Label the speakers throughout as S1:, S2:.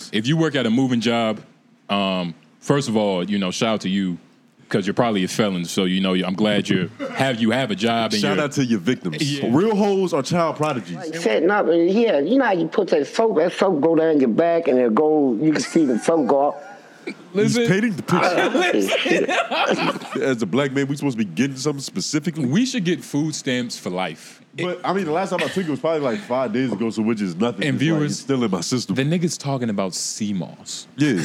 S1: Yes.
S2: if you work at a moving job, um, first of all, you know, shout out to you because you're probably a felon. So you know, I'm glad you have you have a job. And
S1: Shout
S2: you're-
S1: out to your victims.
S2: Yeah.
S1: Real hoes are child prodigies.
S3: setting up and yeah, you know how you put that soap, that soap go down your back and it go you can see the soap go up.
S1: He's painting the picture.
S3: Shit.
S1: As a black man, we supposed to be getting something specifically.
S2: we should get food stamps for life.
S1: But I mean, the last time I took it was probably like five days ago, so which is nothing.
S2: And
S1: It's like,
S2: viewers-
S1: it's still in my system.
S2: The niggas talking about sea moss.
S1: yeah.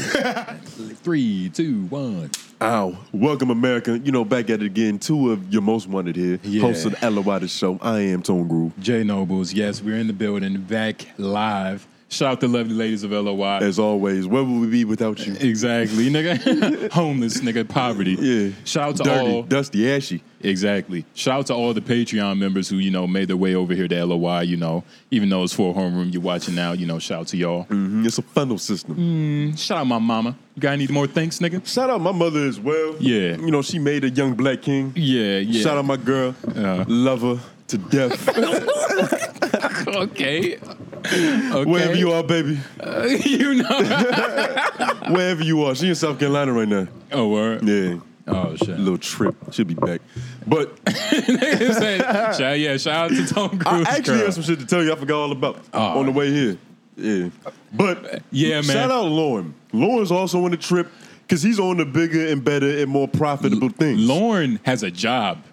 S2: Three, two, one.
S1: Ow. Welcome, America. You know, back at it again. Two of your most wanted here.
S2: Yeah.
S1: Host of the Ella Waters Show. I am Tone Groove.
S2: J Nobles, yes, we're in the building, back live. Shout out to lovely ladies of LOY.
S1: As always, where would we be without you?
S2: exactly, nigga. Homeless, nigga, poverty.
S1: Yeah.
S2: Shout out to
S1: Dirty,
S2: all.
S1: dusty, ashy.
S2: Exactly. Shout out to all the Patreon members who, you know, made their way over here to LOY, you know, even though it's for a homeroom you're watching now, you know, shout out to y'all.
S1: Mhm, It's a funnel system.
S2: Shout out my mama. You got any more thanks, nigga?
S1: Shout out my mother as well.
S2: Yeah.
S1: You know, she made a young black king.
S2: Yeah, yeah.
S1: Shout out my girl. Love her to death.
S2: Okay. okay.
S1: Wherever you are, baby.
S2: you know.
S1: Wherever you are. She in South Carolina right now.
S2: oh, word.
S1: Yeah.
S2: Oh, shit.
S1: Little trip. She'll be back. But
S2: Nigga said- shout, yeah, shout out to Tom
S1: I
S2: Cruise.
S1: actually
S2: girl.
S1: have some shit to tell you I forgot all about on the way here. Yeah. But
S2: Yeah, man.
S1: shout out Lauren. Lauren's also on the trip because he's on the bigger and better and more profitable things
S2: Lauren has a job.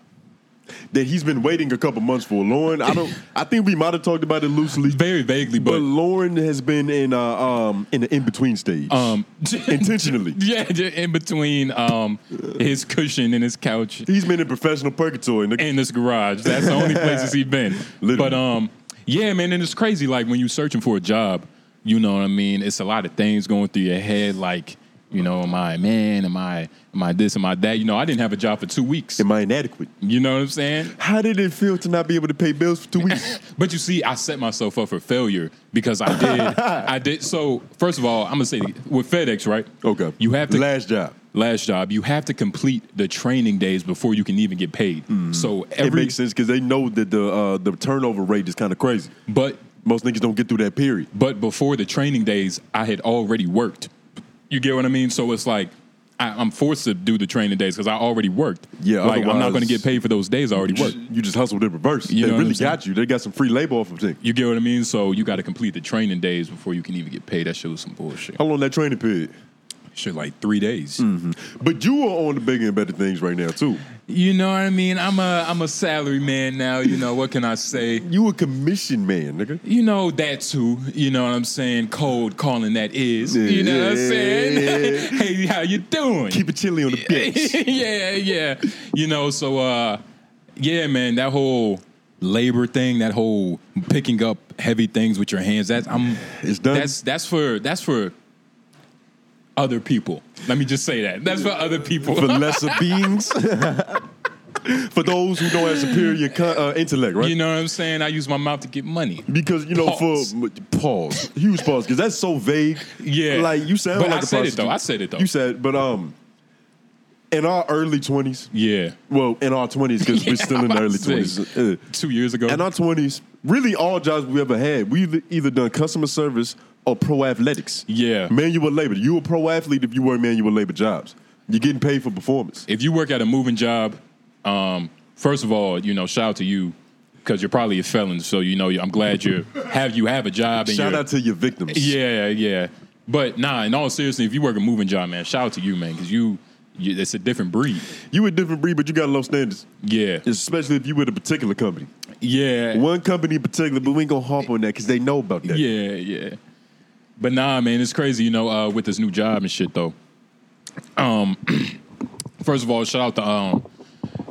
S1: that he's been waiting a couple months for. Lauren, I don't I think we might have talked about it loosely.
S2: Very vaguely,
S1: But
S2: but,
S1: Lauren has been in uh, um in the in between stage
S2: um,
S1: intentionally.
S2: yeah, j- in between um his cushion and his couch
S1: He's been in professional purgatory. nigga.
S2: and this garage. That's the only places he's been.
S1: Literally.
S2: But um, yeah, man, and it's crazy. Like when you're searching for a job, you know what I mean. It's a lot of things going through your head. Like you know, am I a man? Am I am I this? Am I that? You know, I didn't have a job for two weeks.
S1: Am I inadequate?
S2: You know what I'm saying?
S1: How did it feel to not be able to pay bills for two weeks?
S2: But you see, I set myself up for failure because I did. I did. So first of all, I'm gonna say with FedEx, right?
S1: Okay,
S2: You have to
S1: last job.
S2: last job. You have to complete the training days before you can even get paid. So
S1: Mm-hmm. It
S2: every
S1: makes sense because they know that the uh, the turnover rate is kind of crazy.
S2: but
S1: Most niggas don't get through that period.
S2: but before the training days, I had already worked. You get what I mean? So it's like. I, I'm forced to do the training days because I already worked.
S1: Yeah,
S2: like I'm not
S1: otherwise-
S2: going to get paid for those days I already worked.
S1: You just hustled in reverse.
S2: You know
S1: they
S2: what
S1: really
S2: I'm saying?
S1: got you. They got some free labor off of thing.
S2: You get what I mean? So you got to complete the training days before you can even get paid. That shit was some bullshit.
S1: How long that training period?
S2: Shit, like three days.
S1: Hmm. But you are on the bigger and better things right now too.
S2: You know what I mean? I'm a I'm a salary man now. You know what can I say?
S1: You a commission man, nigga.
S2: You know that too. You know what I'm saying? Cold calling that is. You know what I'm saying? hey, how you doing?
S1: Keep it chilly on the bitch.
S2: yeah, yeah. You know, so uh, yeah, man. That whole labor thing, that whole picking up heavy things with your hands. That's I'm.
S1: It's done.
S2: That's that's for that's for other people. Let me just say that. That's for other people.
S1: for lesser beings. for those who don't have superior con- uh, intellect, right?
S2: you know what I'm saying? I use my mouth to get money.
S1: because you know,
S2: Pause.
S1: for pause, huge pause, because that's so vague.
S2: Yeah.
S1: like you sound
S2: But
S1: like
S2: I
S1: a
S2: said it,
S1: prostitute.
S2: though. I said it, though.
S1: You said, but um, in our early twenties,
S2: Yeah.
S1: well, in our twenties, because we're
S2: Yeah,
S1: still in
S2: I'm
S1: the early
S2: about to say.
S1: twenties. Uh,
S2: Two years ago.
S1: in our twenties, really, all jobs we ever had, we either- either done customer service or pro athletics.
S2: Yeah.
S1: manual labor. You a pro athlete if you work manual labor jobs. You're getting paid for performance.
S2: if you work at a moving job, um, first of all, you know, shout out to you because you're probably a felon. So you know, I'm glad you have you have a job. And
S1: Shout
S2: you're-
S1: out to your victims.
S2: yeah, yeah. But nah, in all seriousness, if you work a moving job, man, shout out to you, man, because you, you it's a different breed.
S1: You a different breed, but you got low standards,
S2: Yeah,
S1: especially if you with a particular company.
S2: yeah,
S1: One company in particular, but we ain't gonna harp on that because they know about that.
S2: yeah, yeah. But nah, man, it's crazy, you know, uh, with this new job and shit though. Um, first of all, shout out to um,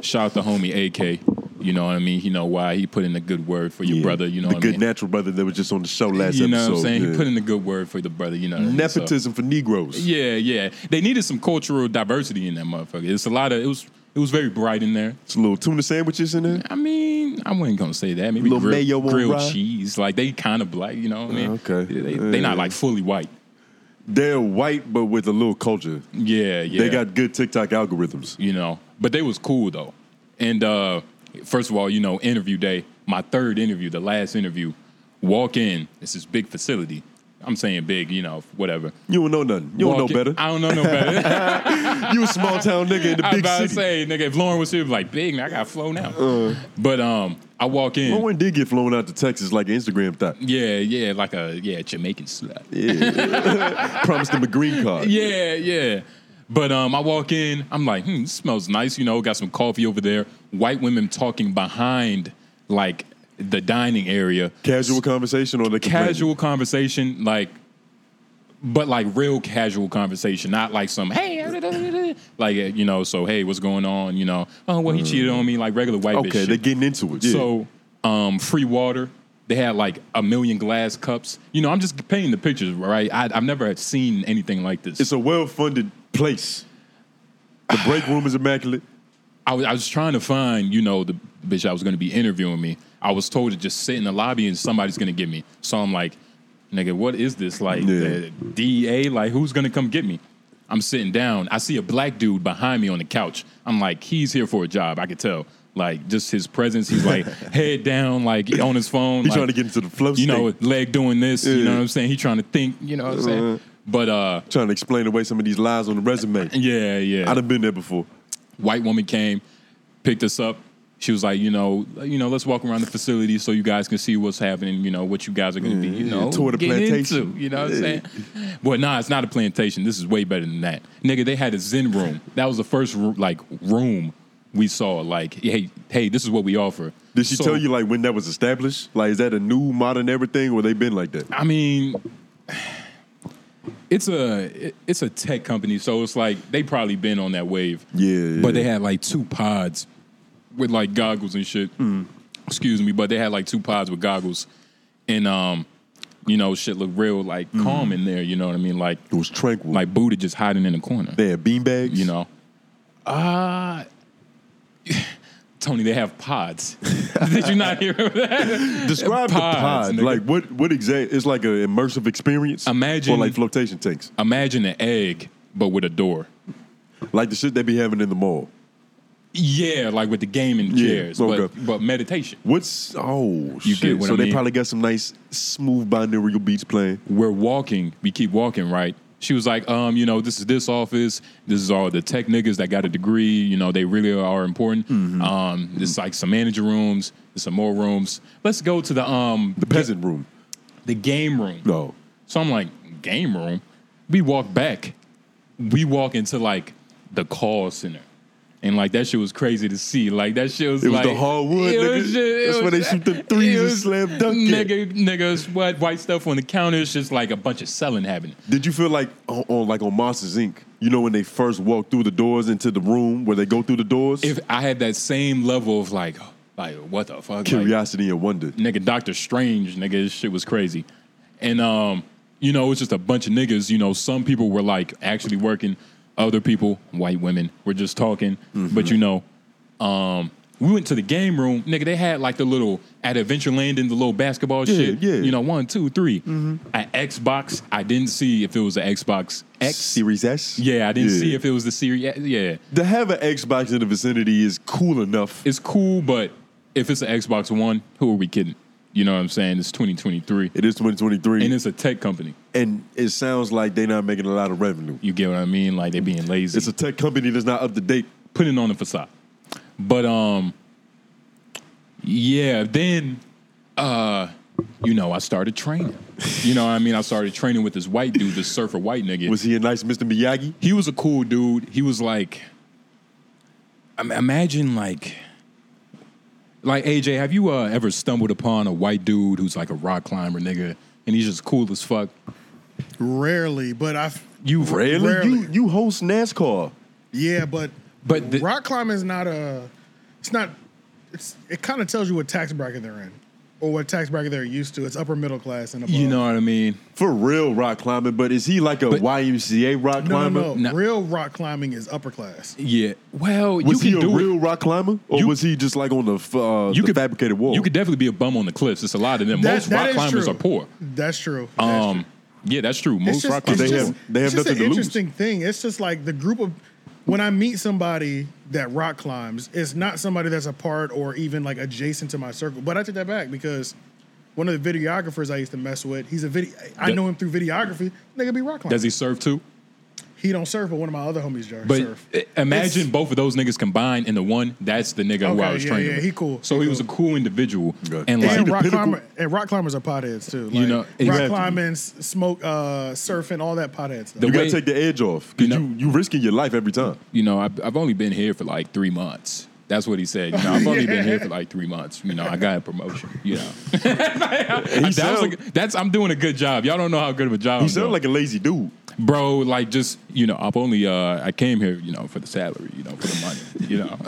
S2: shout out to homie AK. You know what I mean? You know why he put in a good word for your
S1: Yeah.
S2: brother. You know
S1: the
S2: what I
S1: good
S2: mean?
S1: natural brother that was just on the show last
S2: you know
S1: episode.
S2: what I'm saying?
S1: yeah.
S2: He put in a good word for the brother. You know, what I mean? So-
S1: nepotism for Negroes.
S2: yeah, yeah. They needed some cultural diversity in that motherfucker. It's a lot of it was it was very bright in there.
S1: It's little tuna sandwiches in there.
S2: I mean, I wasn't gonna say that. Maybe
S1: Little
S2: grilled,
S1: mayo on
S2: grilled
S1: rye?
S2: cheese. Like they kind of black. You know what I mean?
S1: Okay.
S2: Yeah, They, they
S1: Yeah.
S2: not like fully white.
S1: They're white, but with a little culture.
S2: Yeah, yeah.
S1: They got good TikTok algorithms.
S2: you know, but they was cool though. And uh, first of all, you know, interview day, my third interview, the last interview. Walk in. It's this big facility. I'm saying big, you know, whatever.
S1: You don't know nothing. You don't
S2: Walk
S1: know
S2: in-
S1: better.
S2: I don't know no better.
S1: you a small town nigga in the
S2: I was
S1: big
S2: about
S1: city. Uh.
S2: to say, nigga, if Lauren was here, be like, big, nigga, I got flow now. but um, I walk in.
S1: Lauren did get flown out to Texas like an Instagram thought.
S2: Yeah, yeah, like a yeah Jamaican slut.
S1: Promised him a green card.
S2: Yeah, yeah. But um, I walk in, I'm like, hmm, this smells nice. You know, got some coffee over there. White women talking behind like the dining area.
S1: Casual conversation or the
S2: casual conversation, like, but like real casual conversation, not like some hey, uh, da, da, da, da," like uh, you know. So hey, what's going on? You know, oh well, he cheated on me, like regular white. bitch
S1: Okay,
S2: shit.
S1: they're getting into it. Yeah.
S2: So, um, free water. They had like a million glass cups. You know, I'm just painting the pictures, right? I, I've never had seen anything like this.
S1: it's a well funded place. The break room is immaculate.
S2: I was, I was trying to find, you know, the bitch I was going to be interviewing me. I was told to just sit in the lobby and somebody's going to get me. So I'm like, nigga, what is this? Like,
S1: Yeah.
S2: the DEA? Like, who's going to come get me? I'm sitting down. I see a black dude behind me on the couch. I'm like, he's here for a job. I could tell. Like, just his presence. He's like, head down, like, on his phone.
S1: He's
S2: like,
S1: trying to get into the flow
S2: you know,
S1: state.
S2: leg doing this. You know
S1: Yeah. Uh-huh.
S2: what I'm saying? He trying to think. You know what I'm saying? But uh,
S1: Trying to explain away some of these lies on the resume.
S2: yeah, yeah.
S1: I'd have been there before.
S2: White woman came, picked us up. She was like, you know, you know, let's walk around the facility so you guys can see what's happening. You know what you guys are going to be, you
S1: Yeah,
S2: know,
S1: tour the
S2: getting
S1: plantation.
S2: into, you know what I'm saying? Well, nah, it's not a plantation. This is way better than that, nigga. They had a zen room. That was the first ro- like room we saw. Like, hey, hey, this is what we offer.
S1: Did she
S2: So-
S1: tell you like when that was established? Like, is that a new modern everything, or they been like that?
S2: I mean, it's a it- it's a tech company, so it's like they probably been on that wave.
S1: Yeah,
S2: but
S1: yeah.
S2: they had like two pods with like goggles and shit. Excuse me, but they had like two pods with goggles, and um, you know, shit looked real like calm in there. You know what I mean? Like
S1: It was tranquil.
S2: like Buddha just hiding in the corner.
S1: they had beanbags.
S2: You know, uh Tony, they have pods. Did you not hear that?
S1: Describe the
S2: Pods,
S1: pod.
S2: nigga.
S1: Like what? What exact? It's like an immersive experience.
S2: Imagine-
S1: or like flotation tanks,
S2: Imagine an egg, but with a door.
S1: like the shit they be having in the mall.
S2: Yeah, like with the gaming
S1: Yeah,
S2: chairs,
S1: okay.
S2: but, but meditation.
S1: What's oh shit?
S2: get what
S1: so
S2: I
S1: they
S2: mean.
S1: probably got some nice smooth binaural beats playing.
S2: We're walking, we keep walking, right? She was like, um, you know, this is this office. This is all the tech niggas that got a degree. You know, they really are important. Um, there's like some manager rooms, there's some more rooms. Let's go to the um
S1: The peasant room.
S2: the game room.
S1: No,
S2: So I'm like, game room. We walk back. We walk into like the call center. And like that shit was crazy to see. Like that shit was
S1: It was
S2: like
S1: the hardwood, nigga. That's where they shoot them threes
S2: it
S1: and slam dunk it.
S2: Nigga, niggas, what white stuff on the counter? It's just like a bunch of selling happening.
S1: Did you feel like on, on like on Monsters Inc? You know when they first walk through the doors into the room where they go through the doors,
S2: If I had that same level of like, like what the fuck? Like,
S1: curiosity and wonder.
S2: nigga Doctor Strange, nigga, this shit was crazy. And um, you know, it's just a bunch of niggas. You know, some people were like actually working, other people, white women, were just talking.
S1: Mm-hmm.
S2: But you know, um, we went to the game room, nigga. They had like the little at Adventureland in the little basketball
S1: Yeah,
S2: shit.
S1: yeah. Mm-hmm.
S2: You know, one, two, three. At Xbox, I didn't see if it was an Xbox X.
S1: Series S.
S2: Yeah, I didn't see if it was the series. Yeah,
S1: to have an Xbox in the vicinity is cool enough.
S2: it's cool, but if it's an Xbox One, who are we kidding? You know what I'm saying? It's 2023.
S1: It is 2023,
S2: and
S1: and,
S2: it's a tech company.
S1: it sounds like they're not making a lot of revenue.
S2: You get what I mean? Like they're being lazy,
S1: It's a tech company that's not up to date.
S2: putting on a facade. But um, yeah. Then uh, you know, I started training. You know what I mean? I started training with this white dude, this surfer white nigga.
S1: Was he a nice Mr. Miyagi?
S2: he was a cool dude. He was like, im- imagine like, like AJ. Have you uh, ever stumbled upon a white dude who's like a rock climber nigga, and he's just cool as fuck?
S4: Rarely, but I've
S2: You've
S1: Really?
S4: Rarely.
S1: You you host NASCAR.
S4: yeah, but
S2: But the-
S4: rock climbing is not a. It's not. It's it kind of tells you what tax bracket they're in, or what tax bracket they're used to. It's upper middle class and above.
S2: you know what I mean?
S1: For real rock climbing, but is he like a
S2: But-
S1: YMCA rock
S4: no,
S1: climber?
S4: no, no,
S2: No.
S4: Real rock climbing is upper class.
S2: Yeah. Well,
S1: Was
S2: you
S1: he
S2: can
S1: a
S2: do it.
S1: real rock climber? Or
S2: You-
S1: was he just like on the, f- uh, the fabricated wall?
S2: You could definitely be a bum on the cliffs. It's a lot of them.
S4: That-
S2: Most
S4: that
S2: rock
S4: is
S2: climbers
S4: true.
S2: are poor.
S4: That's true. That's true.
S2: Um, yeah, that's true.
S4: It's
S2: Most
S4: just-
S2: rock
S4: it's
S2: climbers. are
S1: They have-
S4: just-
S1: they have
S4: it's just
S1: nothing
S4: an
S1: to lose.
S4: interesting thing. It's just like the group of when I meet somebody that rock climbs, it's not somebody that's a part or even like adjacent to my circle. But I take that back because one of the videographers I used to mess with. He's a video. I
S2: Th-
S4: know him through videography. Nigga be rock climbing.
S2: Does he serve too?
S4: He don't surf, but one of my other homies jar-
S2: But
S4: surf.
S2: i-
S1: uh,
S2: imagine
S4: It's-
S2: both of those niggas combined into one. That's the nigga who I
S4: Okay,
S2: was
S4: yeah,
S2: training.
S4: yeah,
S2: with.
S4: he cool,
S2: So
S4: he
S2: he, was a
S4: cool.
S2: cool individual.
S1: Good.
S2: And
S1: Is he
S2: like,
S4: and
S1: the
S4: rock
S1: pinnacle?
S4: climber and rock climbers are potheads too. Like,
S2: You know,
S1: exactly.
S4: rock climbing, s- smoke, uh, surfing, all that pothead stuff.
S2: The-
S1: You gotta
S2: way-
S1: take the edge off because
S2: You
S1: you,
S2: know-
S1: you risking your life every time.
S2: you know, I've, I've only been here for like three months. That's what he said. You know, I've only been here for like three months. You know, I got a promotion. You know, That was a
S1: sound-
S2: good- that's I'm doing a good job. Y'all don't know how good of a job.
S1: You
S2: I'm
S1: sound
S2: doing.
S1: like a lazy dude.
S2: bro, like just you know, I've only uh, I came here, you know, for the salary, you know, for the money, you know,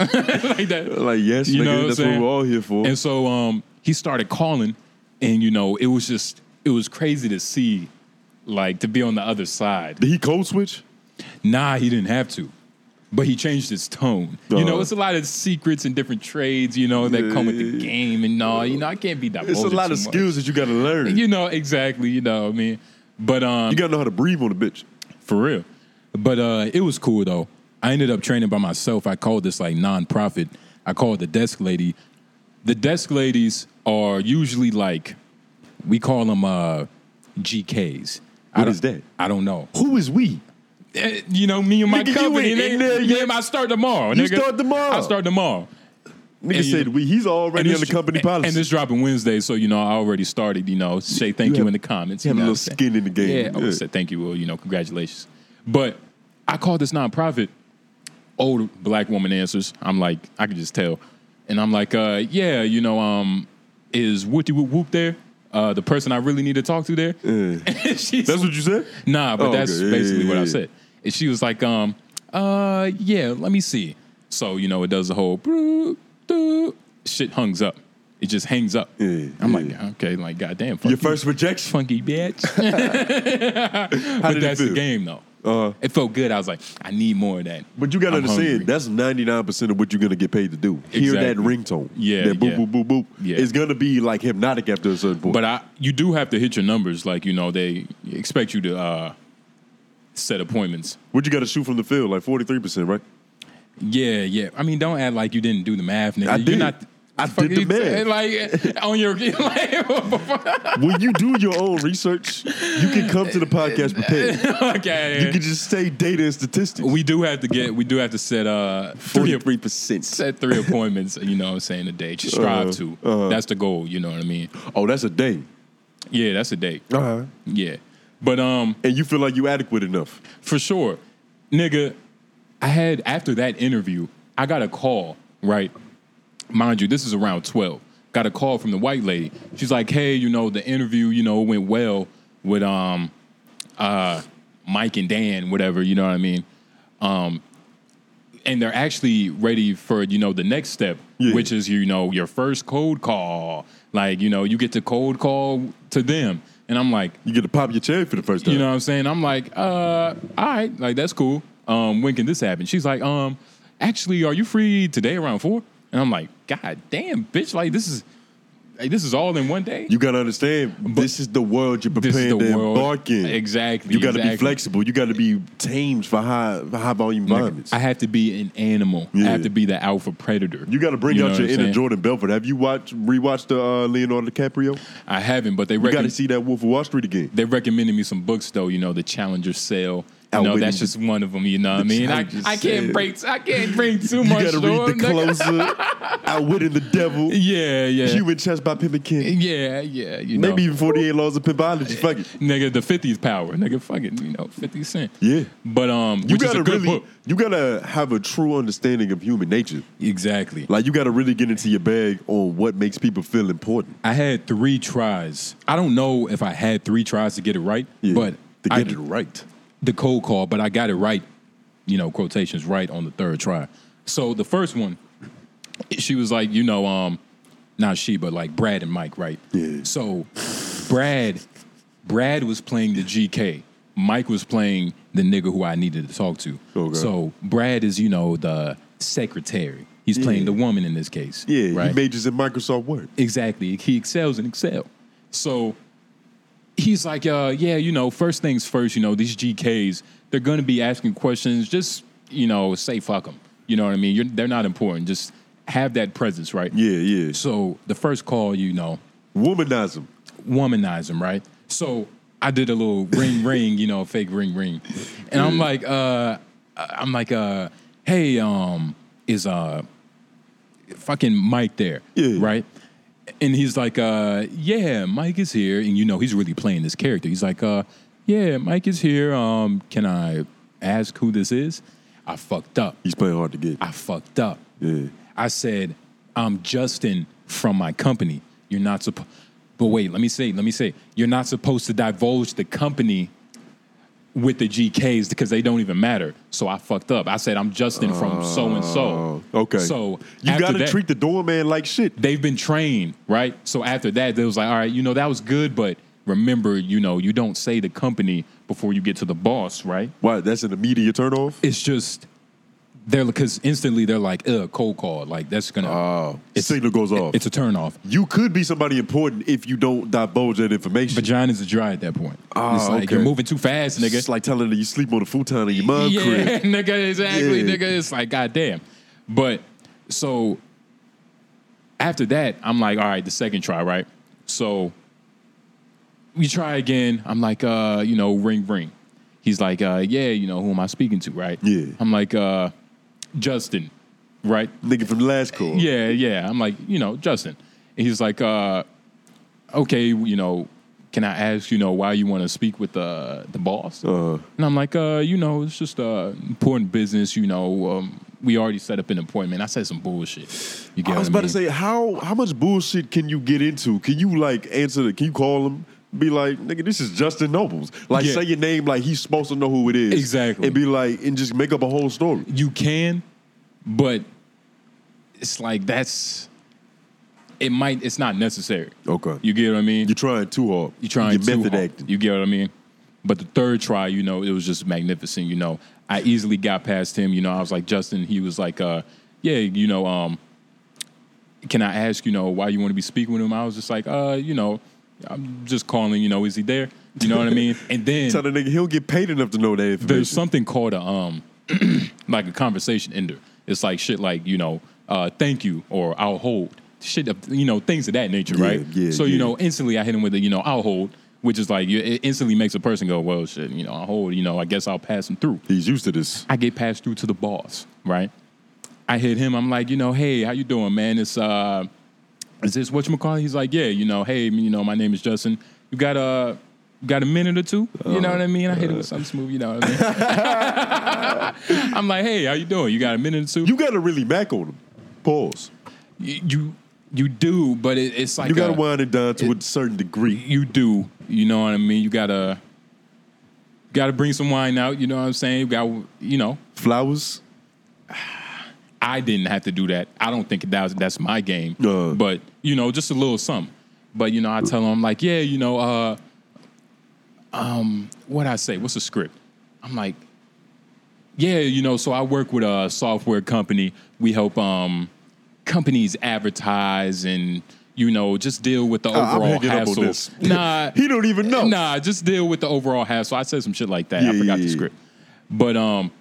S2: like that.
S1: Like yes,
S2: You know
S1: nigga,
S2: what
S1: that's
S2: I'm
S1: what
S2: saying?
S1: we're all here for.
S2: And so um, he started calling, and you know, it was just it was crazy to see, like to be on the other side.
S1: Did he code switch?
S2: Nah, he didn't have to. But he changed his tone. You know,
S1: Uh-huh.
S2: it's a lot of secrets and different trades, you know, that come with the game and all. Oh, You know, I can't be that.
S1: It's a lot of skills that you gotta learn. You,
S2: You know, exactly. You know what I mean? But um,
S1: gotta know how to breathe on a bitch.
S2: for real. But uh, it was cool though. I ended up training by myself. I called this like nonprofit. I called the desk lady. The desk ladies are usually like we call them uh, GKs. I
S1: What
S2: don't-
S1: is that?
S2: I don't know.
S1: Who is we?
S2: Eh, You know, me and my
S1: Nigga, you
S2: company.
S1: ain't in
S2: nigga.
S1: there
S2: yeah,
S1: yet.
S2: I start tomorrow.
S1: You
S2: nigga.
S1: start tomorrow.
S2: I start tomorrow.
S1: Nigga
S2: And you-
S1: said we. He's already on the
S2: this-
S1: company
S2: and-
S1: policy.
S2: And this dropping Wednesday, so you know I already started. You know, say thank you,
S1: have-
S2: in the comments.
S1: you have a
S2: know
S1: little
S2: what I'm
S1: skin in the game.
S2: Yeah, I
S1: Yeah.
S2: would say thank you, Will. You know, congratulations. But I called this nonprofit. Old black woman answers. I'm like, I can just tell, and I'm like, uh, yeah, you know, um, is Whoopty Whoop Whoop there? Uh, the person I really need to talk to there. And she's
S1: that's what you said.
S2: Nah, but
S1: Oh,
S2: that's
S1: okay. Yeah,
S2: basically
S1: yeah,
S2: what I
S1: yeah.
S2: said. And she was like, um, uh, yeah, let me see. So, you know, it does the whole broo, doo, shit hungs up. It just hangs up.
S1: Yeah,
S2: I'm
S1: yeah.
S2: like, okay, like goddamn funky,
S1: Your first rejection.
S2: funky bitch.
S1: How
S2: but
S1: did it
S2: that's the
S1: feel? Uh-huh.
S2: game though. It felt good. I was like, I need more of that.
S1: But you gotta
S2: I'm
S1: understand,
S2: hungry.
S1: that's ninety nine percent of what you're gonna get paid to do. Hear that
S2: Exactly.
S1: ringtone,
S2: Yeah,
S1: that boop
S2: yeah.
S1: boop boop boop.
S2: Yeah.
S1: It's gonna be like hypnotic after a certain point.
S2: But I, you do have to hit your numbers. Like you know, they expect you to uh, set appointments.
S1: what you gotta shoot from the field, like forty three percent, right?
S2: Yeah, yeah. I mean, don't act like you didn't do the math, nigga.
S1: I
S2: You're
S1: did.
S2: not.
S1: I
S2: Fuck
S1: did the
S2: you
S1: math.
S2: Like on your like.
S1: when you do your own research, you can come to the podcast prepared. You
S2: okay.
S1: can just say data and statistics.
S2: we do have to get. We do have to set uh three
S1: Forty three percent.
S2: set three appointments. You know, what I'm saying a day. Just strive
S1: Uh,
S2: to.
S1: uh-huh.
S2: That's the goal. You know what I mean?
S1: Oh, that's a day.
S2: Yeah, that's a date.
S1: Uh-huh.
S2: Yeah, but um,
S1: And you feel like you adequate enough.
S2: for sure, nigga. I had after that interview, I got a call. Right, mind you, this is around twelve. Got a call from the white lady. She's like, "Hey, you know, the interview, you know, went well with um, uh, Mike and Dan, whatever. You know what I mean? Um, and they're actually ready for you know the next step,
S1: Yeah.
S2: which is you know your first cold call. Like you know, you get to cold call to them, and I'm like."
S1: You get to pop your cherry for the first time.
S2: You know what I'm saying? I'm like, uh, all right, like that's cool. Um, when can this happen? She's like, um, actually, are you free today around four? And I'm like, God damn, bitch, like this is like, this is all in one day.
S1: you gotta understand, this is the world you're
S2: This is
S1: prepared
S2: the
S1: to
S2: world.
S1: embark in.
S2: Exactly,
S1: You gotta
S2: exactly.
S1: be flexible. You gotta be tamed for high for high volume environments.
S2: I have to be an animal. I
S1: Yeah.
S2: have to be the alpha predator.
S1: you gotta bring
S2: You know
S1: out your
S2: what I'm
S1: inner
S2: saying?
S1: Jordan Belfort. Have you watched rewatched the uh, Leonardo DiCaprio?
S2: I haven't, but they
S1: You gotta
S2: reckon,
S1: see that Wolf of Wall Street again.
S2: they recommended me some books though. You know, the Challenger Sale. You know,
S1: Outwitting
S2: that's
S1: the-
S2: just one of them. You know what I mean? I,
S1: Challenger
S2: I can't
S1: Sale.
S2: break. I can't bring too
S1: You
S2: much.
S1: gotta
S2: to
S1: read
S2: them,
S1: the
S2: nigga.
S1: closer, outwitting the devil,
S2: Yeah, yeah,
S1: human chest by Pimp and Ken.
S2: yeah, yeah. You know.
S1: Maybe even 48 laws of pimpology. Fuck it.
S2: nigga, the 50s power, nigga, fucking, you know, 50 Cent.
S1: Yeah.
S2: But, um,
S1: You
S2: which is a
S1: gotta
S2: good
S1: really,
S2: book.
S1: you gotta have a true understanding of human nature.
S2: Exactly.
S1: Like you gotta really get into your bag on what makes people feel important.
S2: I had three tries. I don't know if I had three tries to get it right,
S1: Yeah,
S2: but
S1: to get
S2: I,
S1: it right.
S2: the cold call, but I got it right, you know, quotations right on the third try. So the first one, she was like, you know, um, not she, but like Brad and Mike, right?
S1: Yeah.
S2: So Brad, Brad was playing the GK. Mike was playing the nigga who I needed to talk to.
S1: Okay.
S2: So Brad is, you know, the secretary. He's playing the woman in this case.
S1: Yeah,
S2: right.
S1: he majors in Microsoft Word.
S2: Exactly. He excels in Excel. So he's like, uh, yeah, you know, first things first, you know, these GKs, they're going to be asking questions. Just, you know, say fuck them. You know what I mean? You're, they're not important. Just have that presence, right?
S1: Yeah, yeah.
S2: So the first call, you know,
S1: Womanize him.
S2: womanize them, right? So I did a little ring, ring, you know, fake ring, ring, and I'm like, uh, I'm like, uh, hey, um, is uh, fucking Mike there,
S1: Yeah.
S2: right? And he's like, uh, yeah, Mike is here, and you know, he's really playing this character. He's like, uh, yeah, Mike is here. Um, can I ask who this is? I fucked up.
S1: He's playing hard to get.
S2: I fucked up.
S1: Yeah.
S2: I said, I'm Justin from my company. You're not supposed. But wait, let me say, let me say, you're not supposed to divulge the company with the GKs because they don't even matter. So I fucked up. I said, I'm Justin from so and so.
S1: Oh, Okay.
S2: So
S1: you
S2: after
S1: gotta
S2: that-
S1: treat the doorman like shit.
S2: they've been trained, right? So after that, they was like, all right, you know, that was good, but remember, you know, you don't say the company before you get to the boss, right?
S1: Why? That's an immediate turnoff.
S2: It's just they're because instantly they're like, ugh, cold call, like that's gonna.
S1: Oh, signal goes off.
S2: It's a turnoff.
S1: you could be somebody important if you don't divulge that information.
S2: Vaginas are dry at that point.
S1: Ah,
S2: it's like
S1: okay.
S2: you're moving too fast,
S1: It's
S2: nigga.
S1: just like telling her you sleep on the futon in your mom
S2: yeah,
S1: crib.
S2: nigga, exactly,
S1: Yeah.
S2: nigga. It's like, goddamn. But so after that, I'm like, all right, the second try, right? So we try again. I'm like, uh, you know, ring, ring. He's like, uh, yeah, you know, who am I speaking to, right?
S1: Yeah.
S2: I'm like, uh, Justin, right?
S1: Nigga from the last call.
S2: Yeah, yeah. I'm like, you know, Justin. And he's like, uh, okay, you know, can I ask, you know, why you want to speak with the the boss?
S1: Uh,
S2: And I'm like, uh, you know, it's just uh, important business. You know, um, we already set up an appointment. I said some bullshit. You get
S1: I was
S2: what
S1: about to
S2: mean?
S1: say, how how much bullshit can you get into? Can you like answer the? Can you call him? Be like, nigga, this is Justin Nobles. Like,
S2: Yeah.
S1: say your name like he's supposed to know who it is.
S2: Exactly.
S1: And be like, and just make up a whole story.
S2: you can, but it's like that's it might it's not necessary.
S1: Okay.
S2: You get what I mean?
S1: You're trying too hard.
S2: You're trying
S1: Your
S2: too
S1: method
S2: hard.
S1: acting.
S2: You get what I mean? But the third try, you know, it was just magnificent. You know, I easily got past him. You know, I was like Justin. He was like, uh, "Yeah, you know, um, can I ask, you know, why you want to be speaking with him?" I was just like, "Uh, you know, I'm just calling. You know, is he there? You know what I mean?" And then
S1: Tell the nigga he'll get paid enough to know that information.
S2: there's something called a um like a conversation ender. It's like shit like, you know, uh thank you or I'll hold. Shit of- you know, things of that nature,
S1: Yeah,
S2: right?
S1: yeah,
S2: so you
S1: yeah.
S2: know, instantly I hit him with a, you know, I'll hold, which is like you- it instantly makes a person go, Well shit, you know, I'll hold, you know, I guess I'll pass him through.
S1: He's used to this.
S2: I get passed through to the boss, right? I hit him, I'm like, you know, hey, how you doing, man? It's uh is this what you call? He's like, yeah, you know, hey, you know, my name is Justin. You got a got a minute or two? You know what I mean? I hit him with something smooth. You know what I mean? I'm like, hey, how you doing? You got a minute or two?
S1: You gotta really mac on him. Pause.
S2: You you, you do, but it, it's like
S1: You gotta
S2: a-
S1: wind it down to a certain degree.
S2: you do. You know what I mean? You gotta gotta bring some wine out. You know what I'm saying? You got you know.
S1: Flowers.
S2: I didn't have to do that. I don't think that was, that's my game.
S1: Uh.
S2: but you know, just a little something. But you know, I tell them like, yeah, you know, uh, um, what I say? What's the script? I'm like, yeah, you know. So I work with a software company. We help um, companies advertise and you know just deal with the
S1: Uh, I'm
S2: overall
S1: hanging up on
S2: hassle.
S1: this.
S2: Nah,
S1: He don't even know.
S2: Nah, just deal with the overall hassle. I said some shit like that. I
S1: Yeah,
S2: forgot
S1: yeah,
S2: the
S1: yeah.
S2: script, but um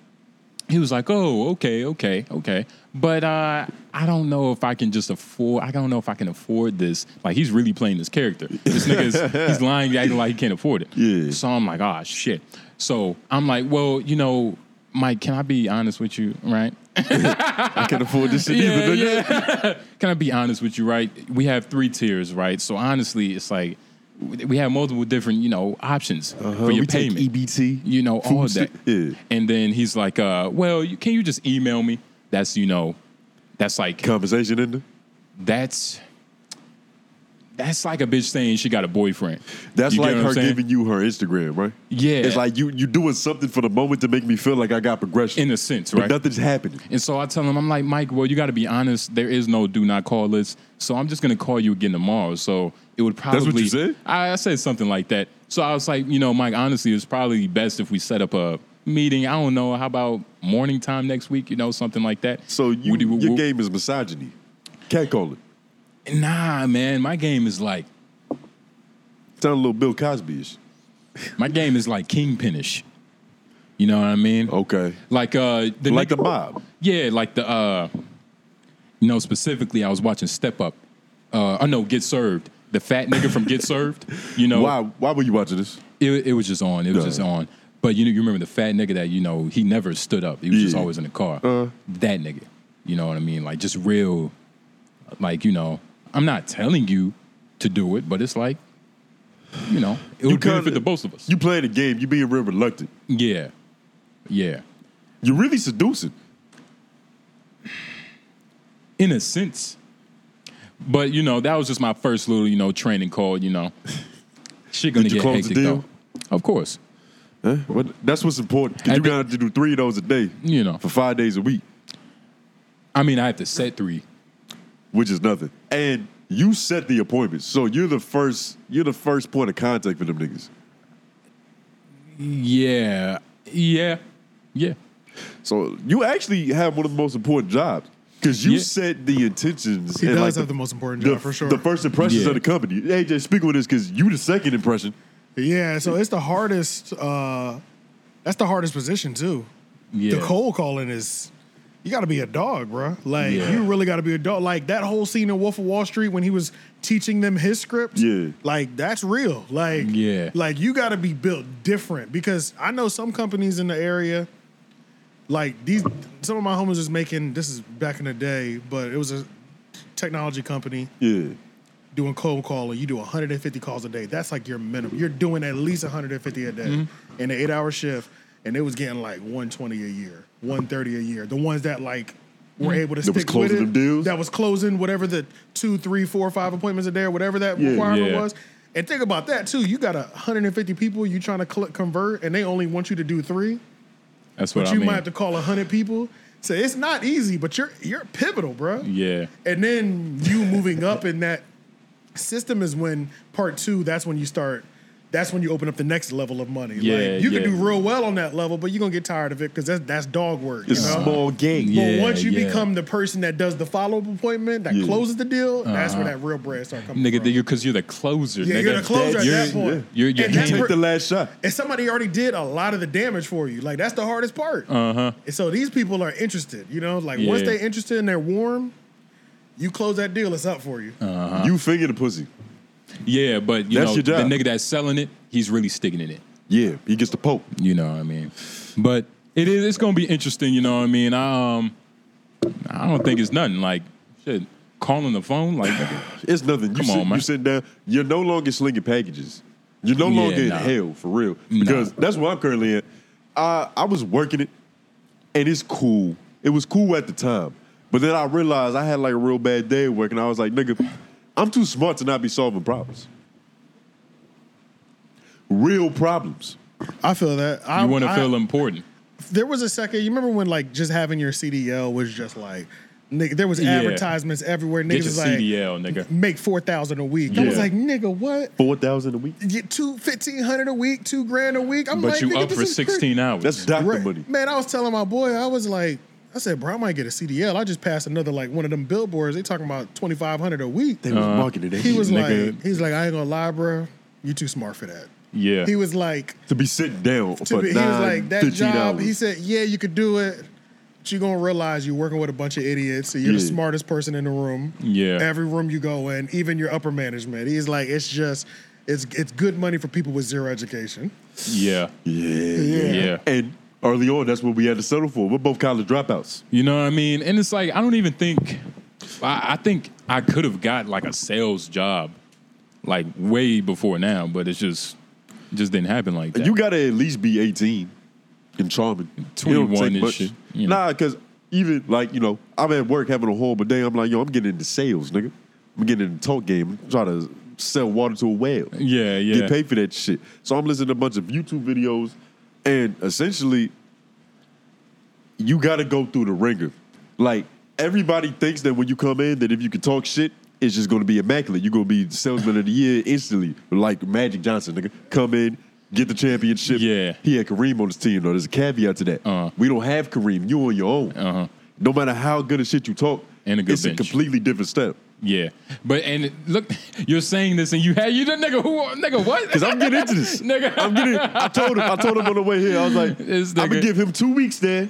S2: he was like, "Oh, okay, okay, okay." But uh, I don't know if I can just afford. I don't know if I can afford this. Like he's really playing this character. This nigga is he's lying, acting like he can't afford it.
S1: Yeah.
S2: So I'm like, "Ah, shit." So I'm like, "Well, you know, Mike, can I be honest with you, right?"
S1: I can't afford this shit either, nigga.
S2: yeah. Can I be honest with you, right? We have three tiers, right? So honestly, it's like we have multiple different, you know, options for your
S1: Uh-huh. we take
S2: payment.
S1: EBT,
S2: you know, all
S1: food
S2: of that.
S1: sti- yeah.
S2: And then he's like, uh, "Well, you, can you just email me?" That's you know, that's like
S1: Conversation in there.
S2: that's that's like a bitch saying she got a boyfriend.
S1: That's
S2: You get
S1: like
S2: what I'm
S1: her
S2: saying?
S1: giving you her Instagram, right?
S2: Yeah.
S1: It's like you you doing something for the moment to make me feel like I got progression.
S2: in a sense,
S1: but
S2: right?
S1: nothing's happening.
S2: And so I tell him, I'm like, Mike, well, you got to be honest. There is no do not call list. So I'm just going to call you again tomorrow. So it would probably.
S1: what you said?
S2: I, I said something like that. So I was like, you know, Mike, honestly, it's probably best if we set up a meeting. I don't know. How about morning time next week? You know, something like that.
S1: So you,
S2: Woody, woo,
S1: your
S2: woo.
S1: game is misogyny. Cat calling.
S2: Nah, man. My game is like,
S1: Sound a little Bill Cosby ish.
S2: my game is like kingpinish. You know what I mean?
S1: Okay.
S2: Like uh, the
S1: Oh. like
S2: nigga-
S1: the mob.
S2: Yeah, like the uh you know, specifically I was watching Step Up. Uh oh no, Get Served. the fat nigga from Get Served. You know,
S1: Why? Why were you watching this?
S2: it, it was just on. It was just on. But you know, you remember the fat nigga that you know he never stood up. He was just
S1: Yeah. Uh-huh.
S2: always in the car. That nigga. You know what I mean? Like just real. Like you know, I'm not telling you to do it, but it's like, you know, it would
S1: kinda-
S2: benefit the both of us.
S1: You playing a game. You being real reluctant.
S2: yeah, yeah.
S1: You're really seducing.
S2: In a sense. But you know, that was just my first little you know training call. You know, shit gonna
S1: Did you
S2: get
S1: close the
S2: hectic
S1: deal?
S2: though. Of course,
S1: Huh? What- that's what's important. 'cause
S2: I
S1: you
S2: thi-
S1: got to do three of those a day
S2: you know.
S1: for five days a week,
S2: I mean, I have to set three.
S1: which is nothing. And you set the appointments, so you're the first. You're the first point of contact for them niggas.
S2: Yeah, yeah, yeah.
S1: So you actually have one of the most important jobs because you
S2: Yeah.
S1: set the intentions.
S4: He
S1: and,
S4: does
S1: like,
S4: have the most important
S1: the,
S4: job for sure.
S1: The first impressions
S2: Yeah.
S1: of the company. AJ, speak on this because you the second impression.
S4: yeah, so it's the hardest. Uh, that's the hardest position too.
S2: Yeah.
S4: The cold calling is. You got to be a dog, bro. Like
S2: Yeah.
S4: you really got to be a dog. Like that whole scene in Wolf of Wall Street when he was teaching them his script.
S1: Yeah.
S4: like that's real. Like
S2: Yeah.
S4: like you got to be built different because I know some companies in the area. Like these, some of my homies was making. This is back in the day, but it was a technology company
S1: Yeah,
S4: doing cold calling, you do 150 calls a day. That's like your minimum. You're doing at least 150 a day
S1: Mm-hmm.
S4: in an eight hour shift, and it was getting like 120 a year, 130 a year. The ones that like were able
S1: Mm-hmm.
S4: to
S1: That
S4: stick
S1: was closing
S4: with it,
S1: them deals?
S4: that was closing whatever the two, three, four, five appointments a day or whatever that
S1: Yeah.
S4: requirement
S2: Yeah.
S4: was. And think about that too. You got 150 people you trying to cl- convert, and they only want you to do three.
S2: That's what
S4: But
S2: I
S4: you
S2: mean.
S4: might have to call 100 people. So it's not easy, but you're you're pivotal, bro.
S2: yeah,
S4: And then you moving up in that system is when part two, that's when you start, that's when you open up the next level of money.
S2: Yeah,
S4: like you
S2: yeah.
S4: can do real well on that level, but you're gonna get tired of it because that's that's dog work. You
S1: it's
S4: know?
S1: a small game.
S2: Yeah.
S4: but once you
S2: yeah.
S4: become the person that does the follow-up appointment, that
S1: Yeah.
S4: closes the deal, that's where that real bread start coming
S2: Uh-huh. nigga,
S4: from.
S2: because you're the closer.
S4: yeah,
S2: nigga.
S4: you're the closer at that
S2: You're-
S4: point.
S2: You're, you're
S4: And that
S1: Take
S2: handling-
S1: the last shot.
S4: And somebody already did a lot of the damage for you. Like that's the hardest part. Uh-huh. And so these people are interested, you know? Like once
S2: Yeah.
S4: they interested and they're warm, you close that deal, it's up for you.
S2: Uh. Uh-huh.
S1: You finger the pussy.
S2: yeah, but you
S1: That's
S2: know
S1: your job.
S2: the nigga that's selling it, he's really sticking in it.
S1: Yeah, he gets the poke.
S2: You know what I mean? But it is. It's gonna be interesting. You know what I mean? I um, I don't think it's nothing. Like shit, calling the phone. Like nigga,
S1: It's nothing. You
S2: Come
S1: sit,
S2: on, man.
S1: You sit down. You're no longer slinging packages. You're no
S2: Yeah,
S1: longer in
S2: nah.
S1: hell for real because that's where I'm currently at. I I was working it, and it's cool. It was cool at the time, but then I realized I had like a real bad day at work, and I was like, nigga, I'm too smart to not be solving problems. Real problems.
S4: I feel that. I,
S2: you want to
S4: I-
S2: feel important.
S4: There was a second. You remember when like just having your CDL was just like, nigga, there was
S2: Yeah.
S4: advertisements everywhere. Niggas
S2: Get your
S4: was like,
S2: CDL, nigga.
S4: make four thousand a week. I was
S2: Yeah.
S4: like, nigga, what?
S1: Four thousand a week.
S4: Get two fifteen hundred a week, two grand a week. I'm
S2: But
S4: like,
S2: you
S4: nigga,
S2: up
S4: this
S2: for
S4: is crazy.
S2: 16 hours.
S1: That's doctor
S4: Right.
S1: money.
S4: Man, I was telling my boy, I was like, I said, bro, I might get a CDL. I just passed another like one of them billboards. They talking about twenty five hundred a week.
S1: They
S2: Uh,
S1: was marketing that.
S4: He
S1: shit,
S4: was
S1: nigga,
S4: like, he's like, I ain't gonna lie, bro. You too smart for that.
S2: yeah.
S4: He was like,
S1: to be sitting down
S4: to
S1: for
S4: be, he was
S1: nine,
S4: like that
S1: 15
S4: job.
S1: hours.
S4: He said, "Yeah, you could do it, but you're gonna realize you're working with a bunch of idiots. So you're the
S1: Yeah.
S4: smartest person in the room.
S2: Yeah.
S4: every room you go in, even your upper management. He's like, it's just, it's it's good money for people with zero education.
S2: yeah.
S1: yeah,
S2: Yeah.
S1: And early on, that's what we had to settle for. We're both college dropouts.
S2: You know what I mean? And it's like I don't even think I, I think I could have got like a sales job like way before now, but it's just just didn't happen like that.
S1: You gotta at least be 18 and charming. It don't
S2: 21
S1: take
S2: and
S1: much.
S2: shit, you know.
S1: Nah, because even like, you know, I'm at work having a horrible day. I'm like, yo, I'm getting into sales, nigga. I'm getting into the talk game. I'm trying to sell water to a whale.
S2: yeah, yeah.
S1: Get paid for that shit. So I'm listening to a bunch of YouTube videos, and essentially, you gotta go through the ringer. Like, everybody thinks that when you come in, that if you can talk shit, it's just gonna be immaculate. You're gonna be salesman of the year instantly, like Magic Johnson, nigga. Come in, get the championship.
S2: Yeah.
S1: He had Kareem on his team, though. There's a caveat to that.
S2: Uh-huh.
S1: We don't have Kareem. You on your own.
S2: Uh-huh.
S1: No matter how good a shit you talk,
S2: And a good
S1: it's
S2: bench.
S1: a completely different step.
S2: Yeah. But and it- look, you're saying this and you had you the nigga who nigga what?
S1: Cause I'm getting into this.
S2: Nigga.
S1: I'm getting. I told him. I told him on the way here. I was like,
S2: This
S1: I'm gonna
S2: nigga.
S1: give him two weeks there.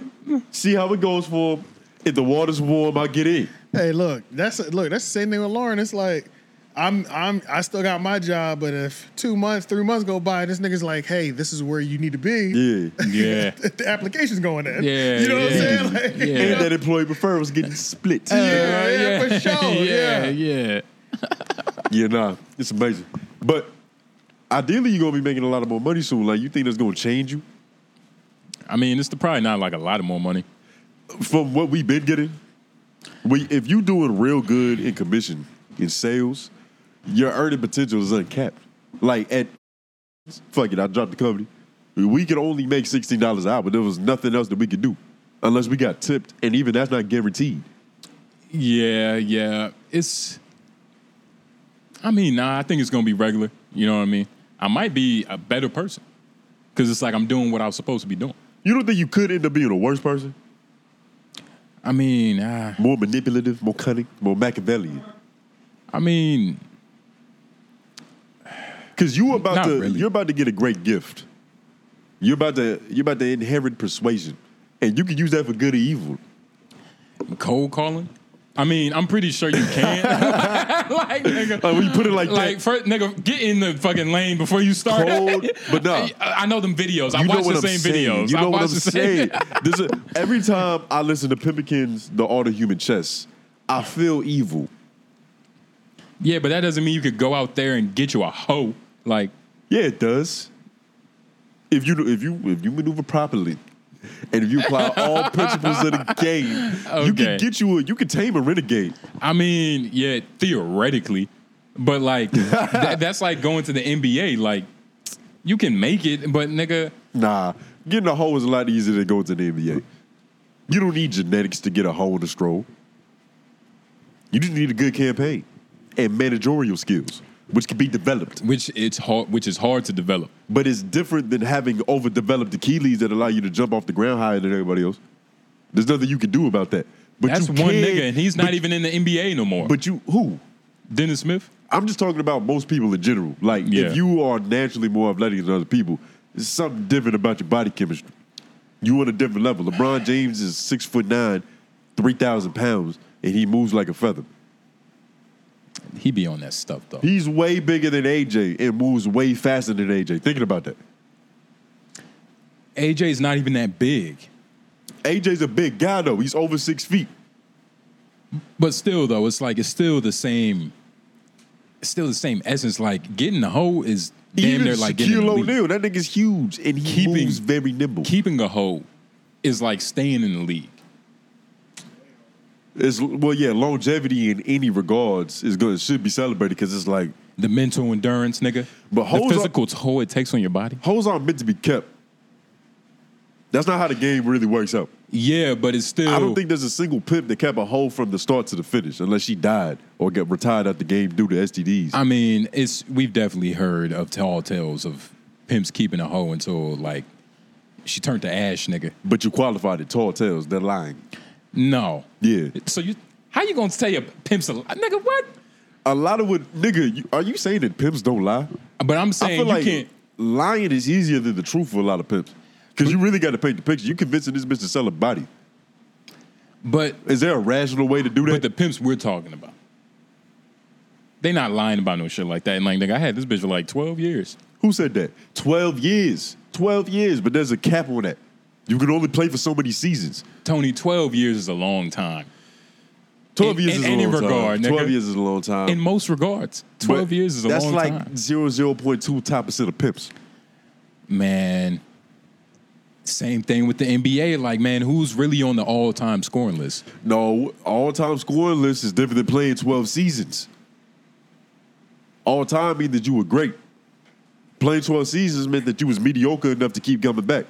S1: See how it goes for him. If the water's warm, I get in.
S4: Hey, look, that's look, that's the same thing with Lauren. It's like." I'm I'm I still got my job, but if two months, three months go by, this nigga's like, hey, this is where you need to be.
S1: Yeah.
S2: Yeah.
S4: the application's going in.
S2: Yeah,
S4: you know what I'm
S2: yeah.
S4: saying? Like,
S2: Yeah.
S1: And that employee referral was getting split.
S4: Yeah, yeah, for sure,
S2: Yeah,
S4: yeah.
S2: yeah.
S1: Yeah, nah, it's amazing. But ideally, you're gonna be making a lot of more money soon. Like, you think that's gonna change you
S2: I mean, it's probably not like a lot of more money.
S1: from what we've been getting? We, if you doing real good in commission in sales, your earning potential is uncapped. Like at fuck it, I dropped the company. We could only make sixteen dollars an hour, but there was nothing else that we could do unless we got tipped, and even that's not guaranteed.
S2: Yeah, yeah. It's. I mean, nah. I think it's gonna be regular. You know what I mean? I might be a better person because it's like I'm doing what I was supposed to be doing.
S1: You don't think you could end up being a worse person,
S2: I mean, uh,
S1: more manipulative, more cunning, more Machiavellian?
S2: I mean,
S1: Because you about
S2: Not
S1: to
S2: really.
S1: you're about to get a great gift. You're about to you're about to inherit persuasion, and you can use that for good or evil.
S2: cold calling. I mean, I'm pretty sure you can. like, nigga,
S1: Like when you put it like,
S2: like
S1: that,
S2: first, nigga, get in the fucking lane before you start.
S1: Cold, but nah.
S2: I, I know them videos. I
S1: you know
S2: watch
S1: what
S2: the same
S1: I'm saying.
S2: videos.
S1: You
S2: I
S1: know what
S2: watch
S1: I'm
S2: the same-
S1: saying. This is- every time I listen to Pemmican's "The Art of Human Chess," I feel evil.
S2: Yeah, but that doesn't mean you could go out there and get you a hoe. Like,
S1: Yeah, it does. If you if you if you maneuver properly, and if you apply all principles of the game, you
S2: Okay.
S1: can get you a you can tame a renegade.
S2: I mean, yeah, theoretically, but like tha- that's like going to the NBA. Like, you can make it, but nigga,
S1: Nah, getting a hole is a lot easier than going to the NBA. You don't need genetics to get a hole in a stroll. You just need a good campaign and managerial skills, which can be developed.
S2: which it's hard, which is hard to develop.
S1: But it's different than having overdeveloped Achilles that allow you to jump off the ground higher than everybody else. There's nothing you can do about that. But
S2: That's
S1: you
S2: one
S1: can-
S2: nigga, and he's not
S1: but-
S2: even in the NBA no more.
S1: But you who?
S2: Dennis Smith,
S1: I'm just talking about most people in general. Like
S2: Yeah.
S1: if you are naturally more athletic than other people, there's something different about your body chemistry. You on a different level. LeBron James is six foot nine, three thousand pounds, and he moves like a feather.
S2: he be on that stuff though.
S1: He's way bigger than AJ and moves way faster than AJ. Thinking about that.
S2: AJ's not even that big,
S1: AJ's a big guy though. He's over six feet.
S2: but still though, it's like it's still the same, it's still the same essence. Like getting a hoe is damn
S1: Even
S2: near like getting in
S1: Shaquille
S2: the league.
S1: O'Neal, that nigga's huge and he
S2: Keeping-
S1: moves very nimble.
S2: Keeping a hoe is like staying in the league.
S1: It's, well, yeah, longevity in any regards is good. Should be celebrated because it's like
S2: the mental endurance, nigga.
S1: But
S2: the
S1: hoes are-
S2: physical toll it takes on your body.
S1: hoes aren't meant to be kept. That's not how the game really works out.
S2: Yeah, but it's still.
S1: I don't think there's a single pimp that kept a hoe from the start to the finish, unless she died or got retired out the game due to STDs.
S2: I mean, it's we've definitely heard of tall tales of pimps keeping a hoe until like she turned to ash, nigga.
S1: but you qualified at tall tales. They're lying.
S2: No.
S1: Yeah,
S2: So you, how you gonna tell your pimps a lie, nigga? What?
S1: a lot of what nigga. You, are you saying that pimps don't lie?
S2: But I'm
S1: I
S2: saying
S1: feel
S2: you
S1: like
S2: can't.
S1: lying is easier than the truth for a lot of pimps because you really got to paint the picture. You convincing this bitch to sell a body.
S2: But
S1: Is there a rational way to do that?
S2: but the pimps we're talking about, they not lying about no shit like that. And like, nigga, I had this bitch for like 12 years.
S1: Who said that? 12 years. 12 years, but there's a cap on that. You can only play for so many seasons.
S2: Tony, 12 years is a long time.
S1: 12
S2: In-
S1: years
S2: in
S1: is a
S2: any
S1: long
S2: regard,
S1: time. 12
S2: nigga.
S1: years is a long time.
S2: In most regards, 12
S1: But
S2: years is a
S1: that's
S2: long
S1: like
S2: time.
S1: 0.2 top percent of pips.
S2: man. Same thing with the NBA. Like, man, who's really on the all-time scoring list?
S1: No, all time scoring list is different than playing 12 seasons. All time means that you were great. Playing 12 seasons meant that you was mediocre enough to keep coming back.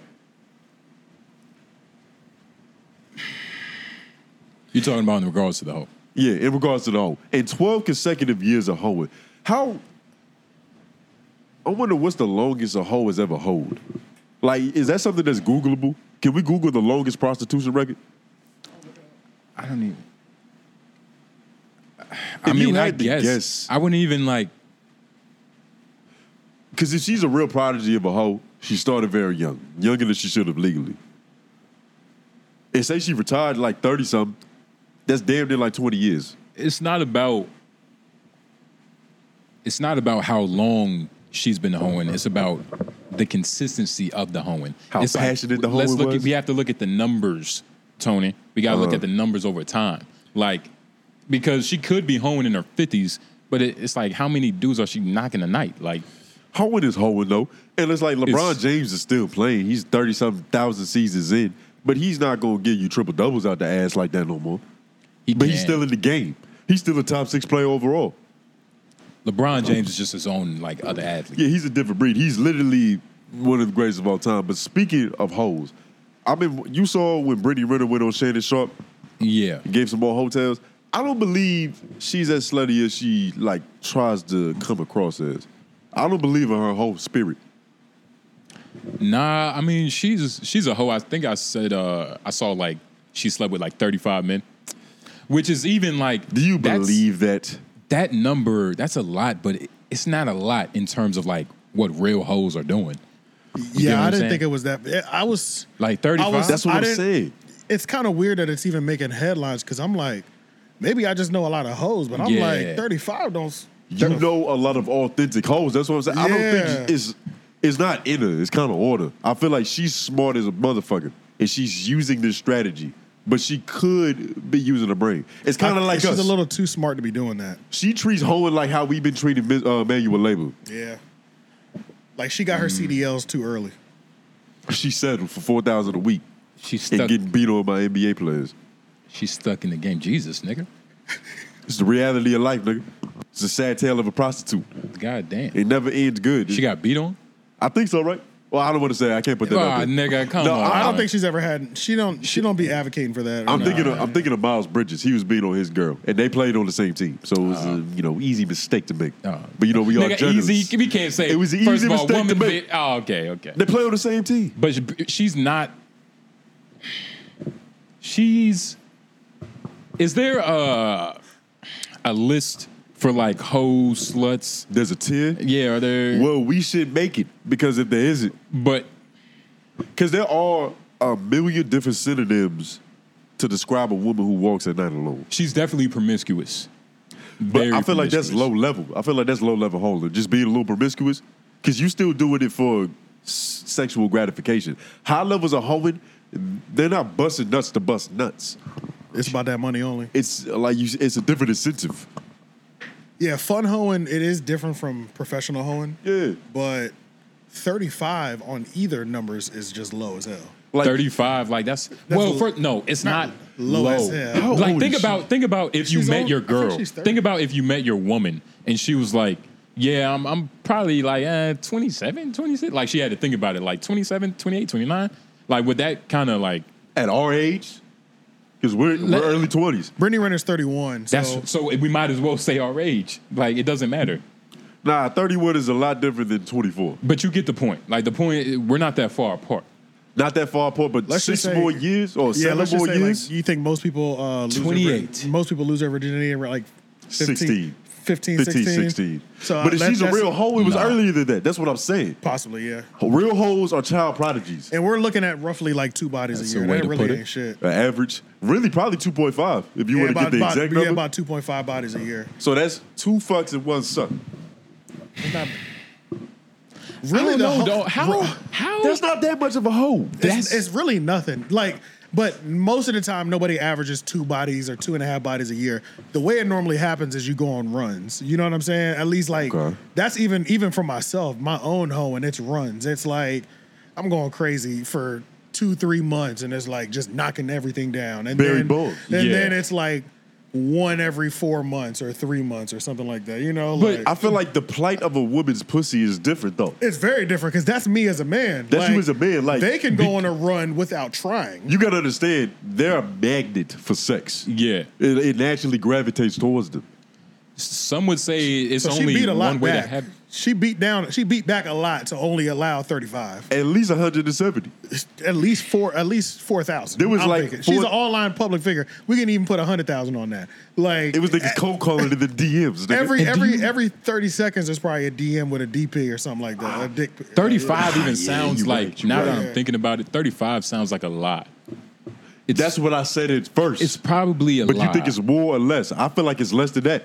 S2: You're talking about in regards to the whole.
S1: Yeah, in regards to the whole. In 12 consecutive years of hoeing, how. I wonder what's the longest a hoe has ever hoed. Like, is that something that's Googleable? Can we Google the longest prostitution record?
S2: I don't even. I
S1: If you
S2: mean, I
S1: had to
S2: guess,
S1: guess-
S2: I wouldn't even like.
S1: Because if she's a real prodigy of a hoe, she started very young, younger than she should have legally. And say she retired like 30 something, that's damn near like 20 years.
S2: It's not about it's not about how long she's been hoeing. It's about the consistency of the hoeing.
S1: How
S2: It's
S1: passionate the
S2: let's
S1: hoeing
S2: look At,
S1: was? Uh-huh.
S2: we have to look at the numbers, Tony. We got to look at the numbers over time. Like, because she could be hoeing in her 50s, but it, it's like, how many dudes are she knocking a night? Like,
S1: Hoeing is hoeing though, and it's like LeBron
S2: It's-
S1: James is still playing. He's thirty something thousand seasons in, but he's not gonna give you triple doubles out the ass like that no more.
S2: he
S1: But he's
S2: can.
S1: still in the game. He's still a top six player overall.
S2: LeBron James is just his own, like, other athlete.
S1: Yeah, he's a different breed. He's literally one of the greatest of all time. But speaking of hoes, I mean, you saw when Brittany Renner went on Shannon Sharp,
S2: Yeah.
S1: gave some more hotels. I don't believe she's as slutty as she like tries to come across as. I don't believe in her whole spirit.
S2: Nah, I mean she's she's a hoe. I think I said uh I saw like she slept with like 35 men. Which is even like
S1: Do you
S2: that's-
S1: believe that?
S2: that number, that's a lot, but it, it's not a lot in terms of like what real hoes are doing. get what
S4: yeah, I
S2: I'm
S4: didn't
S2: saying?
S4: think it was that. I was
S2: Like 35?
S4: I was-
S1: That's what
S4: I
S1: I'm
S4: didn't-
S1: saying.
S4: it's kind of weird that it's even making headlines because I'm like, maybe I just know a lot of hoes, but I'm
S2: Yeah.
S4: like, 35 don't. s-
S1: You know a lot of authentic hoes. That's what I'm saying. I
S4: Yeah.
S1: don't think it's it's not in her. It's kind of order. I feel like she's smart as a motherfucker, and she's using this strategy. But she could be using her brain. It's kind of
S4: I-
S1: like
S4: she's
S1: us.
S4: a little too smart to be doing that.
S1: she treats hoeing like how we've been treating Ms- uh, Manuel Labor.
S4: Yeah, like she got
S2: Mm.
S4: her CDLs too early.
S1: She settled for four thousand a week
S2: She's
S1: and
S2: stuck
S1: getting beat on by NBA players.
S2: she's stuck in the game. Jesus, nigga.
S1: It's the reality of life, nigga. It's a sad tale of a prostitute.
S2: God damn.
S1: It never ends good.
S2: She got beat on?
S1: I think so, right? Well, I don't want to say. I can't put that.
S2: Ah,
S1: out there.
S2: nigga, come
S1: No,
S2: on.
S1: I-
S4: I don't
S2: man.
S4: think she's ever had. She don't. She don't be advocating for that.
S1: I'm
S4: Nah.
S1: thinking. Of, I'm thinking of Miles Bridges. He was beating on his girl, and they played on the same team, so it was a you know easy mistake to make.
S2: Oh.
S1: but you know we are
S2: Uh-huh. nigga,
S1: journalists.
S2: easy. We can't say
S1: It was an
S2: First
S1: easy
S2: of all,
S1: mistake to
S2: woman
S1: make.
S2: bit- Oh, okay, okay.
S1: They play on the same team.
S2: But she- she's not. She's. Is there a a list for like hoes, sluts?
S1: There's a tier.
S2: Yeah, are there?
S1: Well, we should make it because if there isn't,
S2: But
S1: because there are a million different synonyms to describe a woman who walks at night alone.
S2: she's definitely promiscuous.
S1: But I feel like that's low level. I feel like that's low level holding, just being a little promiscuous, because you still doing it for s- sexual gratification. High levels of hoeing, they're not busting nuts to bust nuts.
S4: It's about that money only.
S1: It's like you, it's a different incentive.
S4: Yeah, fun hoeing. It is different from professional hoeing.
S1: Yeah,
S4: but 35 on either numbers is just low as hell.
S1: like
S2: Thirty-five, like that's, well,
S4: a-
S2: first, no, it's not,
S4: low
S2: low.
S4: as hell.
S1: How
S2: Like
S1: old
S2: think
S1: is
S2: about think about if you
S4: She's
S2: met
S4: old-
S2: your
S4: I think
S2: girl.
S4: she's 30.
S2: Think about if you met your woman and she was like, "Yeah, I'm I'm probably like uh, 27, 26." Like she had to think about it like 27, 28, 29. Like would that kind of like
S1: at our age, because we're
S2: Let-
S1: we're early twenties.
S4: Brittany Renner's 31. So
S2: that's so, we might as well say our age. Like it doesn't matter.
S1: Nah, thirty one is a lot different than twenty four.
S2: But you get the point. Like the point we're not that far apart.
S1: Not that far apart, but
S4: Let's
S1: six
S4: just say-
S1: more years or
S4: yeah,
S1: seven
S4: let's just
S1: more
S4: say like,
S1: years.
S4: you think most people uh, lose
S2: 28.
S4: Their, most people lose their virginity around like 15,
S1: 16.
S4: 15,
S1: 15,
S4: 16.
S1: 16.
S4: So,
S1: but
S4: uh,
S1: if
S4: that-
S1: she's a
S4: that's-
S1: real hoe, it was
S2: Nah.
S1: earlier than that. That's what I'm saying.
S4: Possibly, yeah.
S1: Real hoes are child prodigies.
S4: And we're looking at roughly like two bodies
S2: That's
S4: a year.
S2: a way
S4: that
S2: to
S4: really
S2: put it.
S4: ain't shit.
S1: An average, really, probably two point five if you
S4: Yeah,
S1: want to get
S4: about,
S1: the
S4: about,
S1: exact
S4: yeah,
S1: number.
S4: about 2.5 bodies a year.
S1: so that's two fucks and one suck.
S4: It's not-
S2: I don't
S4: really, the
S2: know,
S4: whole-
S2: dog. how how
S1: That's not that much of a hoe.
S4: it's, it's really nothing. Like, but most of the time, nobody averages two bodies or two and a half bodies a year. The way it normally happens is you go on runs. You know what I'm saying? At least like
S1: Okay.
S4: that's even even for myself, my own hoe, and it's runs. It's like I'm going crazy for two, three months, and it's like just knocking everything down. And
S1: Barry
S4: then,
S1: Bonds.
S4: and
S2: Yeah.
S4: then it's like one every four months or three months or something like that. You know,
S2: But
S4: like
S1: I feel like the plight of a woman's pussy is different though.
S4: it's very different because that's me as a man.
S1: That's you as a man, like,
S4: they can
S1: be-
S4: go on a run without trying.
S1: You gotta understand, they're a magnet for sex.
S2: yeah.
S1: It, it naturally gravitates towards them.
S2: Some would say it's
S4: So
S2: only
S4: she beat a lot
S2: one way
S4: back.
S2: to have
S4: she beat down. She beat back a lot to only allow thirty five.
S1: At least 170.
S4: At least four. At least four thousand.
S1: There was like
S4: she's
S1: four-
S4: an online public figure. We can even put hundred thousand on that. Like
S1: It was niggas cold calling in the DMs. Nigga.
S4: every every every thirty seconds, there's probably a DM with a DP or something like that. A dick. pic.
S2: 35 even
S1: Yeah,
S2: sounds
S1: you
S2: like
S1: right, you
S2: now
S1: right.
S2: that I'm thinking about it 35 sounds like a lot it's,
S1: That's what I said at first.
S2: it's probably a
S1: but
S2: lot
S1: you think it's more or less? I feel like it's less than that.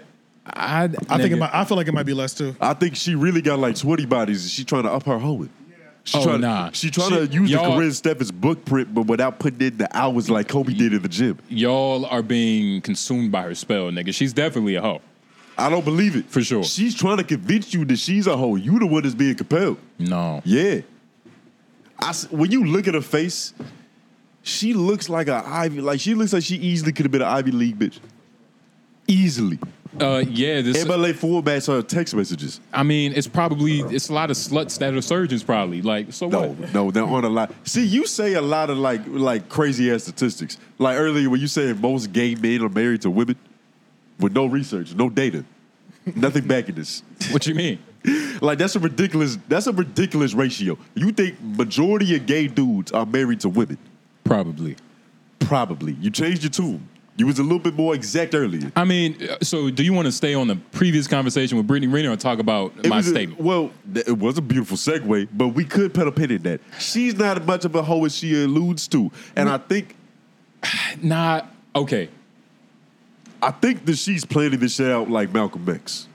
S2: I,
S4: I think it might, I feel like it might be less too.
S1: I think she really got like 20 bodies and she trying to up her hoeing. She
S2: Oh,
S1: trying
S2: nah.
S1: She trying
S2: She-
S1: to use the
S2: y'all-
S1: Corinne Stephens book print, but without putting in the hours like Kobe did in the gym.
S2: y'all are being consumed by her spell, nigga. She's definitely a hoe.
S1: I don't believe it.
S2: For sure.
S1: She's trying to convince you that she's a hoe. You the one that's being compelled.
S2: No.
S1: Yeah. I s when you look at her face, she looks like a Ivy. Like she looks like she easily could have been an Ivy League bitch. Easily.
S2: Uh, yeah, this.
S1: MLA formats her text messages.
S2: I mean, it's probably it's a lot of sluts that are surgeons, probably. Like, so
S1: No,
S2: what?
S1: no, there aren't a lot. See, you say a lot of like like crazy ass statistics. Like earlier when you said most gay men are married to women with no research, no data, nothing backing this.
S2: What you mean?
S1: Like that's a ridiculous that's a ridiculous ratio. You think majority of gay dudes are married to women?
S2: Probably.
S1: Probably. You changed your tune. You was a little bit more exact earlier.
S2: I mean, uh, so do you want to stay on the previous conversation with Brittany Renner or talk about
S1: It
S2: my
S1: was a-
S2: statement?
S1: well, th- it was a beautiful segue, but we could put a pin in that. She's not as much of a hoe as she alludes to,
S2: Mm.
S1: and I think
S2: nah. Okay.
S1: I think that she's planning this shit out like Malcolm X.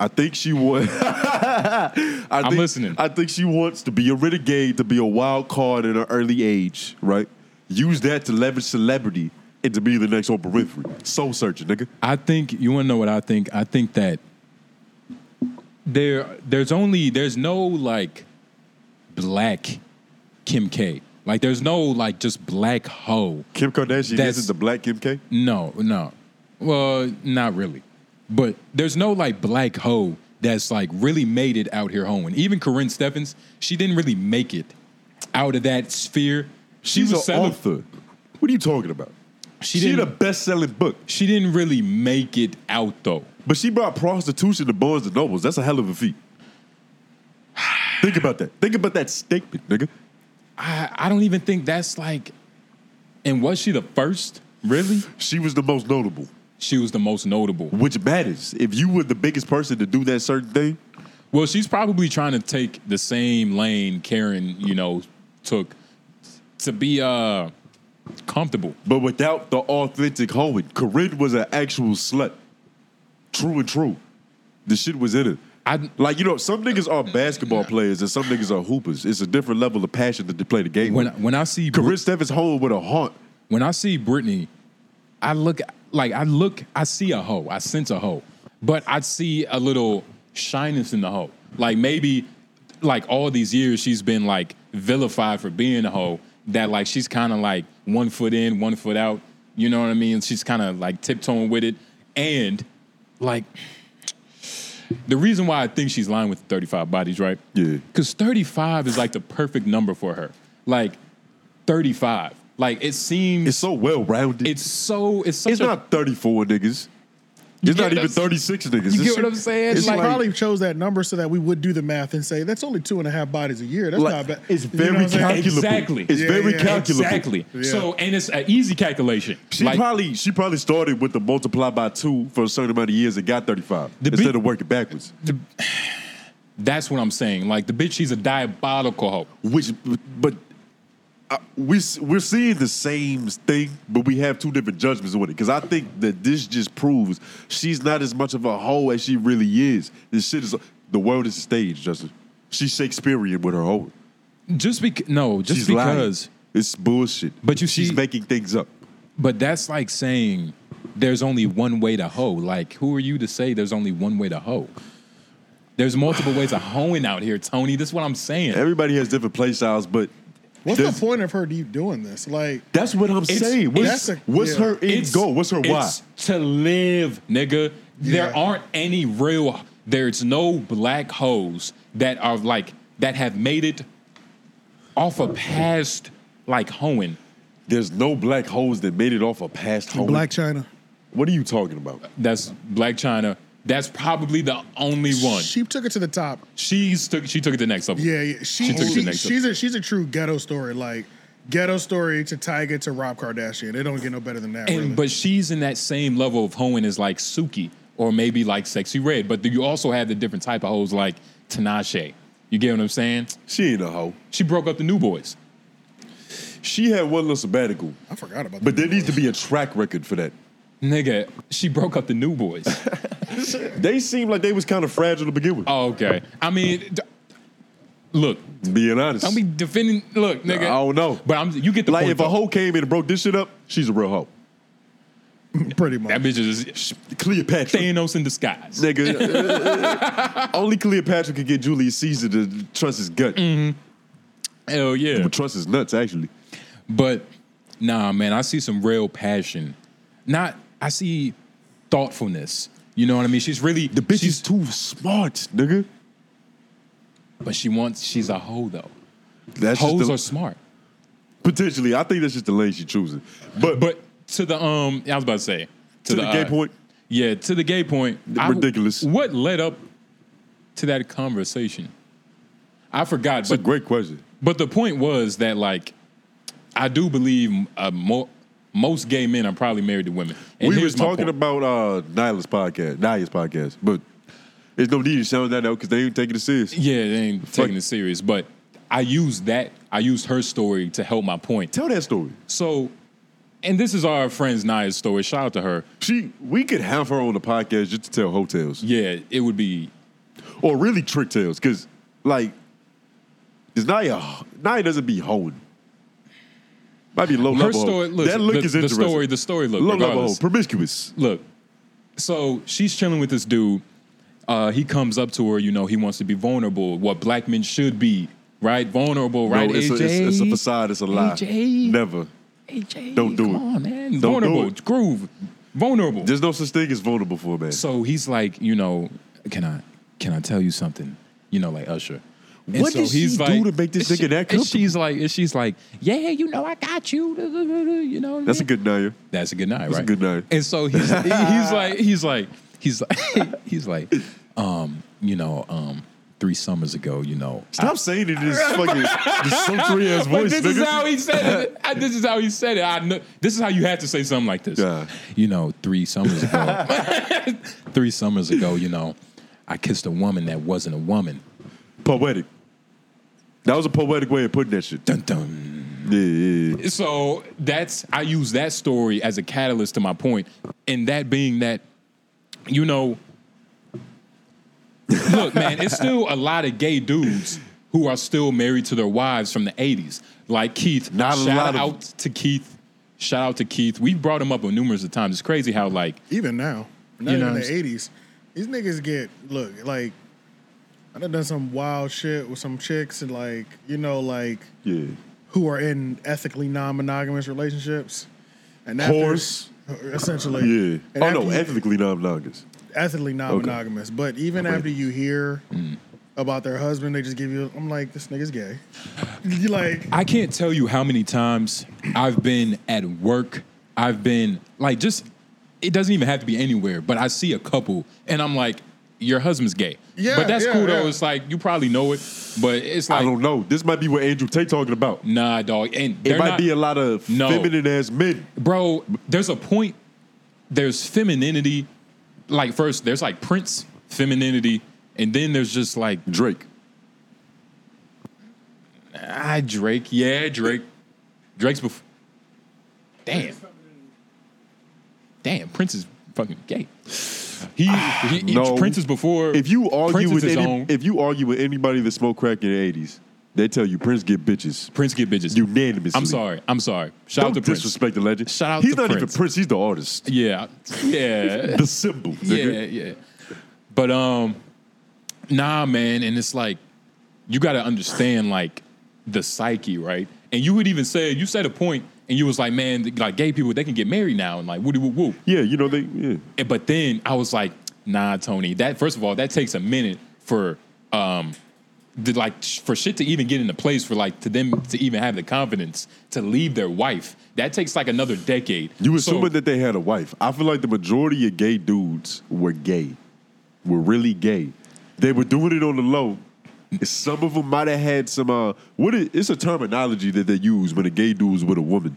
S1: I think she wants. I
S2: I'm listening.
S1: I think she wants to be a renegade, to be a wild card at an early age, right? Use that to leverage celebrity and to be the next Oprah Winfrey. Soul searching, nigga.
S2: I think you want to know what I think. I think that there, there's only there's no like black Kim K. Like there's no like just black hoe.
S1: Kim Kardashian
S2: That's-
S1: isn't the black Kim K.
S2: No, no. Well, not really. But there's no like black hoe that's like really made it out here hoeing. Even Corinne Steffens, she didn't really make it out of that sphere. She
S1: She's an
S2: was selling.
S1: author. What are you talking about?
S2: She
S1: She, she the
S2: didn't.
S1: best selling book,
S2: She didn't really make it out though.
S1: but she brought prostitution to Barnes and Nobles. That's a hell of a feat. Think about that. Think about that statement, nigga.
S2: I, I don't even think that's like. And was she the first? Really?
S1: She was the most notable.
S2: She was the most notable.
S1: which matters. If you were the biggest person to do that certain thing,
S2: Well, she's probably trying to take the same lane Karen, you know, took to be uh comfortable.
S1: but without the authentic hoeing, Corinne was an actual slut. True and true. The shit was in it.
S2: I
S1: Like, you know, some niggas are basketball players and some niggas are hoopers. It's a different level of passion that they play the game
S2: when
S1: with.
S2: when I see Brit-
S1: Corinne Steffens hoeing with a heart.
S2: when I see Brittany, I look like I look I see a hoe, I sense a hoe, but I see a little shyness in the hoe. Like maybe like all these years she's been like vilified for being a hoe. That like she's kind of like one foot in, one foot out. You know what I mean? She's kind of like tiptoeing with it, and like the reason why I think she's lying with 35 bodies, right?
S1: Yeah.
S2: Because 35 is like the perfect number for her. Like 35. Like it seems
S1: It's so well rounded. It's,
S2: it's so it's such a,
S1: not 34 niggas. It's
S2: get
S1: not even
S2: what I'm-
S1: 36 niggas.
S2: You
S1: It's-
S2: get what I'm saying?
S1: It's
S4: She
S1: like,
S4: probably chose that number so that we would do the math and say that's only two and a half bodies a year. That's
S1: Like,
S4: not bad.
S1: it's
S4: You know
S1: very
S4: what I'm saying?
S1: calculated. calculable.
S2: exactly
S1: It's
S4: Yeah,
S1: very
S4: yeah.
S1: calculable.
S2: exactly.
S4: Yeah.
S2: So and it's an easy calculation.
S1: She
S2: Like,
S1: probably she probably started with the multiply by two for a certain amount of years and got thirty five
S2: The
S1: instead
S2: big-
S1: of working backwards.
S2: that's what I'm saying. Like the bitch, she's a diabolical hoe.
S1: Which, but uh, we s- we're seeing the same thing, but we have two different judgments on it. Because I think that this just proves she's not as much of a hoe as she really is. This shit is the world is a stage, Justin. She's Shakespearean with her hoe.
S2: Just because no, just
S1: She's
S2: because.
S1: lying. It's bullshit.
S2: But you
S1: she's
S2: see-
S1: making things up.
S2: But that's like saying there's only one way to hoe. Like who are you to say there's only one way to hoe? There's multiple ways of hoeing out here, Tony. This is what I'm saying.
S1: Everybody has different play styles, but
S4: What's the
S1: there's-
S4: point of her you doing this? Like,
S1: That's what I'm saying. What's,
S4: that's a-
S1: what's
S4: yeah.
S1: her end goal? What's her why?
S2: It's to live, nigga. There
S4: Yeah.
S2: aren't any real. There's no black hoes that are like that have made it off of past like hoeing.
S1: There's no black hoes that made it off a past home.
S4: Black China.
S1: what are you talking about?
S2: That's Black China. That's probably the only one.
S4: She took it to the top.
S2: She's took. She took it the next level.
S4: Yeah, yeah. She,
S2: She took it to
S4: she-
S2: the next
S4: she's a she's a true ghetto story. Like ghetto story to Tyga to Rob Kardashian. It don't get no better than that.
S2: And
S4: really.
S2: but she's in that same level of hoeing as like Suki or maybe like Sexy Red. But you also have the different type of hoes like Tinashe. You get what I'm saying?
S1: She ain't a hoe.
S2: She broke up the New Boys.
S1: She had one little sabbatical,
S4: I forgot about that.
S1: but there needs to be a track record for that.
S2: Nigga, she broke up the new boys.
S1: They seemed like they was kind of fragile to begin with.
S2: Oh, okay. I mean, d- look,
S1: being honest,
S2: don't be defending. Look,
S1: I
S2: nigga.
S1: don't know.
S2: But I'm. You get the
S1: Like
S2: point.
S1: if a
S2: though.
S1: hoe came in and broke this shit up, she's a real hoe.
S4: Pretty much.
S2: that bitch is
S1: Cleopatra,
S2: Thanos in disguise.
S1: nigga. Only Cleopatra could get Julius Caesar to trust his gut,
S2: Hell yeah.
S1: But trust his nuts actually.
S2: But nah, man, I see some real passion. Not. I see thoughtfulness. You know what I mean? She's really
S1: The bitch
S2: she's
S1: is too smart, nigga.
S2: But she wants. She's a hoe though.
S1: That's just
S2: Hoes
S1: the-
S2: are smart.
S1: potentially. I think that's just the lane she choosing. But,
S2: But to the um, I was about to say
S1: to the, gay
S2: uh,
S1: point,
S2: Yeah, to the gay point. I-
S1: Ridiculous.
S2: what led up to that conversation? I forgot,
S1: it's a
S2: but
S1: great question.
S2: but the point was that like, I do believe uh, mo- most gay men are probably married to women. And
S1: we
S2: here's
S1: was
S2: my
S1: talking
S2: point.
S1: about uh, Nila's podcast, Nia's podcast, but there's no need to shout that out because they ain't taking it serious.
S2: yeah, they ain't taking it serious, but I used that. I used her story to help my point.
S1: Tell that story.
S2: So, and this is our friend's Nia's story. Shout out to her.
S1: She, we could have her on the podcast just to tell hotels
S2: Yeah, it would be
S1: or really trick tales because, like, is Nia Nia doesn't be hoeing. Might be low
S2: her
S1: level. hoe.
S2: story. Listen,
S1: that look
S2: the,
S1: is
S2: the
S1: interesting.
S2: story. The story look.
S1: low level, hoe,
S2: regardless.
S1: promiscuous.
S2: look, so she's chilling with this dude. Uh, he comes up to her, you know, he wants to be vulnerable, what black men should be, right? Vulnerable, right?
S1: No, it's,
S2: AJ?
S1: A, it's, it's a facade. It's a lie.
S2: AJ?
S1: Never.
S2: AJ,
S1: Don't do
S2: come
S1: it.
S2: on, man.
S1: do
S2: vulnerable,
S1: it.
S2: groove, vulnerable.
S1: There's no such thing as vulnerable for a man.
S2: so he's like, you know, can I, can I tell you something? You know, like Usher. And
S1: What did she do to make this
S2: and
S1: nigga that
S2: And she's like, and she's like, yeah, you know, I got you. You know,
S1: That's a
S2: yeah.
S1: good Nia.
S2: That's a good night,
S1: a
S2: right?
S1: good night.
S2: And so he's he's like he's like he's like he's like um you know um three summers ago you know. I-
S1: Stop saying it in this fucking this sultry ass
S2: but
S1: voice,
S2: this
S1: nigga.
S2: is how he said it. I- this is how he said it. I know. This is how you had to say something like this.
S1: Yeah.
S2: You know, three summers ago, three summers ago, you know, I kissed a woman that wasn't a woman.
S1: poetic. That was a poetic way of putting that shit.
S2: Dun dun.
S1: Yeah, yeah, yeah.
S2: So that's I use that story as a catalyst to my point, and that being that, you know, look, man, it's still a lot of gay dudes who are still married to their wives from the '80s, like Keith.
S1: Not a
S2: shout
S1: lot of-
S2: out to Keith. Shout out to Keith. We brought him up numerous of times. It's crazy how like
S4: even now, not
S2: You know
S4: even
S2: what I'm
S4: in the
S2: s-
S4: eighties, these niggas get look like I done done some wild shit with some chicks and like you know like
S1: yeah.
S4: who are in ethically non-monogamous relationships and
S1: Whores.
S4: essentially
S1: yeah.
S4: And
S1: oh no,
S4: after you-
S1: ethically non-monogamous.
S4: ethically non-monogamous, but even after you hear
S2: Mm.
S4: about their husband, they just give you. I'm like, this nigga's gay. you like,
S2: I can't tell you how many times I've been at work. I've been like just it doesn't even have to be anywhere, but I see a couple and I'm like, your husband's gay.
S4: Yeah,
S2: but that's
S4: yeah,
S2: cool though.
S4: yeah.
S2: It's like you probably know it, but it's
S1: I
S2: like
S1: don't know. This might be what Andrew Tate talking about.
S2: nah, dog. And
S1: It
S2: they're
S1: might
S2: not-
S1: be a lot of
S2: No.
S1: feminine ass men.
S2: bro. There's a point. There's femininity. Like first, there's like Prince femininity, and then there's just like
S1: Drake.
S2: ah Drake. Yeah, Drake. Drake's before. Damn. Damn, Prince is fucking gay. He, he, he-
S1: No.
S2: Prince is before.
S1: If you argue
S2: Prince is
S1: with
S2: his
S1: any,
S2: own.
S1: if you argue with anybody that smoked crack in the '80s, they tell you Prince get bitches
S2: Prince get bitches.
S1: unanimously.
S2: I'm sorry. I'm sorry. Shout
S1: Don't
S2: out to Prince.
S1: disrespect the legend.
S2: Shout out
S1: he's
S2: to
S1: not
S2: Prince.
S1: even Prince. He's the artist.
S2: Yeah, yeah,
S1: The symbol.
S2: yeah,
S1: nigga.
S2: yeah. But um, nah, man. And it's like you got to understand like the psyche, right? And you would even say you said a point, and you was like, man, like gay people they can get married now, and like woo woo woo.
S1: Yeah, you know they. Yeah.
S2: And- but then I was like, nah, Tony. That first of all, that takes a minute for um, the, like sh- for shit to even get into place for like to them to even have the confidence to leave their wife. That takes like another decade.
S1: You
S2: So-
S1: assuming that they had a wife. I feel like the majority of gay dudes were gay, were really gay. They were doing it on the low. Some of them might have had some. Uh, what is, it's a terminology that they use when a gay dude's with a woman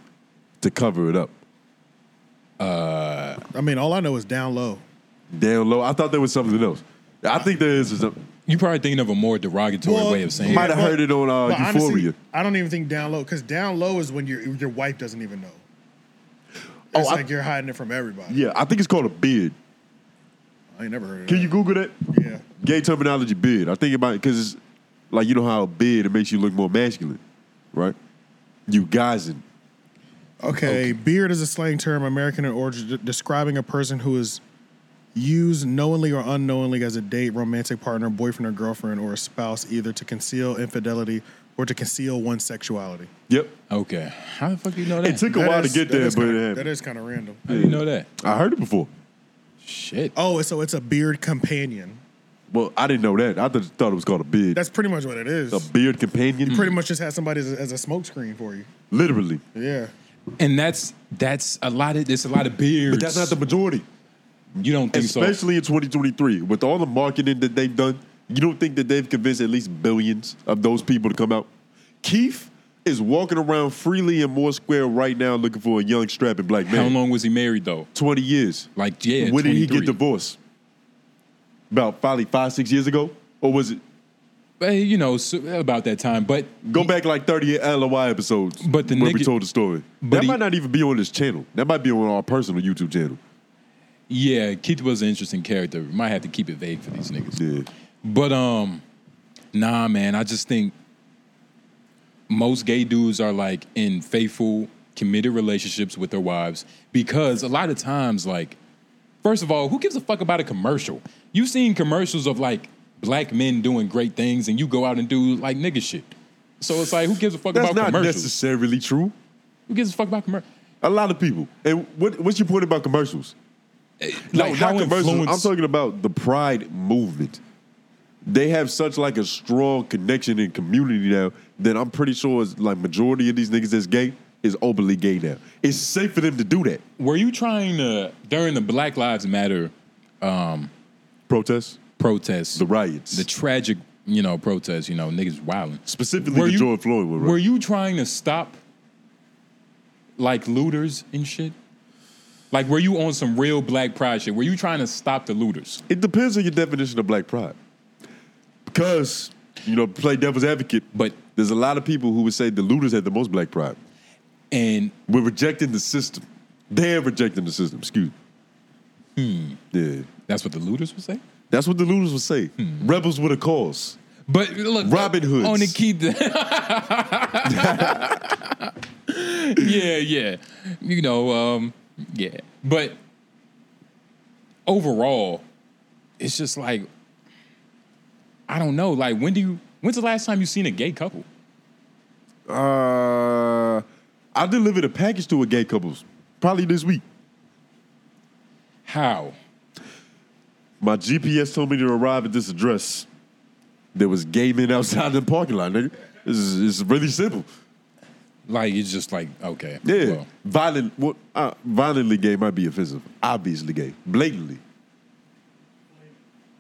S1: to cover it up.
S4: I mean, all I know is down low.
S1: Down low. I thought there was something else. I think there is. Some,
S2: you probably thinking of a more derogatory
S4: Well,
S2: way of saying.
S1: might
S2: it.
S1: have heard it on uh,
S4: But honestly,
S1: Euphoria.
S4: I don't even think down low because down low is when your your wife doesn't even know. It's
S1: Oh, I-
S4: like you're hiding it from everybody.
S1: yeah, I think it's called a beard.
S4: I ain't never heard of
S1: Can
S4: that.
S1: you Google that?
S4: Yeah.
S1: Gay terminology bid. I think about it because it's like you know how a bid it makes you look more masculine, right? You guysing.
S4: Okay, beard is a slang term American in origin de- describing a person who is used knowingly or unknowingly as a date, romantic partner, boyfriend or girlfriend, or a spouse, either to conceal infidelity or to conceal one's sexuality.
S1: Yep.
S2: Okay. How the fuck you know that?
S1: It took a
S4: That
S1: while
S4: is-
S1: to get
S4: that
S1: there,
S4: is
S1: but
S4: kinda-
S1: it
S4: that
S1: happened.
S4: is kind of random.
S2: How do you know that?
S1: I heard it before.
S2: Shit.
S4: Oh, so it's a beard companion.
S1: Well, I didn't know that. I just thought it was called a bid.
S4: That's pretty much what it is.
S1: a beard companion.
S4: pretty much just has somebody as a, as a smoke screen for you.
S1: Literally.
S4: Yeah.
S2: And that's that's a lot of there's a lot of beards.
S1: But that's not the majority.
S2: you don't think so.
S1: Especially in 2023. With all the marketing that they've done, you don't think that they've convinced at least billions of those people to come out? Keith is walking around freely in Moore Square right now looking for a young, strapping black
S2: How
S1: man.
S2: long was he married though?
S1: 20 years.
S2: Like yeah.
S1: when did he get
S2: 23.
S1: divorced? About probably five, six years ago? Or was it?
S2: But, you know, so, about that time. But
S1: Go back like 30 LOY episodes
S2: But the
S1: where we
S2: nigga-
S1: told the story.
S2: but
S1: that
S2: he-
S1: might not even be on this channel. That might be on our personal YouTube channel.
S2: yeah, Keith was an interesting character. We might have to keep it vague for these niggas.
S1: Yeah.
S2: But um, nah, man. I just think most gay dudes are like in faithful, committed relationships with their wives because a lot of times, like, first of all, who gives a fuck about a commercial? You've seen commercials of like black men doing great things, and you go out and do like nigga shit. So it's like, who gives a fuck
S1: That's
S2: about
S1: not
S2: commercials?
S1: necessarily true.
S2: Who gives a fuck about commercials?
S1: A lot of people. And what, what's your point about commercials?
S2: Like
S1: not
S2: how
S1: commercials.
S2: influenced?
S1: I'm talking about the pride movement. They have such like a strong connection and community now that I'm pretty sure is like majority of these niggas that's gay is openly gay now. It's safe for them to do that.
S2: Were you trying to during the Black Lives Matter
S1: Protests,
S2: protests?
S1: the riots,
S2: the tragic, you know, protests, you know, niggas wilding.
S1: specifically
S2: Were
S1: the
S2: you-
S1: George Floyd one. Right?
S2: Were you trying to stop like looters and shit? Like, were you on some real black pride shit? Were you trying to stop the looters?
S1: It depends on your definition of black pride. Because, you know, play devil's advocate,
S2: But
S1: there's a lot of people who would say the looters had the most black pride.
S2: and
S1: We're rejecting the system. They're rejecting the system, excuse me. Yeah.
S2: that's what the looters would say.
S1: That's what the looters would say. Rebels with a cause.
S2: But look, uh,
S1: Robin Hoods.
S2: on the key. yeah, yeah, you know, um, yeah. But overall, it's just like I don't know. Like, when do you? When's the last time you seen a gay couple?
S1: Uh, I delivered a package to a gay couple probably this week.
S2: How?
S1: My GPS told me to arrive at this address. There was gay men outside the parking lot, nigga. This is, it's really simple.
S2: Like, it's just like okay,
S1: Yeah,
S2: well,
S1: violent. What? uh, violently gay might be offensive. Obviously gay, blatantly.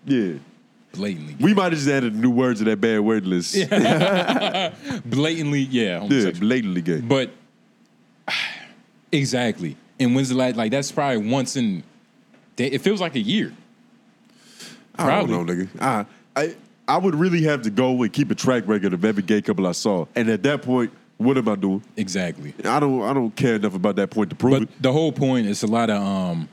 S1: Yeah,
S2: blatantly,
S1: we might have just added a new word to that bad word list. Yeah,
S2: blatantly, yeah, homosexual.
S1: blatantly gay.
S2: But exactly. And when's the last? Like, that's probably once in. It feels like a year.
S1: I don't know, nigga. I, I I would really have to go and keep a track record of every gay couple I saw, and at that point, what am I doing?
S2: Exactly.
S1: I don't I don't care enough about that point to prove
S2: But
S1: it.
S2: the whole point is a lot of um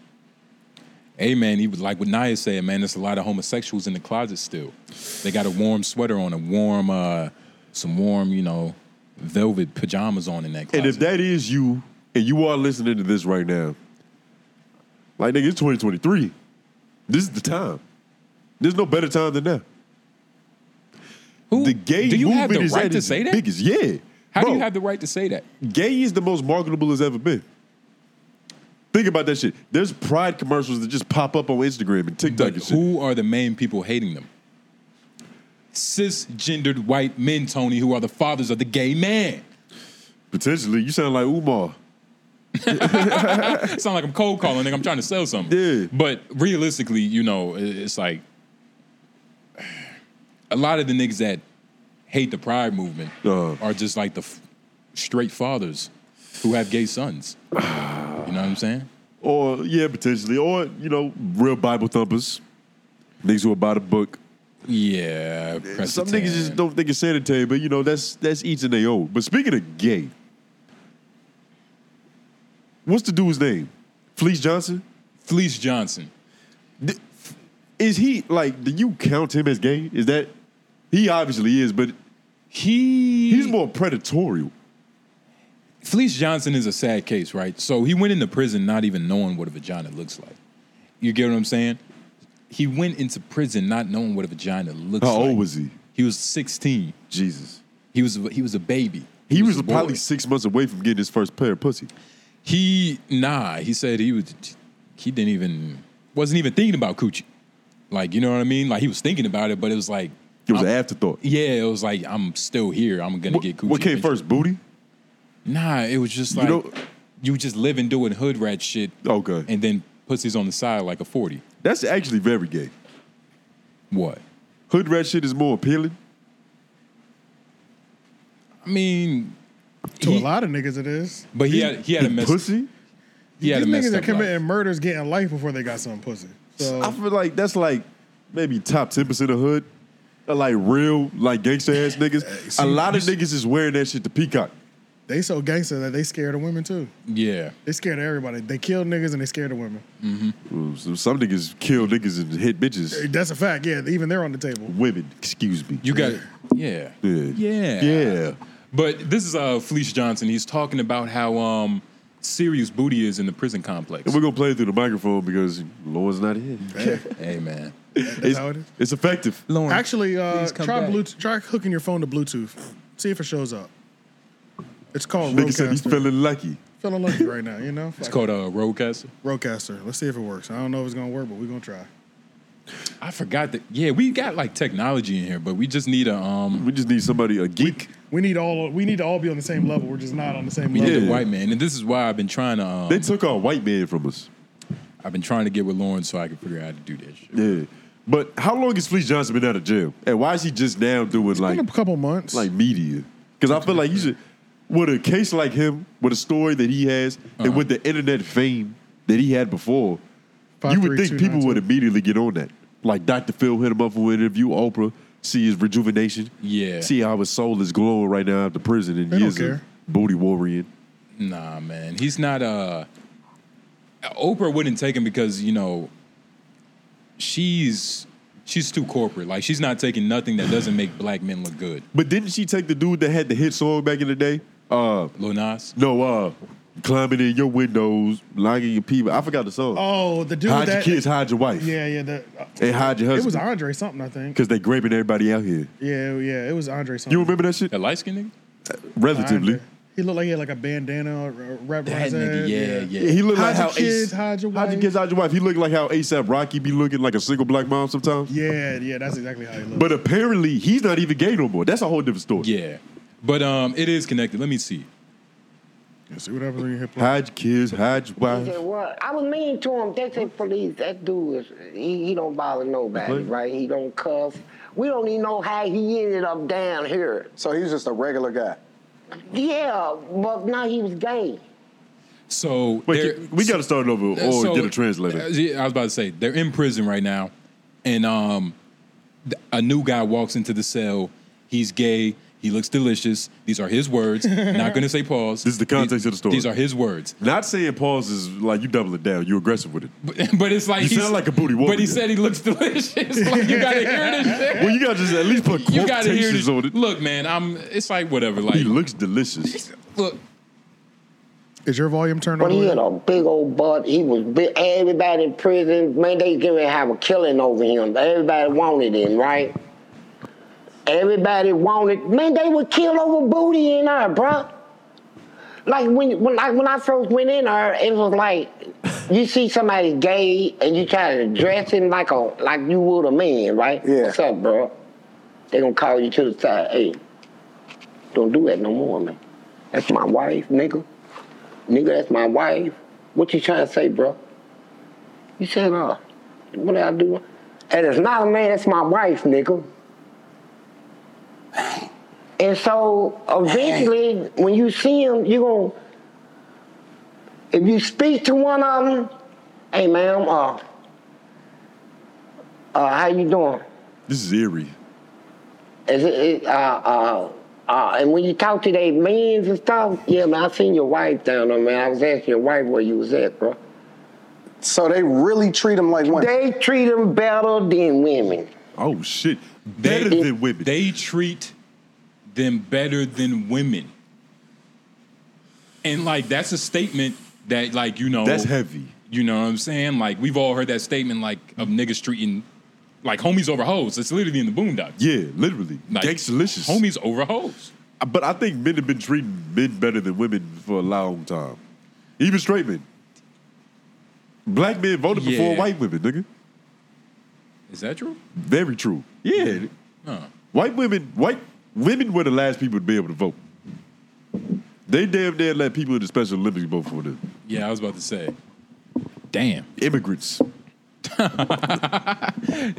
S2: Hey man, he was like what Nia said, man, there's a lot of homosexuals in the closet still. They got a warm sweater on, a warm uh some warm, you know, velvet pajamas on in that closet.
S1: And if that is you, and you are listening to this right now, like nigga, it's 2023. This is the time. There's no better time than now.
S2: Who-
S1: The gay
S2: Do you
S1: movement
S2: have the
S1: is
S2: right
S1: at
S2: to
S1: its
S2: say that?
S1: Biggest, yeah.
S2: How
S1: Bro,
S2: do you have the right to say that?
S1: gay is the most marketable it's ever been. Think about that shit. There's pride commercials that just pop up on Instagram and TikTok
S2: But
S1: and shit.
S2: who are the main people hating them? Cisgendered white men, Tony, who are the fathers of the gay man.
S1: Potentially, you sound like Umar.
S2: sound like I'm cold calling, like I'm trying to sell something.
S1: Yeah.
S2: But realistically, you know, i- it's like a lot of the niggas that hate the pride movement
S1: Uh-huh.
S2: are just like the f- straight fathers who have gay sons. you know
S1: Ah.
S2: what I'm saying?
S1: Or yeah, potentially. Or, you know, real Bible thumpers. Niggas who are by the book.
S2: Yeah.
S1: Some
S2: Presbyterian.
S1: niggas just don't think it's sanitary, but you know, that's that's each and they own. But speaking of gay, what's the dude's name? Fleece Johnson?
S2: Fleece Johnson.
S1: Is he like? Do you count him as gay? Is that he obviously is, but
S2: He
S1: he's more predatorial.
S2: Felice Johnson is a sad case, right? So he went into prison not even knowing what a vagina looks like. You get what I'm saying? He went into prison not knowing what a vagina looks
S1: How
S2: like.
S1: old was he?
S2: He was 16.
S1: Jesus,
S2: He was he was a baby.
S1: he, was,
S2: a boy.
S1: probably six months away from getting his first pair of pussy.
S2: He nah. He said he was. He didn't even wasn't even thinking about coochie. Like you know what I mean? Like he was thinking about it, but it was like
S1: It was
S2: I'm-
S1: an afterthought.
S2: yeah, it was like I'm still here. I'm gonna get coochie.
S1: What came
S2: eventually.
S1: first, booty?
S2: Nah, it was just like you,
S1: know-
S2: just living doing hood rat shit.
S1: Okay.
S2: and then pussies on the side like a forty.
S1: That's actually very gay.
S2: What?
S1: Hood rat shit is more appealing.
S2: I mean,
S4: To
S2: he-
S4: a lot of niggas, it is.
S2: but he had he had a
S1: Than
S2: mess.
S1: pussy.
S2: He had a
S4: These
S2: messed
S4: niggas that
S2: up life.
S4: committing murders getting life before they got some pussy. So
S1: I feel like that's like maybe top ten percent of hood. Are like real, like gangster ass niggas. a lot of niggas is wearing that shit to peacock.
S4: they so gangster that they scared of women too.
S2: Yeah,
S4: They scared of everybody. They killed niggas and they scared of women.
S1: Ooh, so Some niggas kill niggas and hit bitches.
S4: That's a fact. Yeah, even they're on the table.
S1: Women, excuse me.
S2: you got yeah.
S1: Yeah.
S2: Yeah.
S1: Yeah.
S2: But this is uh Felice Johnson. He's talking about how um serious booty is in the prison complex.
S1: And we're gonna play it through the microphone because Lauren's not here.
S2: Hey man,
S1: it's,
S4: how it is?
S1: it's effective.
S2: Lauren.
S4: Actually, uh,
S2: Please come
S4: try
S2: back.
S4: Bluetooth, try hooking your phone to Bluetooth. See if it shows up. It's called
S1: Nigga said he's
S4: Rodecaster.
S1: feeling lucky.
S4: feeling lucky right now, you know.
S2: it's called uh, Roadcaster.
S4: Rodecaster. Let's see if it works. I don't know if it's gonna work, but we're gonna try.
S2: I forgot that. Yeah, we got like technology in here, but we just need a um.
S1: We just need somebody a geek.
S4: We need all. We need to all be on the same level. We're just not on the same
S2: We need
S4: level.
S2: a white man, and this is why I've been trying to. Um,
S1: They took our white man from us.
S2: I've been trying to get with Lauren so I can figure out how to do that shit.
S1: Yeah. But how long has Fleece Johnson been out of jail? And why is he just now doing like
S4: In a couple months,
S1: like media? Because I feel like you should with a case like him, with a story that he has, and with the internet fame that he had before,
S4: Five,
S1: you would
S4: three,
S1: think
S4: two,
S1: people
S4: nine,
S1: would
S4: two.
S1: immediately get on that. Like Dr. Phil hit him up for an interview, Oprah, see his rejuvenation.
S2: Yeah.
S1: See how his soul is glowing right now after prison and
S4: They don't
S1: years of
S4: care.
S1: booty warrior.
S2: Nah, man, he's not. Uh, Oprah wouldn't take him because you know she's she's too corporate. Like she's not taking nothing that doesn't make black men look good.
S1: But didn't she take the dude that had the hit song back in the day? Uh
S2: Lil Nas.
S1: no, uh climbing in your windows, lying in your people. I forgot the song.
S4: Oh, the dude
S1: hide
S4: that.
S1: your kids, hide your wife.
S4: Yeah, yeah. The, uh,
S1: And hide your
S4: it was
S1: husband.
S4: Andre something, I think.
S1: Because they graping everybody out here.
S4: Yeah, yeah. It was Andre something.
S1: You remember that shit?
S2: That light skinned nigga.
S1: Relatively.
S4: Andre. He looked like he had like a bandana wrapped around
S2: That
S4: his
S2: nigga.
S4: head.
S2: Yeah, yeah.
S1: Yeah, he looked
S4: Hide
S1: like
S4: your
S1: how
S4: kids,
S1: Ace-
S4: hide your
S1: Hide your
S4: wife.
S1: kids, hide your wife. He looked like how ASAP Rocky be looking like a single black mom sometimes.
S4: Yeah, yeah, that's exactly how he looked.
S1: But uh, apparently, he's not even gay no more. That's a whole different story.
S2: yeah, but um, it is connected. Let me see.
S4: Yeah, see what happens when you hit play.
S1: Hide your kids, hide your
S3: He said,
S1: wife.
S3: "What?" I was mean to him. They say, "Police, that dude is he, he don't bother nobody,
S1: Mhm.
S3: right? He don't cuss. We don't even know how he ended up down here.
S5: So he was just a regular guy.
S3: Yeah, but now he was gay.
S2: So
S1: Wait,
S2: there-
S1: we got to start over or
S2: So,
S1: get Oh, a translator.
S2: uh, yeah, I was about to say they're in prison right now, and um, th- a new guy walks into the cell. He's gay. He looks delicious. These are his words. Not going to say pause.
S1: This is the context
S2: These-
S1: of the story.
S2: These are his words.
S1: Not saying pause is like you double it down. You aggressive with it.
S2: But, but it's like
S1: You
S2: he's-
S1: sound like a booty
S2: But he
S1: warrior.
S2: said he looks delicious. like you got to hear this shit.
S1: Well, you got to just at least put
S2: You got to hear
S1: quotations
S2: this.
S1: on it.
S2: Look, man, I'm. It's like whatever.
S1: He
S2: Like
S1: looks delicious.
S2: look.
S4: Is your volume turned
S3: But
S4: on?
S3: he had a big old butt. He was big. Everybody in prison, man, they gonna have a killing over him. Everybody wanted him, right? Everybody wanted. Man, they would kill over booty in there, bruh. Like when, when, like when I first went in there, it was like you see somebody gay and you try to dress him like a like you would a man, right?
S5: Yeah.
S3: What's up, bruh? They gonna call you to the side. Hey, don't do that no more, man. That's my wife, nigga. Nigga, that's my wife. What you trying to say, bro? You said, uh, what did I do? And it's not a man, it's my wife, nigga. And so eventually, when you see them, you gon' if you speak to one of them, hey, ma'am, uh, uh, how you doing?
S1: This is eerie.
S3: Is it, it, uh, uh, uh, and when you talk to they mans and stuff, yeah, man, I seen your wife down there, man. I was asking your wife where you was at, bro.
S5: So they really treat them like women.
S3: They treat them better than women.
S1: Oh shit, better
S3: They-
S1: than women.
S2: They treat them better than women. And like that's a statement that like you know
S1: That's heavy.
S2: You know what I'm saying? Like we've all heard that statement like of niggas treating like homies over hoes. It's literally in the boondocks.
S1: yeah, literally,
S2: Like,
S1: gangstalicious.
S2: Homies over hoes.
S1: But I think men have been treating men better than women for a long time, even straight men. Black men voted before
S2: Yeah.
S1: white women, nigga.
S2: Is that true?
S1: Very true. Yeah,
S2: Huh.
S1: White women, white women were the last people to be able to vote. They damn near let people in the Special Olympics vote for them.
S2: Yeah, I was about to say. Damn.
S1: Immigrants.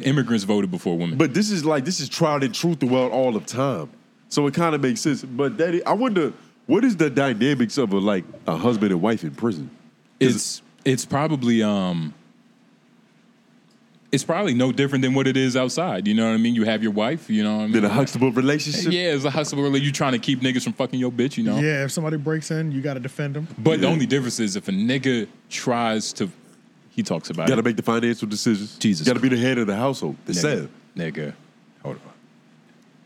S2: Immigrants voted before women.
S1: But this is like this is tried and true throughout all of time. So it kind of makes sense. But that I wonder what is the dynamics of a like a husband and wife in prison?
S2: it's it's probably um it's probably no different than what it is outside. You know what I mean? You have your wife, you know what I mean?
S1: Than a Huxtable relationship?
S2: Yeah, it's a hustle really you trying to keep niggas from fucking your bitch, you know.
S4: Yeah, if somebody breaks in, you got to defend them.
S2: But the only difference is if a nigga tries to he talks about
S1: Gotta
S2: it.
S1: make the financial decisions.
S2: Jesus
S1: Gotta be the head of the household. They
S2: nigga,
S1: said.
S2: nigga. Hold on.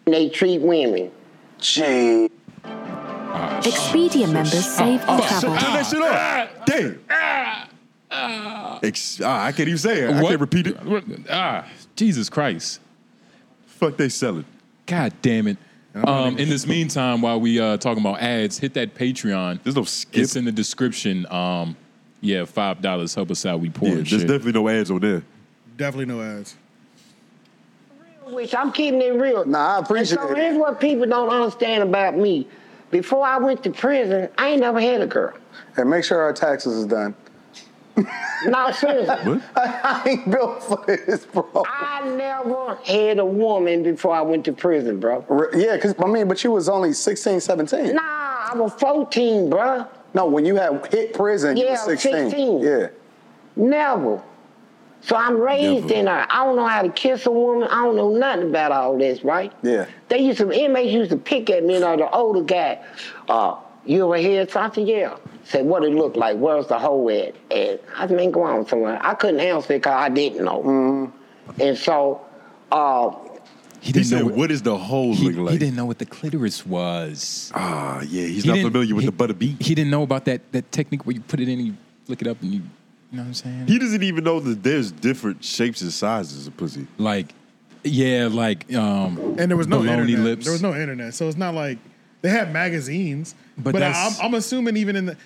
S3: And they treat women.
S5: Gee.
S6: Expedia members save on travel.
S1: Turn that shit off. Damn.
S2: Ah!
S1: Ex- ah, I can't even say it. I can't repeat it.
S2: Ah, Jesus Christ.
S1: Fuck they selling.
S2: God damn it. Um, in this meantime, while we uh talking about ads, hit that Patreon.
S1: There's no skip.
S2: It's in the description. Um, yeah, five dollars. Help us out. We poor
S1: Yeah,
S2: and
S1: there's
S2: shit.
S1: definitely no ads on there.
S4: Definitely no ads.
S3: Which I'm keeping it real.
S5: Nah, I
S3: And
S5: appreciate
S3: so
S5: it.
S3: here's what people don't understand about me. Before I went to prison, I ain't never had a girl.
S5: And make sure our taxes is done.
S3: No, seriously.
S5: I ain't built for this, bro.
S3: I never had a woman before I went to prison, bro.
S5: Re- Yeah, because I mean, but you was only 16, 17.
S3: Nah, I was 14, bruh.
S5: No, when you had hit prison, you
S3: Yeah,
S5: were 16.
S3: 16.
S5: Yeah.
S3: Never. So I'm raised
S1: Never.
S3: in her. I don't know how to kiss a woman. I don't know nothing about all this, right?
S5: Yeah.
S3: They used to inmates used to pick at me, you know, the older guy. Uh, you ever hear something? Yeah. Said what it looked like. Where's the hoe at? And I said, man, go on somewhere. I couldn't answer because I didn't know.
S5: Mm-hmm.
S3: And so, uh,
S1: He, said, "What is the hole
S2: he,
S1: look like?"
S2: he didn't know what the clitoris was.
S1: Ah, yeah, he's
S2: He
S1: not
S2: didn't-
S1: familiar with
S2: he-
S1: the butter beat.
S2: He didn't know about that that technique where you put it in and you flick it up and you, you know what I'm saying?
S1: He doesn't even know that there's different shapes and sizes of pussy.
S2: like, yeah, like um,
S4: And there was no
S2: baloney
S4: internet.
S2: lips.
S4: There was no internet, so it's not like they had magazines.
S2: But
S4: But, I,
S2: that's-
S4: I'm, I'm assuming even in the,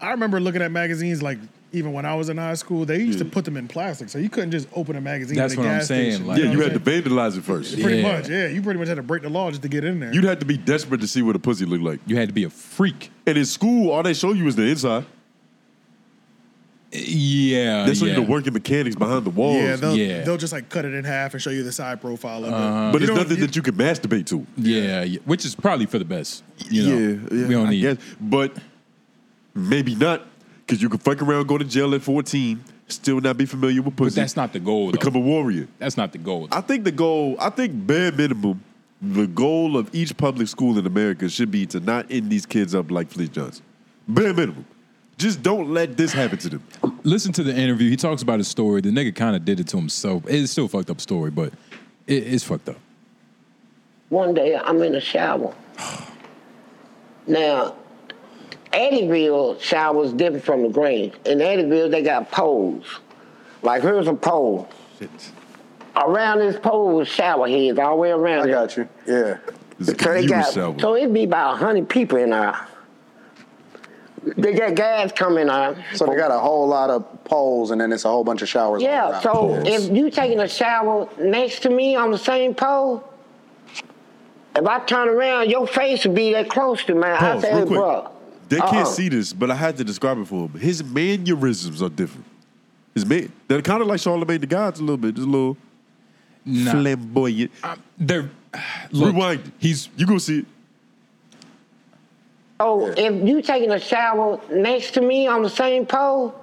S4: I remember looking at magazines like even when I was in high school, they used to put them in plastic, so you couldn't just open a magazine.
S2: That's
S4: at a
S2: what I'm
S4: gas
S2: saying,
S4: station,
S2: like-
S1: Yeah,
S4: know
S1: you
S4: what
S1: had to
S4: I'm
S1: vandalize it first.
S4: saying? Pretty
S2: Yeah.
S4: much, yeah. You pretty much had to break the law just to get in there.
S1: You'd have to be desperate to see what a pussy looked like.
S2: You had to be a freak.
S1: And in school, all they show you is the inside.
S2: Yeah,
S1: They show
S2: Uh, yeah.
S1: you the working mechanics behind the walls.
S4: yeah, they'll,
S2: yeah.
S4: they'll just like cut it in half and show you the side profile of it.
S1: but
S4: You
S1: it's
S4: don't-
S1: nothing
S4: you-
S1: that you can masturbate to.
S2: Yeah, yeah, which is probably for the best. You know, we don't
S1: I
S2: need.
S1: guess. But maybe not, because you can fuck around, go to jail at 14, still not be familiar with
S2: But
S1: pussy.
S2: that's not the goal. Though.
S1: become a warrior.
S2: That's not the goal.
S1: I think the goal, I think bare minimum, the goal of each public school in America should be to not end these kids up like Fleet Johnson. Bare minimum. Just don't let this happen to them.
S2: listen to the interview. He talks about his story. The nigga kind of did it to himself. It's still a fucked up story, but it, it's fucked up.
S3: one day I'm in the shower. Now, Eddyville showers different from the Grange. In Eddyville, they got poles. Like here's a pole.
S1: Shit.
S3: Around this pole was shower heads all the way around.
S5: I
S3: it.
S5: got you. Yeah.
S1: This is a
S3: So they
S1: computer
S3: got
S1: shower.
S3: so it'd be about hundred people in there. They got guys coming out.
S5: So they got a whole lot of poles, and then it's a whole bunch of showers. all
S3: Yeah,
S5: around.
S3: so
S1: Pause.
S3: if you taking a shower next to me on the same pole, if I turn around, your face would be that close to mine. I
S1: Pause,
S3: say,
S1: real
S3: hey,
S1: quick.
S3: bro.
S1: They
S3: uh-uh.
S1: can't see this, but I had to describe it for them. His mannerisms are different. His man, they're kind of like Charlemagne the God's a little bit, just a little
S2: Nah.
S1: flamboyant.
S2: They're Um, look,
S1: Rewind.
S2: He's
S1: You gonna see it?
S3: So if you taking a shower next to me on the same pole,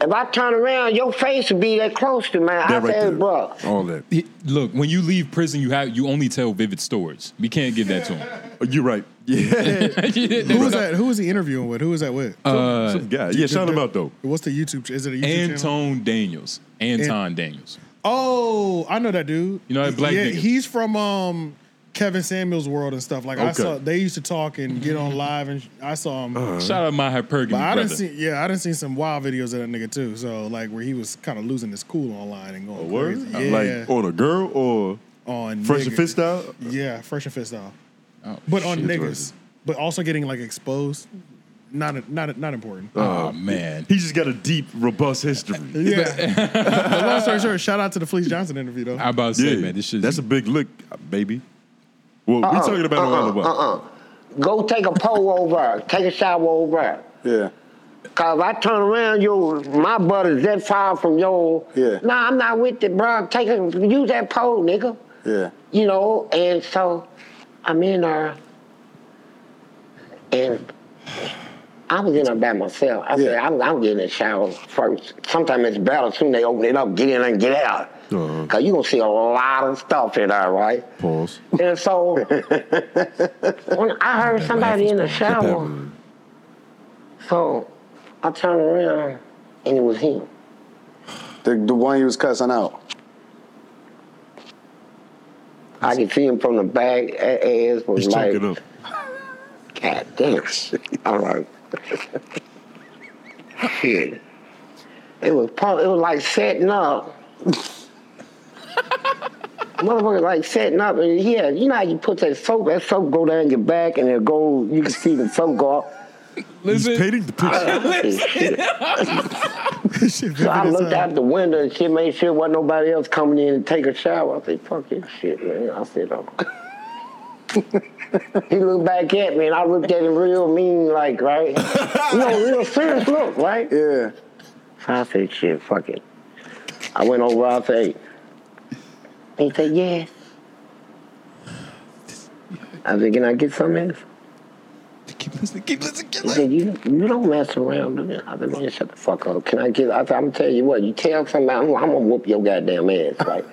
S3: If I turn around, your face would be that close to mine. I
S1: That right
S3: say,
S1: there.
S3: bro,
S1: All that.
S2: It- look, when you leave prison, you have you only tell vivid stories. We can't give that to him.
S1: Uh, You're right. Yeah.
S4: Who was that? Who was he interviewing with? Who was that with?
S1: Some guy. Yeah, shout him out though.
S4: What's the YouTube? Is it a YouTube channel?
S2: Antone Daniels. Anton Daniels.
S4: Oh, I know that dude.
S2: You know that black
S4: yeah,
S2: nigga?
S4: he's from um Kevin Samuels' world and stuff. Like
S1: Okay.
S4: I
S1: Uh,
S4: saw, they used to talk and get on live, and sh- I saw him.
S2: Shout out my hypergamy
S4: But I
S2: brother.
S4: didn't see, yeah, I didn't see some wild videos of that nigga too. So like where he was kind of losing his cool online and going
S1: Oh, Word?
S4: crazy. Yeah,
S1: Uh, Like on a girl or
S4: on
S1: fresh and
S4: niggas.
S1: fist out?
S4: Yeah, fresh and fist off.
S2: Oh,
S4: But on
S2: shit.
S4: niggas, but also getting like exposed. Not not not important.
S2: Oh man.
S1: He just got a deep, robust history.
S4: yeah. But long story short, shout out to the Fleece Johnson interview though.
S2: I about to say, man, this shit's
S1: That's a big lick, baby. Well,
S3: Uh-uh.
S1: we're talking about it all about.
S3: go take a pole over, her. take a shower over. her.
S5: Yeah.
S3: Cause if I turn around, you my brother's that far from your.
S5: Yeah.
S3: Nah, I'm not with it, bro. Take a, use that pole, nigga.
S5: Yeah.
S3: You know, and so I'm in there, and I was in there by myself. I said,
S5: Yeah.
S3: I'm, I'm getting a shower first. Sometimes it's better soon they open it up, get in and get out.
S1: Uh-huh.
S3: Cause you gonna see a lot of stuff in there, right?
S1: Pause.
S3: And so when I heard somebody in the
S1: That
S3: shower.
S1: one.
S3: So I turned around and it was him.
S5: The, the one you was cussing out.
S3: I could see him from the back. A- Ass was
S1: He's
S3: like,
S1: choking up.
S3: God damn. I'm like, shit. It was pump, it was like setting up. Motherfucker like setting up and yeah, you know how you put that soap, that soap go down your back and it go you can see the soap go up.
S1: He's
S2: Listen,
S1: painting the picture.
S3: So I looked out the window and shit, made sure wasn't nobody else coming in to take a shower. I said, fuck this shit, man. I said, oh. he looked back at me and I looked at him real mean, like, right? you know, real serious look, right?
S5: Yeah.
S3: So I said, shit, fuck it. I went over, I said, he said, yes. I said, can I get some else?
S2: keep listening, keep listening, keep
S3: He
S2: listening.
S3: said, you, you don't mess around. with me." I said, man, shut the fuck up. Can I get, I said, I'm gonna tell you what, you tell somebody, I'm, I'm gonna whoop your goddamn ass. Like,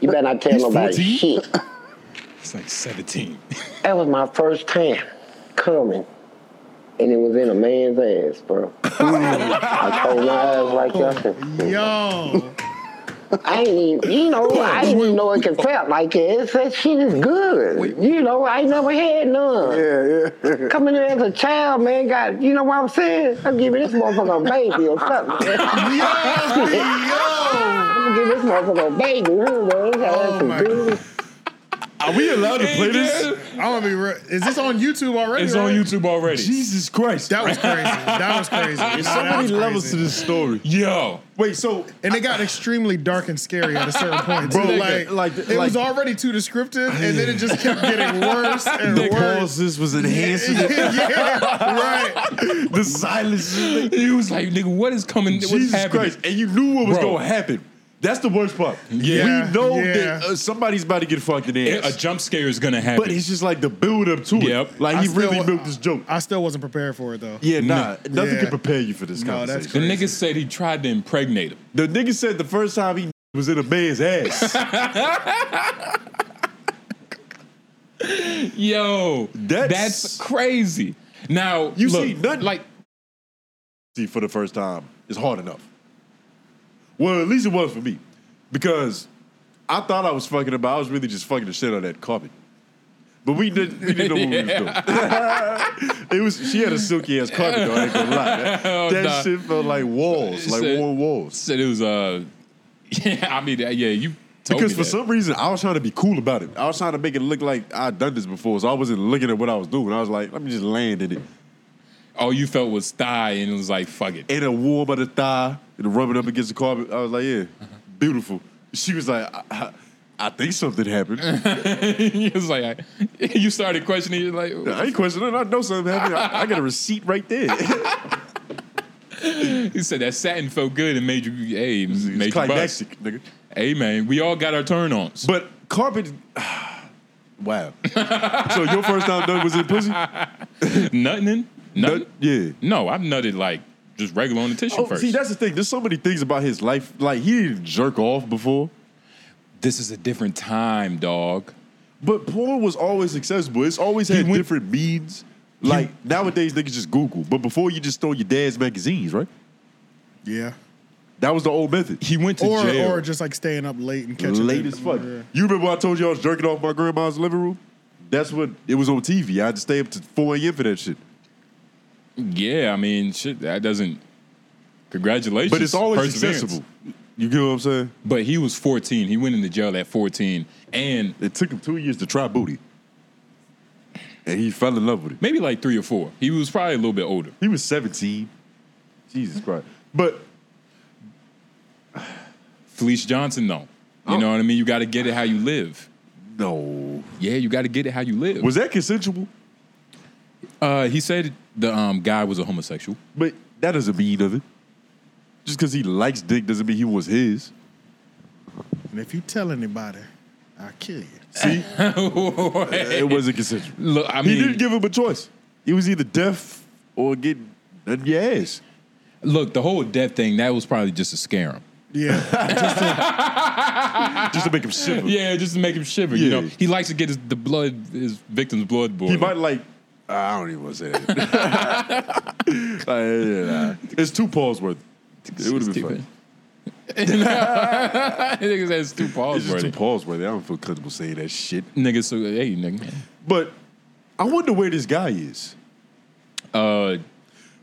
S3: you better not tell nobody
S2: 14?
S3: shit.
S2: It's like 17.
S3: That was my first time coming. And it was in a man's ass, bro. I told my ass like
S2: Oh,
S3: that.
S4: Yo,
S3: I ain't even, you know, I didn't even know it could felt like it. It's, that shit is good. You know, I ain't never had none.
S5: Yeah. Yeah.
S3: Coming in as a child, man, got, you know what I'm saying? I'm giving this motherfucker a baby or something.
S4: yo,
S3: I'm gonna give this motherfucker a baby. Huh, bro? This guy has some
S4: my
S3: good-
S1: Are we allowed to play this?
S4: I'm gonna be. Re- is this on YouTube already?
S2: It's on
S4: right?
S2: YouTube already.
S1: Jesus Christ.
S4: That was crazy. That was crazy.
S1: There's
S4: That
S1: so many
S4: was
S1: levels to
S4: crazy.
S1: this story.
S2: Yo.
S1: Wait, so
S4: And it got extremely dark and scary at a certain point.
S1: Bro,
S4: Bro, like,
S1: nigga, like-
S4: it
S1: like-
S4: was already too descriptive, and then it just kept getting worse and
S1: the
S4: worse.
S1: pauses was enhancing it.
S4: yeah, right.
S1: the silence.
S2: He was like, nigga, what is coming? what's
S1: Jesus
S2: happening?
S1: Christ. And you knew what was
S2: Bro.
S1: going to happen. That's the worst part.
S2: Yeah.
S1: We know
S4: Yeah.
S1: that uh, somebody's about to get fucked in the
S2: A
S1: ass.
S2: jump scare is gonna happen.
S1: but it's just like the build up to
S2: Yep.
S1: it. Like he
S4: I still-
S1: really built this joke.
S4: I still wasn't prepared for it though.
S1: yeah, nah. Nothing
S4: Yeah.
S1: can prepare you for this
S4: No, that's
S2: the
S1: conversation.
S2: nigga said he tried to impregnate him.
S1: The nigga said the first time he was in a man's ass.
S2: Yo,
S1: That's-
S2: that's crazy. Now
S1: You
S2: look,
S1: see, nothing-
S2: like
S1: see for the first time is hard enough. Well, at least it was for me because I thought I was fucking him, but I was really just fucking the shit out of that carpet. But we didn't, we didn't know what we was doing. it was she had a silky ass carpet though. I ain't gonna lie. That, that
S2: Oh, nah.
S1: shit felt like walls, like
S2: Said-
S1: warm walls.
S2: said it was uh, yeah. I mean, yeah, you told
S1: Because
S2: me
S1: for
S2: that.
S1: some reason I was trying to be cool about it. I was trying to make it look like I'd done this before, so I wasn't looking at what I was doing. I was like, let me just land in it.
S2: all you felt was thigh, and it was like, fuck it.
S1: and a warm of the thigh and rubbing up against the carpet. I was like, yeah, beautiful. She was like, I, I, I think something happened. I
S2: it was like I, you started questioning. You're like,
S1: ain't questioning. it. I know something happened. I, I got a receipt right there.
S2: he said that satin felt good and made you, hey, made
S1: it's
S2: you bust.
S1: climactic, nigga.
S2: Hey man, we all got our turn ons.
S1: But carpet, wow. so your first time done was in pussy?
S2: Nutting,
S1: Nut-
S2: nutting.
S1: yeah.
S2: No, I've nutted like just regular on the tissue
S1: Oh,
S2: first.
S1: see, that's the thing. There's so many things about his life. Like he didn't jerk off before,
S2: this is a different time, dog.
S1: but porn was always accessible. It's always had
S4: went-
S1: different means. Like nowadays, niggas just Google. But before, you just throw your dad's magazines, right?
S4: Yeah.
S1: That was the old method.
S2: He went to
S4: Or
S2: jail.
S4: or just like staying up late and catching
S1: late
S4: it.
S1: as fuck.
S4: Yeah.
S1: You remember I told you I was jerking off my grandma's living room? That's when it was on TV. I had to stay up to 4 a.m. for that shit.
S2: yeah, I mean, shit, that doesn't. Congratulations,
S1: But it's always
S2: perseverance.
S1: accessible. You get what I'm saying?
S2: But he was 14. He went into jail at 14, and
S1: It took him two years to try booty. And he fell in love with it.
S2: maybe like three or four. He was probably a little bit older.
S1: He was 17. Jesus Christ. But
S2: Felice Johnson, though,
S1: Oh.
S2: you know what I mean. You got to get it how you live.
S1: no.
S2: Yeah, you got to get it how you live.
S1: Was that consensual?
S2: uh, he said the um, guy was a homosexual.
S1: But that doesn't mean nothing. Just because he likes dick doesn't mean he was his.
S4: And if you tell anybody, I'll kill you.
S1: See? it wasn't consensual.
S2: Look, I
S1: He
S2: mean,
S1: didn't give him a choice. He was either deaf or getting in your ass.
S2: look, the whole death thing that was probably just to scare him.
S4: Yeah.
S1: Just to make him shiver.
S2: Yeah, just to make him shiver. You
S1: Yeah.
S2: know, he likes to get his, the blood, his victim's blood boiled.
S1: He might like. I don't even want to say that. Like, yeah, nah. It's two paws worth. It would have been fun.
S2: I think it's- it's two
S1: It's
S2: paws
S1: just
S2: worth
S1: two
S2: it.
S1: paws worth. I don't feel comfortable saying that shit.
S2: Nigga, so hey, nigga.
S1: But I wonder where this guy is.
S2: Uh,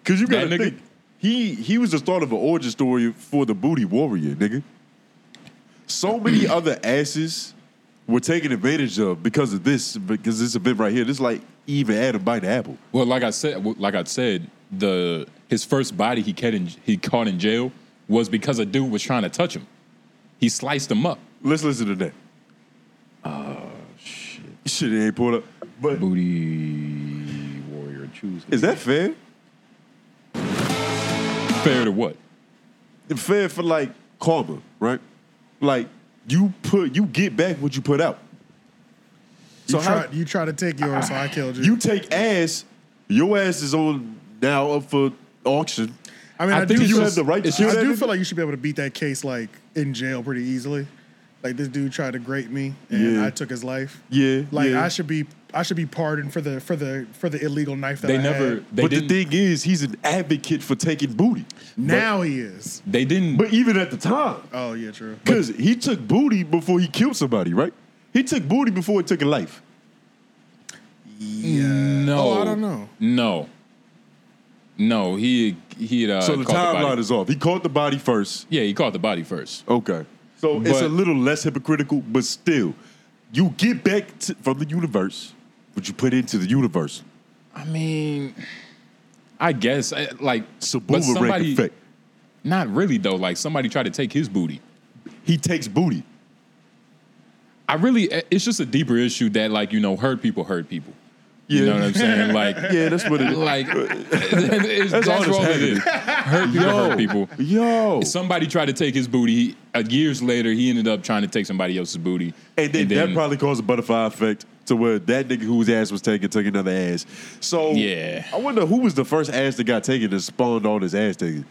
S1: Cause you
S2: That
S1: gotta
S2: nigga-
S1: think he he was the start of an origin story for the booty warrior, nigga. So many other asses were taken advantage of because of this, because this event right here. This like even Adam bite the apple.
S2: well, like I said, well, like I said, the his first body he caught in he caught in jail was because a dude was trying to touch him. He sliced him up.
S1: Let's listen to that. Oh shit! Shit, it ain't pulled up. But
S2: Booty warrior, choose.
S1: is that fair?
S2: fair to what?
S1: It's fair for like karma, right? Like you put you get back what you put out.
S4: You,
S1: So
S4: try,
S1: how
S4: you try to take yours, so I killed you.
S1: you take ass, your ass is on now up for auction.
S4: I mean, I,
S2: I think
S4: do
S2: it's
S1: You
S4: feel-
S1: have the right to
S2: it's
S1: kill
S4: I
S1: that
S4: do
S1: nigga?
S4: feel like you should be able to beat that case like in jail pretty easily. Like this dude tried to grape me and
S1: Yeah.
S4: I took his life.
S1: Yeah,
S4: Like
S1: yeah.
S4: I should be I should be pardoned for the for the for the illegal knife that
S2: They
S4: I
S2: never-
S4: had.
S2: They
S1: but
S2: didn't-
S1: the thing is, he's an advocate for taking booty.
S4: Now he is.
S2: They didn't.
S1: But even at the time,
S4: Oh yeah, true.
S1: because he took booty before he killed somebody, right? He took booty before he took a life.
S2: No,
S4: Oh, I don't know.
S2: No, no. He he. had, Uh,
S1: so the
S2: caught body.
S1: timeline is off. He caught the body first.
S2: Yeah, he caught the body first.
S1: Okay. So it's
S2: But-
S1: a little less hypocritical, but still, you get back to, from the universe what you put into the universe.
S2: I mean, I guess I- like
S1: It's a
S2: but
S1: boomerang
S2: somebody-
S1: effect.
S2: Not really though. Like somebody tried to take his booty.
S1: He takes booty.
S2: I really. eh, It's just a deeper issue that like you know hurt people hurt people. You
S1: Yeah.
S2: know what I'm saying? Like
S1: Yeah, that's what it is.
S2: like it's, that's,
S1: all that's
S2: all it
S1: happening.
S2: is. Hurt people hurt people.
S1: Yo.
S2: Somebody tried to take his booty. He, uh, years later, he ended up trying to take somebody else's booty.
S1: And then, that probably caused a butterfly effect to where that nigga whose ass was taken took another ass. So
S2: Yeah.
S1: I wonder who was the first ass that got taken that spawned all this ass taking,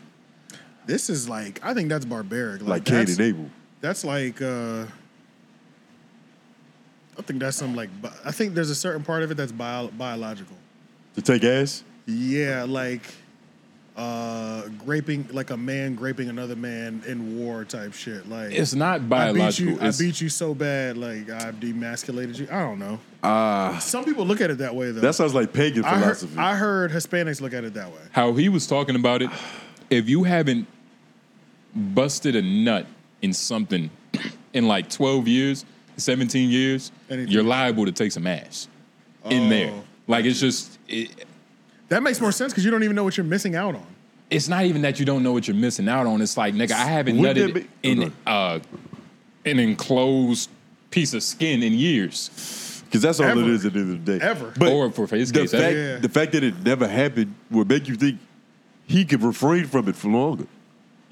S4: This is like I think that's barbaric.
S1: like Cain
S4: that's,
S1: and Abel.
S4: that's like uh I think that's some like bi- I think there's a certain part of it that's bio- biological.
S1: To take ass?
S4: Yeah, like uh graping like a man graping another man in war type shit. Like
S2: It's not
S4: I beat
S2: biological.
S4: you I
S2: It's-
S4: beat you so bad, like I've demasculated you. I don't know.
S2: Ah.
S4: Uh some people look at it that way though.
S1: That sounds like pagan
S4: I heard,
S1: philosophy.
S4: I heard Hispanics look at it that way.
S2: how he was talking about it. If you haven't busted a nut in something in like 12 years, 17 years,
S4: Anything.
S2: you're liable to take some ass in there.
S4: Oh.
S2: Like it's just, it,
S4: That makes more sense because you don't even know what you're missing out on.
S2: it's not even that you don't know what you're missing out on. It's like, nigga, I haven't
S1: Wouldn't
S2: nutted
S1: that be-
S2: in uh, an enclosed piece of skin in years.
S1: Because that's all
S4: Ever.
S1: it is at the end of the day.
S4: Ever.
S1: But
S2: Or for his
S1: the
S2: case,
S1: fact,
S2: that-
S4: Yeah.
S1: the fact that it never happened would make you think he could refrain from it for longer.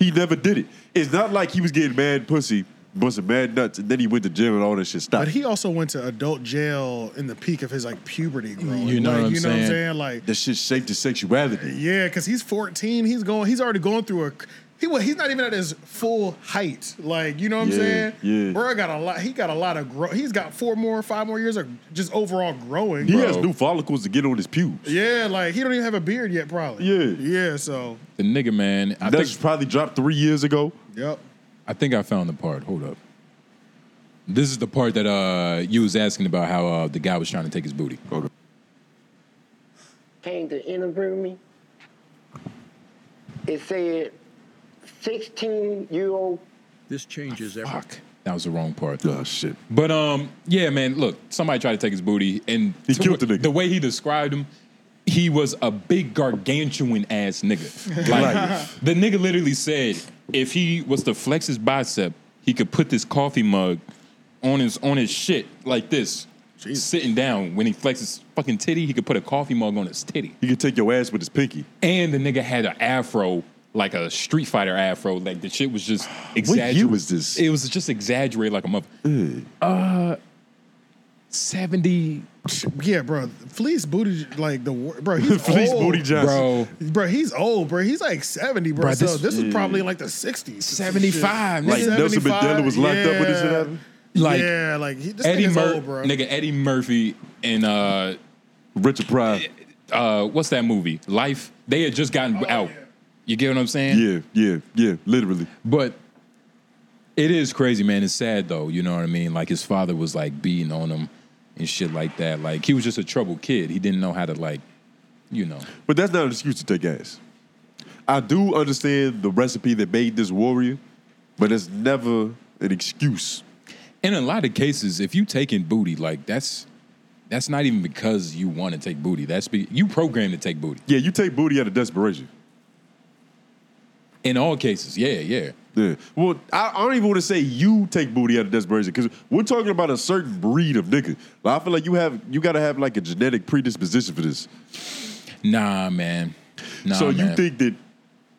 S1: He never did it. It's not like he was getting mad pussy busting mad nuts, and then he went to jail and all that shit stopped.
S4: But Uh, he also went to adult jail in the peak of his like puberty growing.
S2: You know
S4: like,
S2: what I'm
S4: you know what I'm
S2: saying?
S4: saying? Like
S1: that shit shaped his sexuality.
S4: Yeah, because he's 14. He's going. He's already going through a. He wa- he's not even at his full height. Like you know what I'm
S1: Yeah,
S4: saying?
S1: yeah.
S4: Bro got a lot. He got a lot of grow. He's got four more, five more years of just overall growing.
S1: He
S4: bro.
S1: has new follicles to get on his pubes.
S4: Yeah, like he don't even have a beard yet, probably.
S1: Yeah.
S4: Yeah. So.
S2: The nigga man, I
S1: That's
S2: think
S1: probably dropped three years ago.
S4: Yep.
S2: I think I found the part. Hold up. This is the part that uh you was asking about how uh the guy was trying to take his booty.
S3: came to interview me, it said 16 year old
S7: This changes everything.
S2: Fuck. That was the wrong part.
S1: Oh shit.
S2: But um, yeah, man. Look, somebody tried to take his booty, and
S1: He
S2: to
S1: killed the nigga.
S2: The way he described him, he was a big gargantuan ass nigga. Like the nigga literally said, if he was to flex his bicep, he could put this coffee mug on his on his shit like this, sitting down. When he flexes his fucking titty, he could put a coffee mug on his titty.
S1: He could take your ass with his pinky.
S2: And the nigga had an afro, like a Street Fighter afro. Like the shit was just exaggerated.
S1: year was this?
S2: It was just exaggerated like a mother. Uh, seventy,
S4: Yeah, bro. Fleece booty like the wor- bro. He's
S1: Fleece
S4: old.
S1: Booty Johnson.
S2: bro.
S4: Bro, he's old, bro. He's like 70, bro.
S2: Bro,
S4: so
S2: this-
S4: this was probably like the 60s.
S2: 75,
S1: Like
S2: nigga.
S1: Nelson
S4: 75,
S1: Mandela was locked up when this shit
S4: yeah.
S1: happened.
S2: Like
S4: yeah, like he, this
S2: Eddie
S4: nigga's
S2: Murphy,
S4: old, bro.
S2: nigga. Eddie Murphy and uh,
S1: Richard Pryor.
S2: uh, what's that movie? Life. They had just gotten
S4: Oh,
S2: out. You get what I'm saying?
S1: Yeah, yeah, yeah. Literally.
S2: But it is crazy, man. It's sad though. You know what I mean? Like his father was like beating on him and shit like that. Like he was just a troubled kid. He didn't know how to like, you know.
S1: But that's not an excuse to take ass. I do understand the recipe that made this warrior, but it's never an excuse.
S2: In a lot of cases, if you taking booty, like that's that's not even because you want to take booty. That's be, you programmed to take booty.
S1: Yeah, you take booty out of desperation.
S2: In all cases, yeah, yeah.
S1: Yeah. Well, I, I don't even want to say you take booty out of desperation because we're talking about a certain breed of nigga. Like, I feel like you have you gotta have like a genetic predisposition for this.
S2: Nah, man. Nah,
S1: so
S2: man.
S1: you think that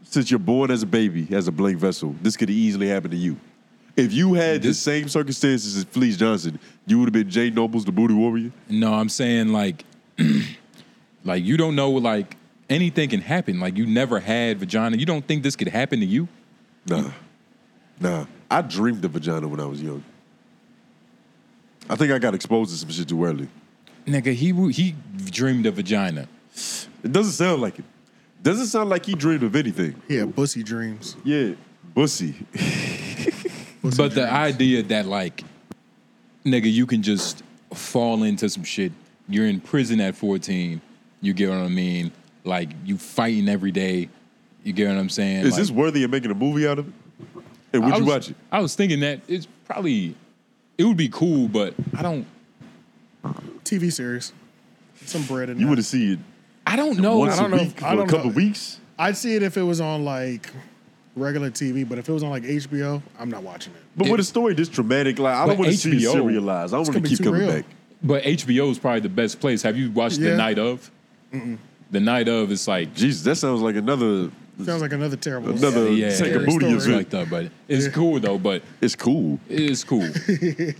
S1: since you're born as a baby, as a blank vessel, this could easily happen to you. If you had the
S2: This-
S1: same circumstances as Fleece Johnson, you would have been Jay Noble's the booty warrior.
S2: No, I'm saying like, like you don't know like anything can happen. Like you never had vagina. You don't think this could happen to you?
S1: Nah. Nah. I dreamed of vagina when I was young. I think I got exposed to some shit too early.
S2: Nigga, he w- he dreamed of vagina.
S1: It doesn't sound like it. Doesn't sound like he dreamed of anything.
S4: Yeah, bussy dreams.
S1: Yeah. Bussy.
S2: but the idea that like, nigga, you can just fall into some shit. You're in prison at 14. You get what I mean? Like you fighting every day. You get what I'm saying?
S1: Is
S2: Like,
S1: this worthy of making a movie out of it? And would
S2: I
S1: you
S2: was-
S1: watch it?
S2: I was thinking that it's probably it would be cool, but I don't.
S4: TV series. Some bread in
S1: You
S4: there.
S1: would have seen it
S2: I don't know.
S1: once
S2: Oh, I
S1: a
S2: don't know.
S1: week
S4: I
S1: for a
S4: don't
S1: couple
S4: know.
S1: weeks.
S4: I'd see it if it was on like regular TV, but if it was on like HBO, I'm not watching it.
S1: But
S2: It-
S1: with a story this dramatic, like I
S2: But
S1: don't want to see it
S2: HBO
S1: serialized. I don't want
S4: gonna
S1: to
S4: be
S1: keep
S4: too
S1: coming
S4: real.
S1: back.
S2: But HBO is probably the best place. Have you watched The
S4: Yeah.
S2: Night of? The Night of is like
S1: Jesus, that sounds like another.
S4: Sounds like another terrible.
S1: Another-
S4: Yeah.
S2: yeah,
S1: Take
S4: a booty
S2: it's
S1: event.
S2: like that, but it's cool though. But
S1: It's cool
S2: it's cool.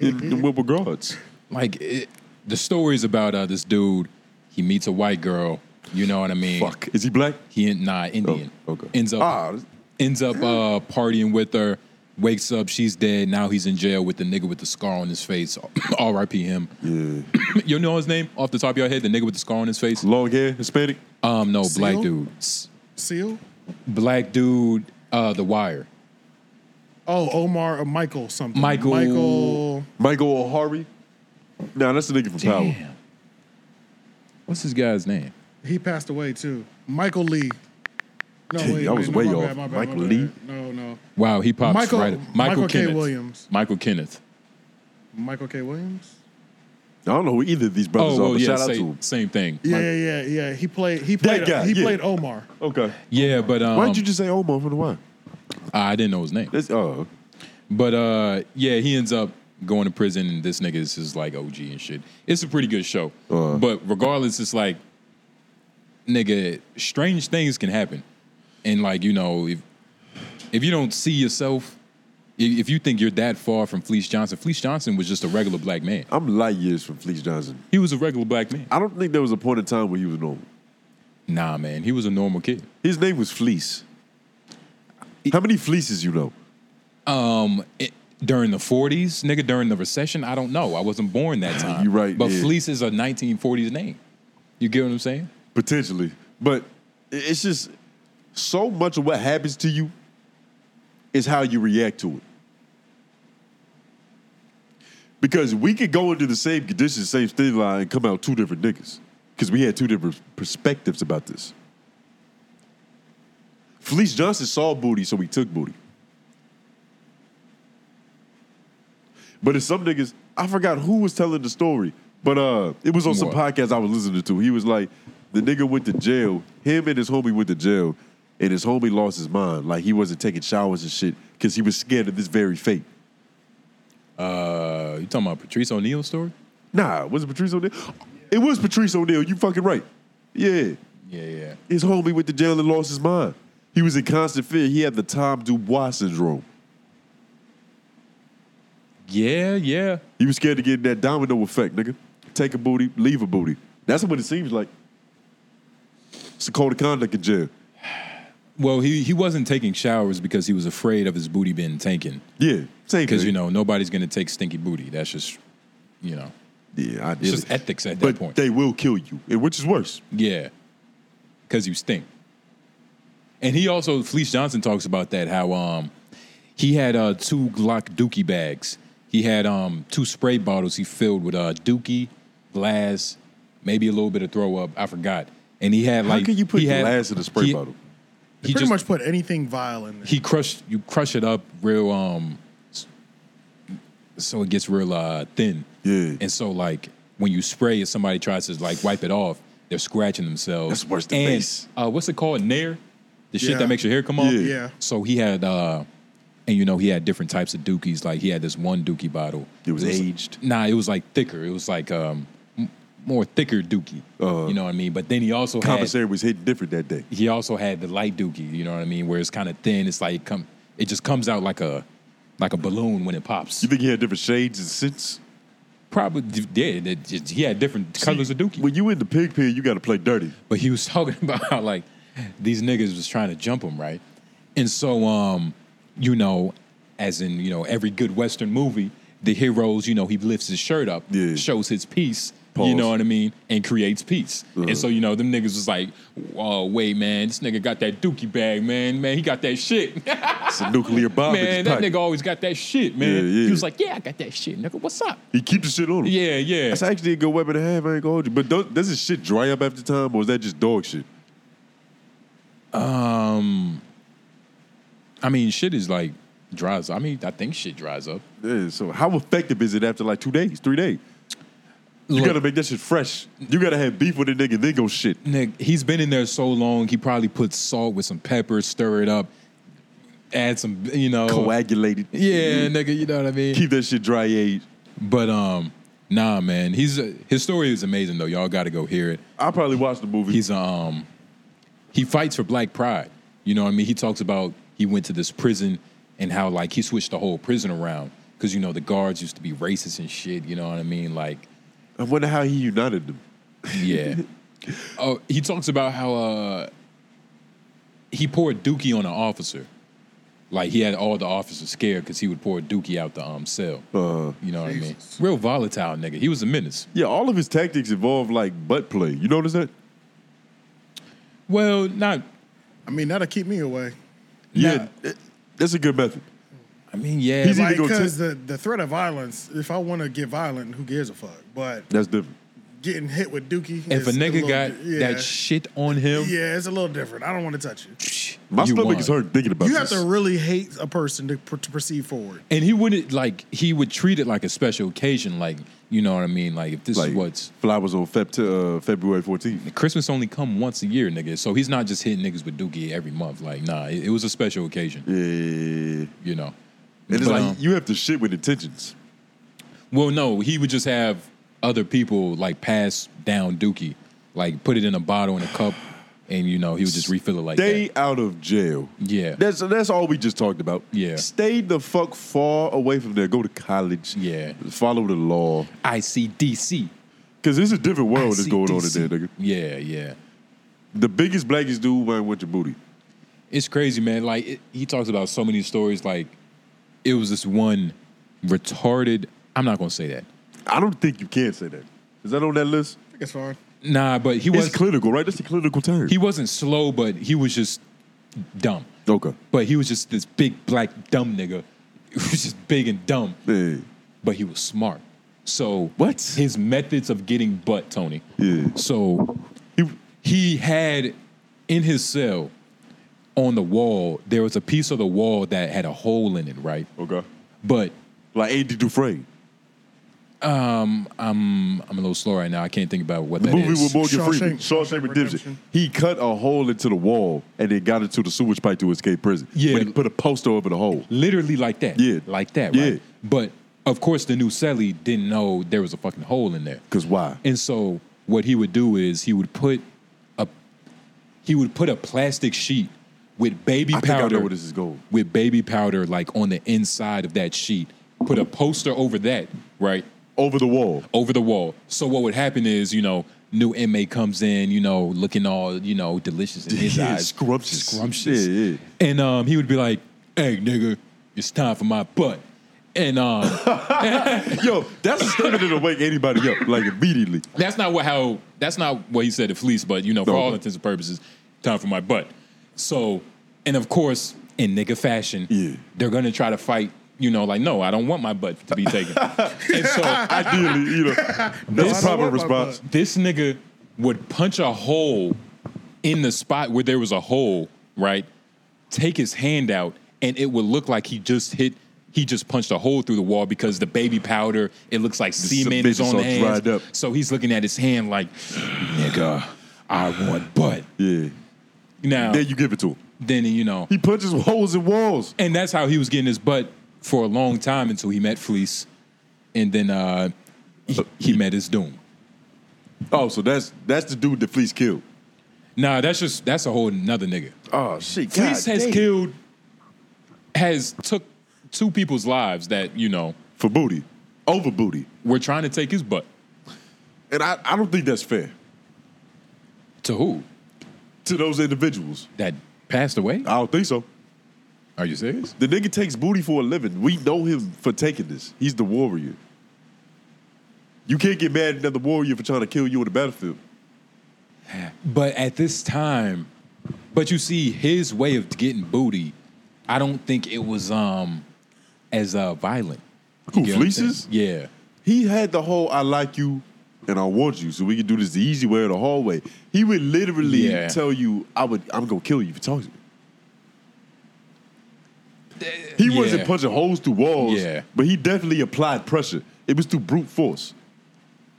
S1: in, in what regards?
S2: like it, the stories about uh, this dude. He meets a white girl. You know what I mean?
S1: Fuck, is he black?
S2: He in- nah Indian.
S1: Oh, okay.
S2: Ends up
S1: Ah, this-
S2: ends up uh, partying with her. Wakes up, she's dead. Now he's in jail with the nigga with the scar on his face. R.I.P. him.
S1: Yeah,
S2: you know his name off the top of your head? The nigga with the scar on his face.
S1: long hair, Hispanic.
S2: Um, no, black
S4: Seal?
S2: dude. S-
S4: Seal.
S2: black dude, uh, The Wire.
S4: Oh, Omar or Michael something.
S2: Michael-
S4: Michael.
S1: Michael O'Hari. Nah, that's the nigga from Power.
S2: Damn. What's this guy's name?
S4: He passed away too. Michael Lee. No,
S1: Dang,
S4: wait,
S1: I
S4: wait,
S1: was
S4: no,
S1: way
S4: my
S1: off.
S4: Bad, my bad,
S1: Michael
S4: my bad.
S1: Lee?
S4: No, no.
S2: Wow, he pops
S4: Michael-
S2: right.
S4: Michael K.
S2: Kenneth.
S4: Williams.
S2: Michael Kenneth.
S4: Michael K. Williams.
S1: I don't know who either of these brothers
S2: oh,
S1: are,
S2: well,
S1: but
S2: yeah,
S1: shout out to
S2: same,
S1: him.
S2: same thing.
S4: Yeah, yeah, yeah, yeah. He played. He played.
S1: guy,
S4: he
S1: yeah.
S4: played Omar.
S1: Okay.
S2: Yeah, but um, ah,
S1: Why'd you just say Omar from the Y?
S2: I didn't know his name.
S1: That's oh,
S2: But uh, yeah, he ends up going to prison, and this nigga is just like OG and shit. It's a pretty good show.
S1: Uh.
S2: but regardless, it's like, nigga, strange things can happen, and like you know, if if you don't see yourself if you think you're that far from Fleece Johnson, Fleece Johnson was just a regular black man.
S1: I'm light years from Fleece Johnson.
S2: He was a regular black man.
S1: I don't think there was a point in time where he was normal.
S2: Nah, man, he was a normal kid.
S1: His name was Fleece. How many fleeces you know?
S2: Um, it, during the 40s, nigga, during the recession, I don't know. I wasn't born that time.
S1: You right,
S2: But
S1: yeah.
S2: Fleece is a 1940s name. You get what I'm saying?
S1: Potentially. But i- it's just so much of what happens to you is how you react to it. Because we could go into the same conditions, same thin line, and come out two different niggas. Because we had two different perspectives about this. Felice Johnson saw booty, so he took booty. But it's some niggas, I forgot who was telling the story, but uh, it was on some
S2: What?
S1: podcast I was listening to. He was like, the nigga went to jail. Him and his homie went to jail, and his homie lost his mind. Like he wasn't taking showers and shit because he was scared of this very fate.
S2: Uh, you talking about Patrice O'Neal's story?
S1: Nah, was it Patrice O'Neal? It was Patrice O'Neal. You fucking right. Yeah,
S2: Yeah, yeah.
S1: his homie went to jail and lost his mind. He was in constant fear. He had the Tom Dubois syndrome.
S2: Yeah, yeah.
S1: He was scared to get that domino effect, nigga. Take a booty, leave a booty. That's what it seems like. It's a code of conduct in jail.
S2: Well, he, he wasn't taking showers because he was afraid of his booty being taken.
S1: Yeah, same
S2: Because,
S1: thing.
S2: you know, nobody's going to take stinky booty. That's just, you know,
S1: yeah, I
S2: it's just ethics at that
S1: but
S2: point.
S1: they will kill you, and which is worse.
S2: Yeah, because you stink. And he also, Fleece Johnson talks about that how um he had uh two Glock Dookie bags. He had um two spray bottles he filled with uh Dookie, glass, maybe a little bit of throw up. I forgot. And he had like
S1: How can you put
S2: he had-
S1: glass in a spray
S2: he-
S1: bottle?
S4: They
S2: He
S4: pretty
S2: just
S4: much put anything vile in there.
S2: he crushed you crush it up real um s- so it gets real uh thin.
S1: Yeah.
S2: And so like when you spray it, somebody tries to like wipe it off, they're scratching themselves.
S1: That's worse than
S2: and,
S1: mace.
S2: Uh what's it called? Nair? The shit
S4: Yeah.
S2: that makes your hair come off?
S1: Yeah.
S4: Yeah.
S2: So he had uh and you know he had different types of dookies. Like he had this one dookie bottle.
S1: It was aged.
S2: Nah, it was like thicker. It was like um m- more thicker dookie.
S1: Uh,
S2: you know what I mean? But then he also had
S1: Commissary was hitting different that day.
S2: he also had the light dookie, you know what I mean, where it's kind of thin. It's like come, it just comes out like a like a balloon when it pops.
S1: You think he had different shades and scents?
S2: Probably did. It just- he had different colors of dookie,
S1: When you in the pig pen, you got to play dirty.
S2: but he was talking about how like these niggas was trying to jump him, right? And so, um, you know, as in you know every good Western movie, the heroes, you know, he lifts his shirt up,
S1: Yeah.
S2: shows his piece. You
S1: Pause. Uh-huh.
S2: know what I mean, and creates peace. And so you know them niggas was like, "Oh wait, man, this nigga got that dookie bag, man, man, he got that shit."
S1: It's a nuclear bomb in
S2: man,
S1: his
S2: that
S1: pocket.
S2: nigga always got that shit, man.
S1: Yeah, yeah.
S2: He was like, yeah, I got that shit, nigga. What's up?
S1: He keep the shit on him.
S2: Yeah, yeah.
S1: That's actually a good weapon to have. I ain't gonna hold you. But don't, does this shit dry up after time, or is that just dog shit?
S2: I mean, shit is like dries. I mean, I think shit dries up.
S1: Yeah, so how effective is it after like two days, three days? You gotta make that shit fresh. You gotta have beef with a nigga, then go shit.
S2: Nick, he's been in there so long. He probably put salt with some pepper, stir it up, add some, you know,
S1: Coagulated.
S2: Oh. yeah, nigga. You know what I mean?
S1: Keep that shit dry aged.
S2: But um, nah, man. He's his story is amazing though. Y'all got to go hear it.
S1: I probably watched the movie.
S2: he's um he fights for black pride you know what i mean he talks about he went to this prison and how like he switched the whole prison around because you know the guards used to be racist and shit you know what i mean like
S1: I wonder how he united them.
S2: yeah oh he talks about how uh he poured dookie on an officer like he had all the officers scared because he would pour dookie out the um cell
S1: Uh,
S2: you know what
S4: Jesus.
S2: i mean real volatile nigga he was a menace
S1: yeah, all of his tactics involve like butt play. You notice that?
S2: well not
S4: I mean, that'll keep me away.
S1: Yeah, it- that's a good method.
S2: i mean yeah
S1: He's
S2: like-
S1: either
S4: Like,
S1: go to-
S4: because the, the threat of violence, if I want to get violent, who gives a fuck? But
S1: That's different.
S4: getting hit with Dookie.
S2: if a
S4: is
S2: nigga
S4: little
S2: got
S4: di- yeah.
S2: that shit on him
S4: yeah, it's a little different. I don't want to touch you.
S1: My
S2: you
S1: stomach
S2: won.
S1: is hurting thinking about
S4: You have
S1: this.
S4: to really hate a person to, pr- to proceed forward.
S2: And he wouldn't like he would treat it like a special occasion, like you know what I mean. Like if this
S1: like
S2: is what's
S1: flowers on Feb- uh, February 14th.
S2: Christmas only come once a year, nigga. So he's not just hitting niggas with Dookie every month. Like nah, it, it was a special occasion,
S1: Yeah, and
S2: you know.
S1: it's
S2: But,
S1: like
S2: um,
S1: you have to shit with intentions.
S2: well, no, he would just have other people like pass down Dookie, like put it in a bottle in a cup, and you know he would just refill it like
S1: Stay
S2: that.
S1: out of jail.
S2: Yeah.
S1: That's that's all we just talked about.
S2: Yeah.
S1: Stay the fuck far away from there. Go to college.
S2: Yeah.
S1: Follow the law.
S2: ICDC.
S1: Cause it's a different world that's going on in
S2: ICDC.
S1: there, nigga.
S2: Yeah, yeah.
S1: The biggest blackest dude might want your booty.
S2: It's crazy, man. Like it, he talks about so many stories. Like it was this one retarded. I'm not gonna say that.
S1: I don't think you can say that. Is that on that list?
S4: I think it's fine.
S2: Nah, but he was
S1: it's clinical, right? That's a clinical term.
S2: he wasn't slow, but he was just dumb.
S1: okay.
S2: But he was just this big black dumb nigga. He was just big and dumb,
S1: Yeah.
S2: but he was smart. So
S1: What?
S2: his methods of getting butt, Tony?
S1: Yeah.
S2: So
S1: He-
S2: he had in his cell on the wall there was a piece of the wall that had a hole in it, right?
S1: okay.
S2: But
S1: Like Andy Dufresne.
S2: I'm a little slow right now. I can't think about what
S1: The
S2: that
S1: movie
S2: is.
S1: with Morgan
S4: Shawshank-
S1: Freeman.
S4: Shawshank
S1: Shawshank Redemption.
S4: Redemption.
S1: He cut a hole into the wall and then got into the sewage pipe to escape prison.
S2: Yeah.
S1: But he put a poster over the hole.
S2: Literally like that.
S1: Yeah.
S2: Like that,
S1: Yeah.
S2: right? But of course the new cellie didn't know there was a fucking hole in there.
S1: Cause why?
S2: And so what he would do is he would put a he would put a plastic sheet with baby
S1: I think I know
S2: powder.
S1: where this is going.
S2: With baby powder like on the inside of that sheet. Put a poster over that, right?
S1: Over the wall.
S2: Over the wall. So what would happen is, you know, new inmate comes in, you know, looking all, you know, delicious in his
S1: Yeah,
S2: eyes.
S1: scrumptious.
S2: Scrumptious.
S1: Yeah, yeah.
S2: And um, he would be like, hey, nigga, it's time for my butt. And um,
S1: Yo, that's a statement that'll wake anybody up like immediately.
S2: That's not what how that's not what he said to Fleece, but you know, for
S1: No.
S2: all intents and purposes, time for my butt. So, and of course, in nigga fashion,
S1: Yeah.
S2: they're gonna try to fight, you know, like, no, I don't want my butt to be taken. and so
S1: Ideally, you know,
S4: I
S1: that's
S4: don't
S1: proper
S4: want my
S1: response.
S2: this nigga would punch a hole in the spot where there was a hole, right? Take his hand out, and it would look like he just hit. He just punched a hole through the wall because the baby powder. It looks like semen is
S1: bitch is
S2: on the
S1: all
S2: hands.
S1: dried up.
S2: So he's looking at his hand like, nigga, I want butt.
S1: Yeah.
S2: Now
S1: Then you give it to him.
S2: then you know,
S1: He punches holes in walls.
S2: and that's how he was getting his butt for a long time until he met Fleece, and then uh, he, he met his doom.
S1: Oh, so that's that's the dude that Fleece killed.
S2: Nah, that's just that's a whole nother nigga.
S1: Oh shit!
S2: Police
S1: God
S2: has
S1: damn.
S2: killed, has took two people's lives that you know
S1: for booty, over booty,
S2: were trying to take his butt.
S1: and I, I don't think that's fair
S2: To who?
S1: to those individuals.
S2: That passed away?
S1: I don't think so.
S2: Are you serious?
S1: The nigga takes booty for a living. We know him for taking this. He's the warrior. You can't get mad at another warrior for trying to kill you on the battlefield.
S2: But at this time, but you see his way of getting booty. I don't think it was um as uh violent.
S1: Who
S2: You get what I'm saying?
S1: fleeces?
S2: Yeah.
S1: He had the whole "I like you" and "I want you," so we can do this the easy way or the hard way. He would literally
S2: Yeah.
S1: tell you, "I would, I'm gonna kill you for talking." to me." He
S2: yeah.
S1: wasn't punching holes through walls,
S2: Yeah.
S1: but he definitely applied pressure. It was through brute force.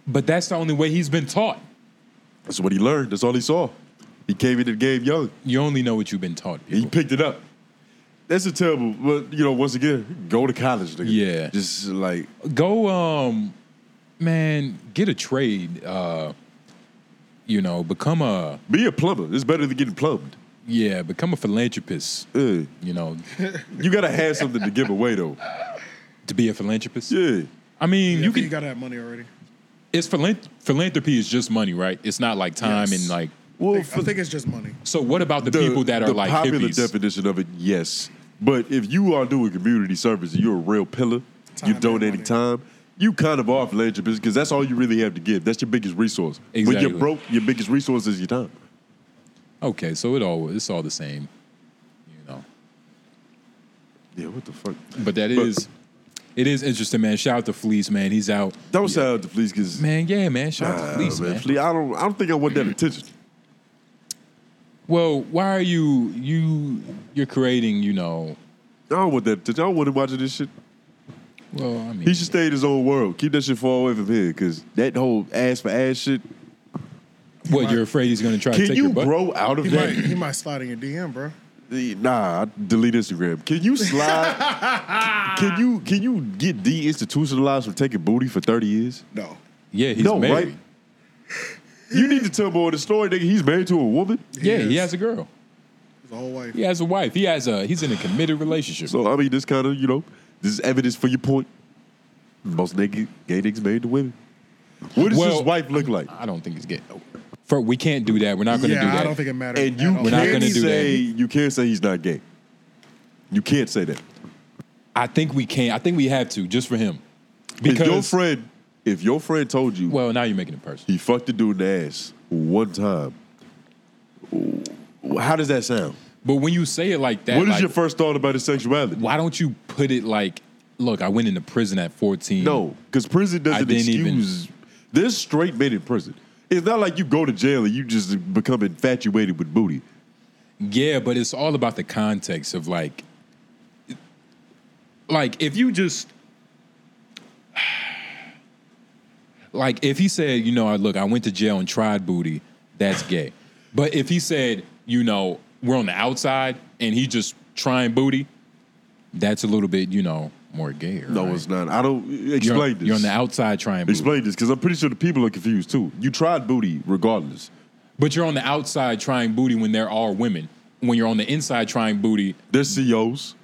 S2: But that's the only way he's been taught.
S1: That's what he learned. That's all he saw. He came into the game young.
S2: You only know what you've been taught.
S1: He
S2: People.
S1: picked it up. That's a terrible, but you know, once again, go to college, nigga.
S2: Yeah.
S1: Just like,
S2: Go um man, get a trade. Uh you know, become a
S1: be a plumber. It's better than getting plumbed.
S2: Yeah, become a philanthropist.
S1: Ugh.
S2: You know,
S1: You gotta have something to give away, though.
S2: to be a philanthropist.
S1: Yeah.
S2: I mean,
S4: You,
S2: you can.
S4: you gotta have money already.
S2: it's philan- philanthropy is just money, right? It's not like time
S4: Yes.
S2: and like.
S1: Well,
S4: I think it's just money.
S2: So what about the, people that are
S1: the
S2: like
S1: popular
S2: hippies?
S1: definition of it, yes. But if you are doing community service and you're a real pillar,
S4: Time
S1: you're
S4: and
S1: donating
S4: money.
S1: time, you kind of are a philanthropist because that's all you really have to give. That's your biggest resource. When
S2: Exactly.
S1: you're broke, your biggest resource is your time.
S2: okay, so it all it's all the same, you know.
S1: Yeah, what the fuck?
S2: But that is,
S1: But-
S2: it is interesting, man. Shout out to Fleece, man. He's out,
S1: Don't shout out to Fleece because
S2: man. Yeah, man. Shout out to Fleece, man.
S1: Fleece, I don't, I don't think I want that attention.
S2: Well, why are you you you're creating? You know,
S1: I don't want that attention. I don't want him watching this shit.
S2: well, I mean,
S1: He should stay in his own world. Keep that shit far away from here because that whole ass for ass shit.
S2: what you're afraid he's going to try to
S1: Can
S2: take
S1: you
S2: your butt?
S1: grow out of
S4: He might,
S1: that?
S4: he might slide in your DM, bro.
S1: Nah, I delete Instagram. Can you slide? can you can you get deinstitutionalized from taking booty for thirty years?
S4: No.
S2: Yeah, he's
S1: no,
S2: married.
S1: right? You need to tell more of the story, nigga. He's married to a woman.
S2: Yeah, he has
S4: Yes.
S2: a girl.
S4: The whole wife.
S2: He has a wife. He has a. He's in a committed relationship.
S1: So I mean, this kind of you know, this is evidence for your point. Most nigga, gay niggas married to women. What does
S2: Well-
S1: his wife look like?
S2: I don't think he's gay. For we can't do that. We're not going to
S4: yeah,
S2: do that.
S4: I don't think it matters.
S1: And you
S4: at all.
S2: We're not
S1: can't
S2: gonna do
S1: say you can't say he's not gay. You can't say that.
S2: I think we can. I think we have to just for him.
S1: If your
S2: Because
S1: friend, if your friend told you
S2: well, now you're making it personal.
S1: he fucked a dude in the ass one time, wh- how does that sound?
S2: But when you say it like that,
S1: what is
S2: like,
S1: your first thought about his sexuality?
S2: why don't you put it like, look, I went into prison at 14.
S1: No, because prison
S2: I
S1: doesn't
S2: didn't even-
S1: excuse. There's straight men in prison. It's not like you go to jail and you just become infatuated with booty.
S2: Yeah, but it's all about the context of like, like if you just, like if he said, you know, I look, I went to jail and tried booty, that's gay. But if he said, you know, we're on the outside and he just trying booty, that's a little bit, you know, more gay.
S1: No,
S2: right?
S1: it's not. I don't
S2: You're-
S1: explain this.
S2: You're on the outside trying booty.
S1: Explain this because I'm pretty sure the people are confused too. You tried booty regardless.
S2: But you're on the outside trying booty when there are women. When you're on the inside trying booty,
S1: There's COs.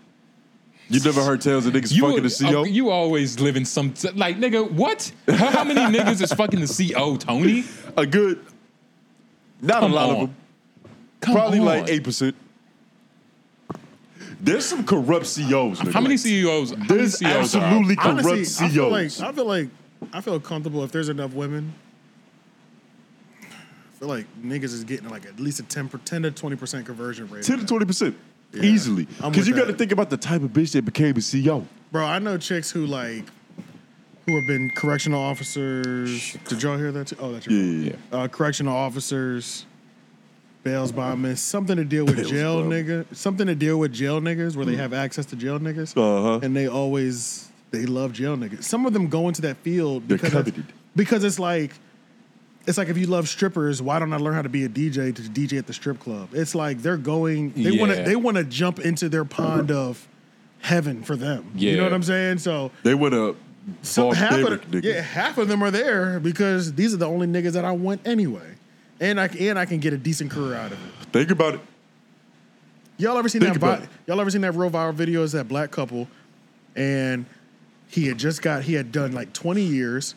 S1: You never heard tales of niggas fucking the E CO.
S2: uh, you always live in some like nigga. What? How, how many niggas is fucking the CO, Tony?
S1: a good, not
S2: Come
S1: a lot
S2: on.
S1: of them.
S2: Come
S1: Probably
S2: on.
S1: like eight percent. There's some corrupt COs. Nigga.
S2: How many
S1: Like,
S2: CEOs? How many
S1: There's
S2: CEOs are out?
S1: absolutely corrupt E
S4: Honestly,
S1: COs.
S4: I feel like I feel like I feel comfortable if there's enough women. I feel like niggas is getting like at least a 10, per- 10 to twenty percent conversion rate.
S1: 10 to 20 percent easily
S4: I'm
S1: because
S4: with
S1: you got to
S4: that.
S1: think about the type of bitch that became a CEO.
S4: Bro, I know chicks who like who have been correctional officers. Did y'all hear that? Too? Oh, that's your phone.
S1: Yeah.
S4: uh, correctional officers, bails bondmen, something to deal with
S1: Bails
S4: jail
S1: bond.
S4: nigga, something to deal with jail niggas where they have access to jail niggas,
S1: Uh-huh.
S4: and they always they love jail niggas. Some of them go into that field
S1: They're
S4: because
S1: coveted.
S4: because it's like. It's like if you love strippers, why don't I learn how to be a DJ to DJ at the strip club? It's like they're going, they want to,
S2: Yeah.
S4: they want to jump into their pond of heaven for them. You know
S2: Yeah.
S4: what I'm saying? So
S1: They went up.
S4: so half of the,
S1: nigga.
S4: yeah, half of them are there because these are the only niggas that I want anyway, and I and I can get a decent career out of it.
S1: Think about it.
S4: Y'all ever seen
S1: Think
S4: that? vi-
S1: about it.
S4: y'all ever seen that real viral video? Is that black couple, and he had just got he had done like twenty years,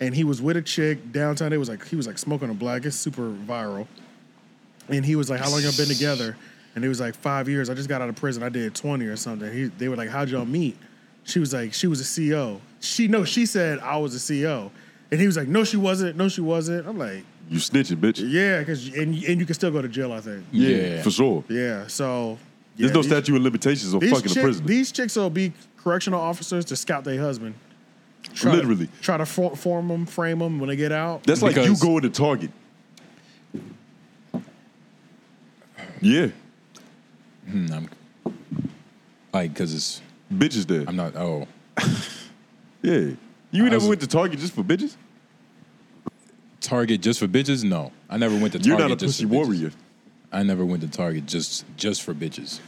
S4: and he was with a chick downtown. It was like he was like smoking a black. It's super viral, and he was like, "How long y'all been together?" And it was like five years. I just got out of prison. I did twenty or something. He, they were like, "How'd y'all meet?" She was like, "She was a CEO." She no, she said I was a CEO, and he was like, "No, she wasn't. No, she wasn't." I'm like,
S1: You snitching, bitch.
S4: "Yeah, because and and you can still go to jail. I think."
S2: Yeah.
S1: For sure.
S4: Yeah, so
S1: There's
S4: yeah,
S1: no
S4: these-
S1: statute of limitations on
S4: These,
S1: fucking
S4: chick-
S1: a prisoner.
S4: these chicks will be correctional officers to scout their husband. Try
S1: Literally.
S4: to, try to for, form them, frame them when they get out.
S1: That's like you
S2: Because-
S1: going to Target. Yeah.
S2: Hmm, I'm, like, cause it's
S1: Bitches there.
S2: I'm not. Oh,
S1: Yeah. You ain't
S2: I was-
S1: never went to Target just for bitches?
S2: Target just for bitches? No, I never went to Target.
S1: You're not a
S2: just
S1: pussy
S2: for bitches.
S1: warrior.
S2: I never went to Target just just for bitches.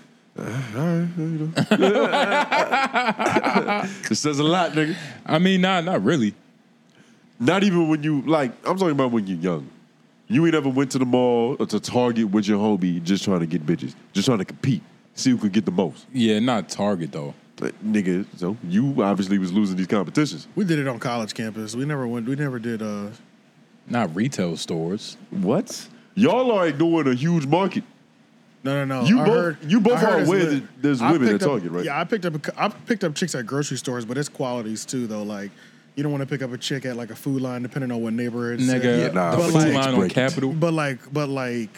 S1: It says a lot, nigga.
S2: I mean, nah, not really.
S1: Not even when you like. I'm talking about when you're young. You ain't ever went to the mall or to Target with your homie just trying to get bitches, just trying to compete, see who could get the most.
S2: Yeah, not Target though.
S1: But, nigga, so you obviously was losing these competitions.
S4: we did it on college campus. We never went. We never did. Uh,
S2: Not retail stores.
S1: What? Y'all are ignoring a huge market.
S4: no, no, no.
S1: You
S4: I
S1: both-
S4: heard-
S1: you both
S4: I heard
S1: are
S4: it's
S1: aware
S4: lit.
S1: that there's
S4: I
S1: women at
S4: picked up-
S1: Target, right?
S4: Yeah, I picked up. a- I picked up chicks at grocery stores, but it's qualities too, though. Like you don't want to pick up a chick at like a food line, depending on what neighborhood. it's in.
S2: Nigga,
S1: Yeah, nah,
S2: the
S4: but
S2: food
S4: like-
S2: line on
S1: break it.
S2: Capitol.
S4: But like, but like,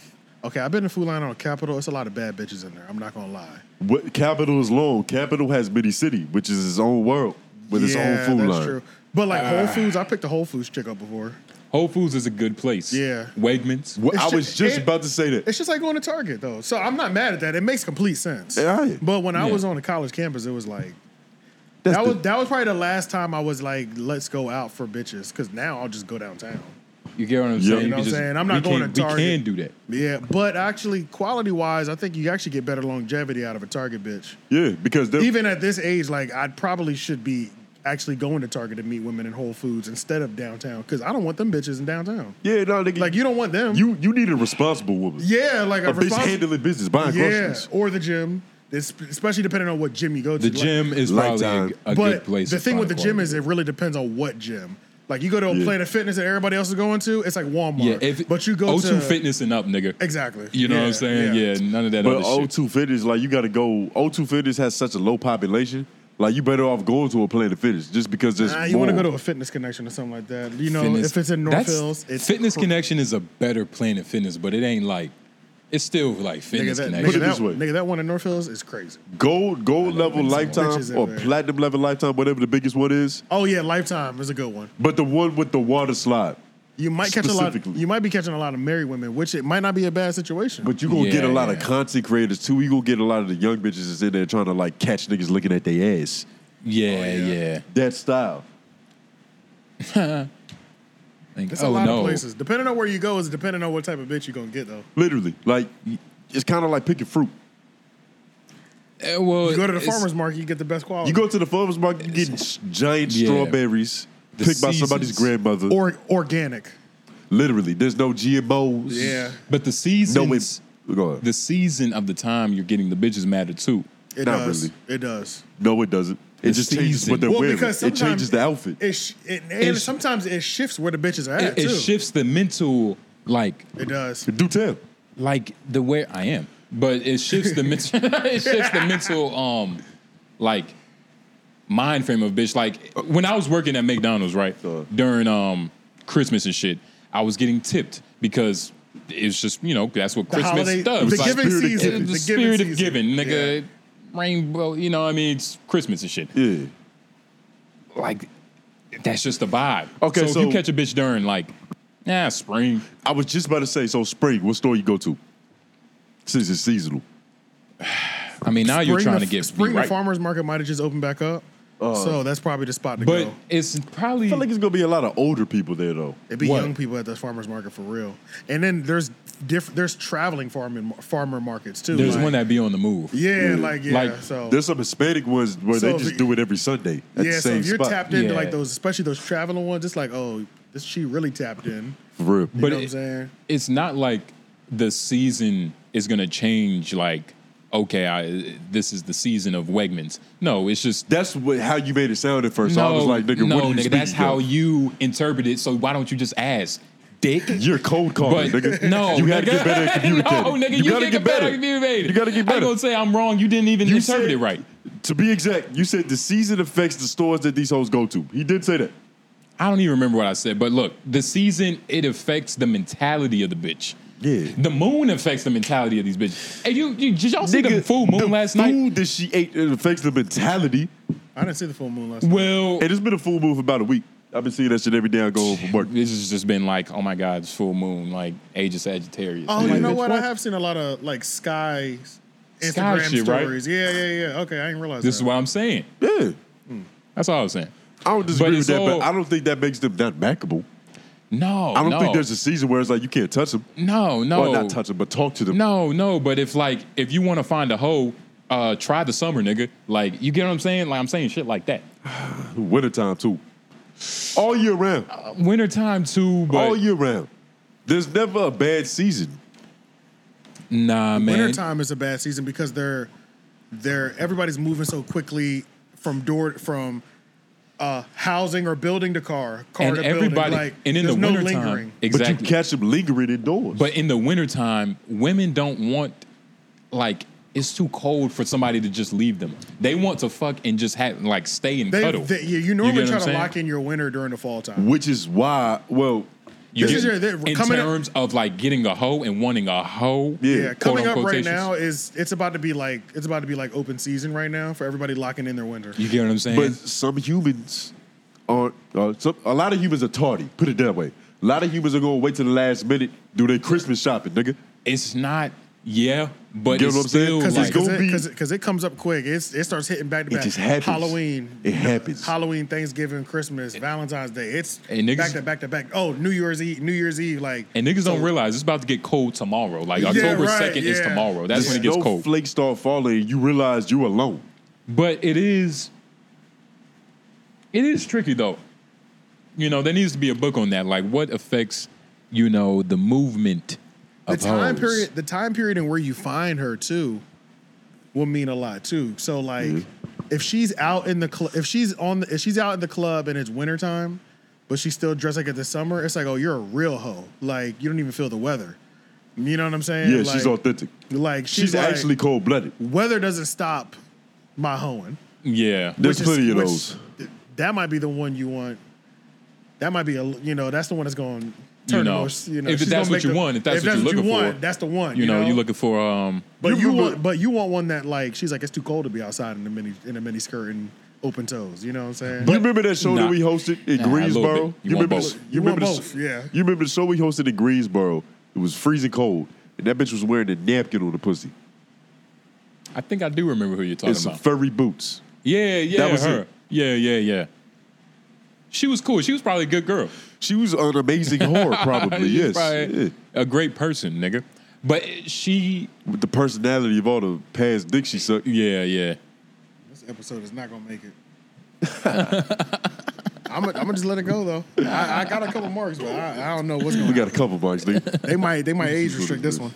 S4: okay, I've been to Food Line on Capitol. It's a lot of bad bitches in there. I'm not gonna lie.
S1: What capital is long? Capital has mini city, which is its own world with its own food line.
S4: But like Whole Foods, I picked a Whole Foods chick up before.
S2: Whole Foods is a good place.
S4: Yeah.
S2: Wegmans.
S1: Well,
S4: It's
S1: I
S4: ju-
S1: was just
S4: it-
S1: about to say that.
S4: It's just like going to Target though, so I'm not mad at that. It makes complete sense.
S1: Yeah.
S4: But when I
S2: Yeah.
S4: was on the college campus, it was like
S1: That's
S4: that
S1: the-
S4: was that was probably the last time I was like, let's go out for bitches, because now I'll just go downtown.
S2: You get what I'm
S1: Yeah.
S2: saying?
S1: You
S4: know
S2: can
S4: what I'm saying? I'm
S2: we
S4: not going
S2: can-
S4: to Target.
S2: We can do that.
S4: Yeah, but actually, quality wise, I think you actually get better longevity out of a Target bitch.
S1: yeah, because they're
S4: Even at this age, like I probably should be actually going to Target to meet women in Whole Foods instead of downtown because I don't want them bitches in downtown.
S1: Yeah, no, nigga.
S4: Like you don't want them.
S1: you you need a responsible woman.
S4: yeah, like
S1: a,
S4: a,
S1: bitch
S4: respons-
S1: handling business, buying
S4: yeah,
S1: groceries.
S4: or the gym. It's, especially depending on what gym you go to.
S2: The
S4: Like,
S2: gym is
S1: Lifetime.
S2: probably a, a
S4: but
S2: good place.
S4: the
S2: to
S4: thing with the
S2: find
S4: gym
S2: quality.
S4: is it really depends on what gym. Like you go to a
S1: Yeah.
S4: Planet Fitness that everybody else is going to, it's like Walmart.
S2: yeah, if
S4: but you go
S2: O2
S4: to
S2: Fitness and up, nigga.
S4: Exactly.
S2: You know what
S4: Yeah,
S2: I'm saying? Yeah,
S4: yeah.
S2: none of that
S1: But
S2: other shit.
S1: O2 Fitness, like you got to go. O2 Fitness has such a low population. Like you better off going to a Planet Fitness just because there's
S4: Nah, you want to
S1: more.
S4: go to a fitness connection or something like that. You know,
S2: Fitness-
S4: if it's in North
S2: that's-
S4: Hills, it's
S2: Fitness
S4: cr-
S2: Connection is a better Planet Fitness, but it ain't like it's still like
S4: Nigga,
S2: Fitness
S4: that,
S2: Connection.
S4: nigga,
S1: Put it
S4: that,
S1: this way.
S4: nigga, that one in North Hills is crazy.
S1: gold gold level lifetime
S4: Bitches
S1: or
S4: everywhere.
S1: platinum level lifetime, whatever the biggest one is.
S4: Oh yeah, Lifetime is a good one.
S1: But the one with the water slide.
S4: You might catch a lot.
S1: Specifically.
S4: You might be catching a lot of married women, which it might not be a bad situation.
S1: But you gonna
S2: Yeah,
S1: get a lot of
S2: yeah.
S1: content creators too. You gonna get a lot of the young bitches that's in there trying to like catch niggas looking at their ass.
S4: Oh,
S2: Yeah, yeah.
S1: That style.
S2: Like,
S4: it's a
S2: oh
S4: lot
S2: no,
S4: of places. Depending on where you go is depending on what type of bitch you gonna get though.
S1: Literally. Like it's kind of like picking fruit.
S2: Eh, well,
S4: You go to the
S2: it's-
S4: farmers market, you get the best quality.
S1: You go to the farmer's market, you get s- giant
S2: Yeah.
S1: strawberries
S2: The
S1: picked by somebody's
S2: seasons.
S1: grandmother. Or
S4: or organic.
S1: literally, there's no GMOs.
S4: Yeah,
S2: But the
S1: No
S2: seasons,
S1: it's Go ahead.
S2: the season of the time you're getting the bitches matter too.
S4: it
S1: Not
S4: does.
S1: really.
S4: It does.
S1: no, it doesn't. It
S2: The
S1: just changes
S2: season.
S1: what they're
S4: Well,
S1: wearing.
S4: because
S1: It
S4: sometimes
S1: changes the outfit.
S4: It, sh- it and
S2: It's-
S4: sometimes it shifts where the bitches are at
S2: It, it
S4: too.
S2: shifts the mental, like
S4: It does.
S1: Do tell.
S2: like the way I am, but it shifts the mental. it shifts the mental, um, like mind frame of bitch. Like when I was working at McDonald's, right
S1: Uh.
S2: during um Christmas and shit, I was getting tipped because it's just you know that's what
S4: The
S2: Christmas
S4: holiday,
S2: does.
S4: the
S2: Like,
S4: giving
S1: spirit of
S4: season,
S1: giving.
S2: the,
S4: the
S2: spirit
S4: giving
S2: of
S4: season.
S2: giving, nigga. Rainbow, you know, what I mean, it's Christmas and shit.
S1: Yeah.
S2: Like that's just the vibe.
S1: Okay,
S2: so, if
S1: so-
S2: you catch a bitch during like, nah, spring.
S1: I was just about to say, so spring, what store you go to? Since it's seasonal.
S2: I mean, now you're
S4: Spring
S2: trying
S4: the-
S2: to get
S4: spring.
S2: right.
S4: The farmers market might have just opened back up,
S1: Uh,
S4: so that's probably the spot to
S2: but
S4: go.
S2: it's probably
S1: I feel like it's gonna be a lot of older people there though.
S4: It'd be
S2: what?
S4: young people at the farmers market for real. And then there's diff- there's traveling farming farmer markets too.
S2: There's
S4: like-
S2: one that be on the move.
S4: yeah, like yeah,
S2: Like,
S4: so.
S1: There's some Hispanic ones where
S4: So
S1: they
S4: if
S1: just
S4: you-
S1: do it every Sunday at
S4: yeah,
S1: the
S4: so
S1: same
S4: if you're
S1: spot.
S4: tapped into
S2: Yeah.
S4: like those, especially those traveling ones, it's like, oh, this she really tapped in.
S1: For real.
S2: But
S4: know what
S2: it-
S4: I'm saying?
S2: it's not like the season is gonna change. Like, okay, I, this is the season of Wegmans. No, it's just
S1: that's what, how you made it sound at first.
S2: no,
S1: I was like, nigga,
S2: no,
S1: what are you
S2: nigga.
S1: speaking
S2: That's how
S1: of?
S2: you interpret it. So why don't you just ask, dick?
S1: You're cold calling,
S2: But
S1: nigga.
S2: no,
S1: you gotta
S2: nigga.
S1: get better at communicating.
S2: no, nigga, you,
S1: gotta
S2: get,
S1: get
S2: better.
S1: better.
S2: at communicating.
S1: You gotta get
S2: I ain't
S1: better.
S2: gonna say I'm wrong. You didn't even
S1: You
S2: interpret
S1: said-
S2: it right.
S1: To be exact, you said the season affects the stores that these hoes go to. He did say that.
S2: I don't even remember what I said, but look, the season it affects the mentality of the bitch.
S1: Yeah.
S2: the moon affects the mentality of these bitches. Hey, you, you did y'all see the full moon
S1: the
S2: last
S1: food
S2: night?
S1: that she ate it affects the mentality.
S4: I didn't see the full moon last night.
S2: Well,
S1: And it's been a full move for about a week. I've been seeing that shit every day I go home from work.
S2: this has just been like, oh my god, it's full moon, like Age of Sagittarius.
S4: Oh,
S2: I'm
S4: you
S2: like,
S4: know
S2: bitch,
S4: what? I have seen a lot of like sky
S2: Sky
S4: Instagram
S2: shit, right?
S4: stories. Yeah, yeah, yeah. Okay, I didn't realize
S2: This is
S4: that.
S2: what I'm saying.
S1: Yeah.
S2: That's all I was saying.
S1: I don't disagree
S2: But
S1: with
S2: it's
S1: that,
S2: all-
S1: but I don't think that makes them not backable.
S2: No,
S1: I don't
S2: no,
S1: think there's a season where it's like you can't touch them.
S2: no, no,
S1: Or not touch them, but talk to them.
S2: No, no, but if like if you want to find a hoe, uh, try the summer, nigga. Like you get what I'm saying? Like I'm saying shit like that.
S1: Wintertime too. All year round.
S2: Wintertime too, but
S1: All year round. There's never a bad season.
S2: nah, man.
S4: Wintertime is a bad season because they're they're everybody's moving so quickly from door from uh, housing or building to car, car
S2: and
S4: to
S2: everybody,
S4: building. Like,
S2: and in the
S4: there's no
S2: wintertime,
S4: lingering.
S2: exactly.
S1: But you catch them lingering indoors.
S2: But in the wintertime, women don't want like it's too cold for somebody to just leave them. They want to fuck and just have like stay and
S4: They,
S2: cuddle.
S4: they, you, you normally try to lock in your winter during the fall time.
S1: which is why, well,
S2: you
S4: this
S2: get,
S4: is your- they're
S2: in
S4: coming up-
S2: terms of like getting a hoe and wanting a hoe.
S1: Yeah.
S4: yeah, coming
S2: quote,
S4: up right
S2: unquotations.
S4: now is it's about to be like it's about to be like open season right now for everybody locking in their winter.
S2: You get what I'm saying?
S1: but some humans aren't, uh, some, a lot of humans are tardy, put it that way. A lot of humans are going to wait till the last minute, do their Christmas shopping, nigga. it's
S2: it's not. Yeah, but
S1: Get
S2: it's
S1: what I'm saying?
S2: still
S4: Because
S2: like
S1: it's gonna be-
S4: it, cause it comes up quick. It's, it starts hitting back to
S1: It
S4: back.
S1: just happens.
S4: Halloween.
S1: It happens.
S4: Halloween, Thanksgiving, Christmas, Valentine's Day. It's
S2: Hey, niggas-
S4: back to back to back. Oh, New Year's Eve. New Year's Eve. Like
S2: and niggas don't realize it's about to get cold tomorrow. Like
S4: Yeah,
S2: October
S4: right,
S2: second is
S4: yeah.
S2: tomorrow. That's when it gets cold.
S1: Snowflakes start falling, you realize you alone.
S2: But it is It is tricky though. You know, there needs to be a book on that. Like, what affects, you know, the movement
S4: the
S2: of
S4: time
S2: hoes.
S4: period the time period and where you find her too will mean a lot too so like
S1: Mm-hmm.
S4: if she's out in the cl- if she's on the, if she's out in the club and it's wintertime but she's still dressed like it's the summer it's like oh you're a real hoe like you don't even feel the weather you know what i'm saying
S1: Yeah,
S4: like,
S1: she's authentic.
S4: like
S1: She's,
S4: like,
S1: actually cold blooded.
S4: weather doesn't stop my hoeing
S2: Yeah.
S1: There's
S4: which is-
S1: plenty of
S4: which-
S1: those.
S4: th- that might be the one you want. That might be a you know that's the one that's going.
S2: You
S4: Turn
S2: know,
S4: the most, you know,
S2: if
S4: she's
S2: that's
S4: gonna
S2: what
S4: make
S2: you
S4: the-
S2: want, if that's what you're
S4: you
S2: looking for,
S4: want, that's the one.
S2: You know, you're looking for um
S4: but you
S1: remember-
S4: want, but you want one that like she's like it's too cold to be outside in a mini in a mini skirt and open toes. You know what I'm saying?
S1: you remember that show
S2: Nah.
S1: that we hosted in
S2: Nah, a little bit.
S1: Greensboro?
S2: You want
S1: remember?
S2: both.
S1: The,
S4: You
S1: you remember?
S4: want
S1: the-
S4: both, yeah.
S1: You remember the show we hosted in Greensboro? It was freezing cold, and that bitch was wearing a napkin on the pussy
S2: I think I do remember who you're talking
S1: and some
S2: about.
S1: furry boots.
S2: yeah, yeah.
S1: That was
S2: her.
S1: it.
S2: Yeah, yeah, yeah. She was cool. She was probably a good girl.
S1: She was an amazing whore, probably.
S2: She's
S1: yes,
S2: probably
S1: yeah.
S2: A great person, nigga. But she
S1: with the personality of all the past dick she sucked.
S2: Yeah, yeah.
S4: this episode is not gonna make it. I'm gonna I'm just let it go though. I, I got a couple marks, but I, I don't know what's going.
S1: We
S4: to
S1: got a couple marks, nigga.
S4: They might they might age restrict this one.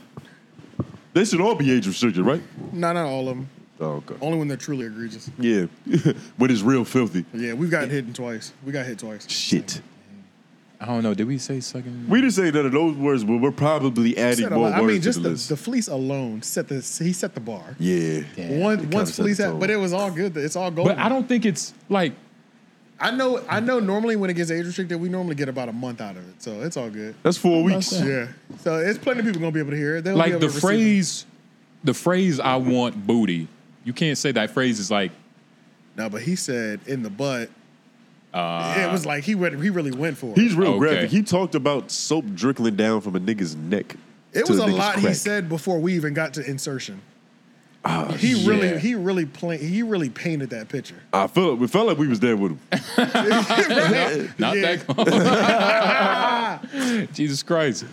S1: They should all be age restricted, right?
S4: No, not all of them.
S1: Oh, okay.
S4: Only when they're truly egregious.
S1: Yeah, but it's real filthy.
S4: Yeah, we've gotten hit twice. We got hit twice.
S1: Shit.
S2: I don't know. Did we say sucking?
S1: We didn't say none of those words, but we're probably adding
S4: Set a
S1: more
S4: lot-
S1: words
S4: I mean,
S1: to
S4: just
S1: the
S4: the,
S1: list.
S4: the fleece alone set the he set the bar.
S1: yeah.
S2: One-
S4: One, once
S1: set
S4: fleece,
S1: the
S4: out,
S1: tone.
S4: but it was all good. It's all golden.
S2: but I don't think it's like
S4: I know. I know. Normally, when it gets age restricted, we normally get about a month out of it, so it's all good.
S1: That's four weeks.
S4: Yeah. So it's plenty of people gonna be able to hear it. They'll be
S2: like
S4: able
S2: the
S4: to receive
S2: phrase, the phrase "I want booty." You can't say that phrase is like
S4: it. No, but he said in the butt. it was like he went, he really went for it.
S1: He's real
S2: Okay.
S1: graphic. He talked about soap trickling down from a nigga's neck.
S4: it
S1: to
S4: was
S1: the
S4: a
S1: nigga's
S4: lot he
S1: crack.
S4: said before we even got to insertion. he
S2: yeah.
S4: really, he really, pla- he really painted that picture.
S1: I felt like, we felt like we was there with him.
S2: not, not
S4: Yeah.
S2: that. Cold. Jesus Christ!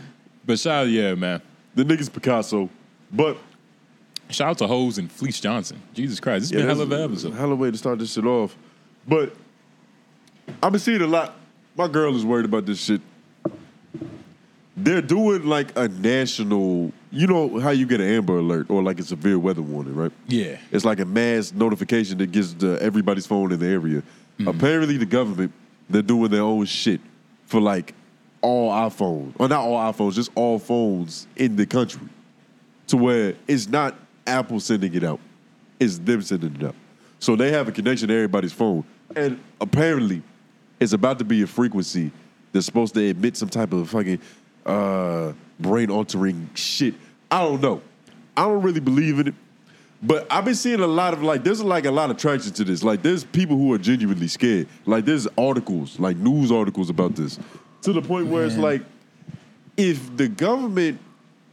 S2: But shout out, yeah, man.
S1: The nigga's Picasso. But
S2: Shout out to Hose and Fleece Johnson. Jesus Christ, it's been a hell of an episode.
S1: Hell of a way to start this shit off. But I've been seeing a lot. My girl is worried about this shit. They're doing like a national, you know how you get an Amber Alert or like a severe weather warning, right?
S2: Yeah.
S1: It's like a mass notification that gets to everybody's phone in the area. Apparently, the government they're doing their own shit for like all iPhones, or not all iPhones, just all phones in the country, to where it's not Apple sending it out, it's them sending it out. So they have a connection to everybody's phone, and apparently, it's about to be a frequency that's supposed to emit some type of fucking uh, brain altering shit. I don't know. I don't really believe in it. But I've been seeing a lot of like there's like a lot of traction to this. Like there's people who are genuinely scared. Like there's articles, like news articles about this. To the point where it's like if the government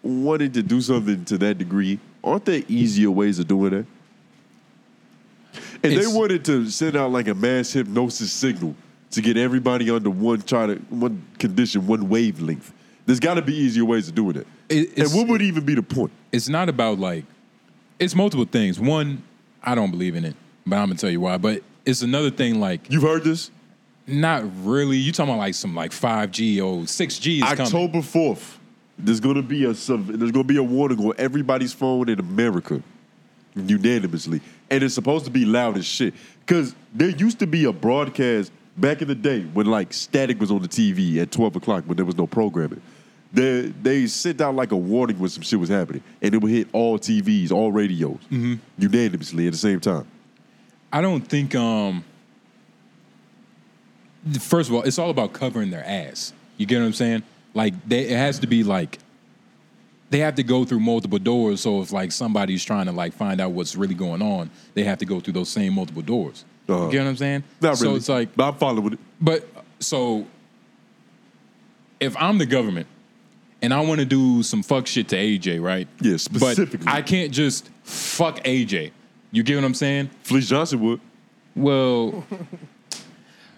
S1: wanted to do something to that degree, aren't there easier ways of doing that? And
S2: It's-
S1: they wanted to send out like a mass hypnosis signal to get everybody under one try to one condition, one wavelength. There's got to be easier ways of doing it.
S2: It-
S1: and
S2: it's-
S1: what would even be the point?
S2: It's not about like, it's multiple things. One, I don't believe in it, but I'm gonna tell you why. But it's another thing like
S1: You've heard this?
S2: not really. You talking about like some like five G or six G is coming.
S1: October fourth. There's gonna be a sub- there's gonna be a warning on everybody's phone in America, unanimously, and it's supposed to be loud as shit. Cause there used to be a broadcast back in the day when like static was on the TV at twelve o'clock when there was no programming. They they sent out like a warning when some shit was happening, and it would hit all TVs, all radios,
S2: Mm-hmm.
S1: unanimously at the same time.
S2: I don't think. um First of all, it's all about covering their ass. You get what I'm saying? Like, they, it has to be like they have to go through multiple doors. So if like somebody's trying to like find out what's really going on, they have to go through those same multiple doors.
S1: Uh-huh.
S2: You get what I'm saying?
S1: Not
S2: so
S1: really.
S2: it's like,
S1: but I'm following it.
S2: but so if I'm the government and I want to do some fuck shit to AJ, right?
S1: Yeah,
S2: But
S1: specifically.
S2: I can't just fuck AJ. You get what I'm saying?
S1: Fleece Johnson would.
S2: Well,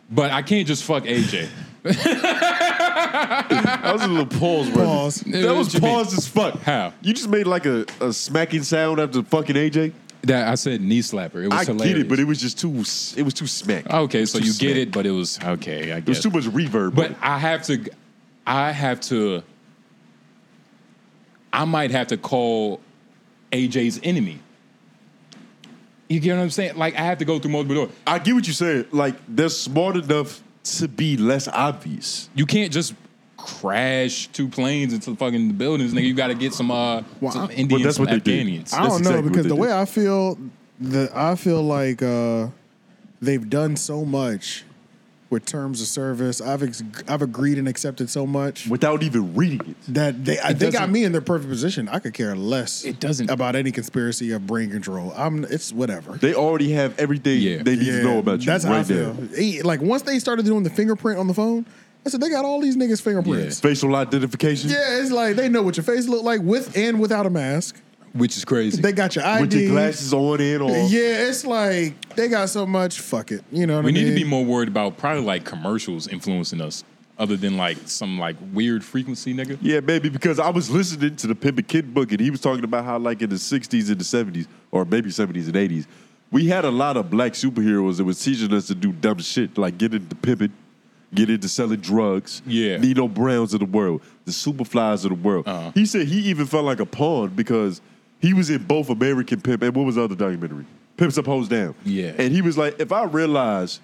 S2: but I can't just fuck AJ.
S1: That was a little pause, right?
S4: Pause.
S1: That was
S2: What you mean?
S1: pause as fuck.
S2: How?
S1: You just made like a, a smacking sound after fucking AJ?
S2: That I said knee slapper. It was
S1: I
S2: hilarious.
S1: get it, but it was just too. s- It was too smack.
S2: okay, so
S1: Too
S2: you
S1: smack.
S2: get it, but it was okay. I guess.
S1: There's too much reverb.
S2: But I have to, I have to, I might have to call AJ's enemy. You get what I'm saying? Like I have to go through multiple doors.
S1: I get what you're saying. Like they're smart enough to be less obvious.
S2: You can't just crash two planes into fucking the buildings, nigga. You got to get some uh
S4: Well,
S2: some
S4: I-
S2: Indians,
S1: Well, that's
S2: some
S1: what they did.
S2: Afghanians.
S4: I don't
S1: That's
S4: know
S1: exactly what
S4: because
S1: they
S4: the
S1: did.
S4: way I feel, the I feel like uh, they've done so much with terms of service. I've ex- I've agreed and accepted so much
S1: Without even reading it.
S4: that they I, they got
S2: doesn't-
S4: me in their perfect position. I could care less.
S2: It doesn't-
S4: about any conspiracy of brain control. I'm it's whatever.
S1: They already have everything
S2: Yeah.
S1: they need to know about you
S4: that's
S1: right
S4: how I
S1: there.
S4: feel. He- like once they started doing the fingerprint on the phone, I said they got all these niggas fingerprints.
S1: Facial identification.
S4: Yeah, it's like they know what your face look like with and without a mask.
S2: which is crazy.
S4: They got your ID.
S1: With your glasses on and off.
S4: Yeah, it's like they got so much. Fuck it, you know. What
S2: we
S4: I
S2: need to
S4: mean?
S2: be more worried about probably like commercials influencing us, other than like some like weird frequency, nigga.
S1: Yeah, baby, because I was listening to the Pimp a Kid book, and he was talking about how, like, in the 60s and the 70s, or maybe 70s and 80s, we had a lot of black superheroes that was teaching us to do dumb shit, like get into pimping, get into selling drugs.
S2: Yeah.
S1: Nino Browns of the world, the Superflies of the world.
S2: Uh-huh.
S1: He said he even felt like a pawn because he was in both American Pimp and what was the other documentary? Pimps Up Hoes Down.
S2: Yeah.
S1: And he was like, if I realized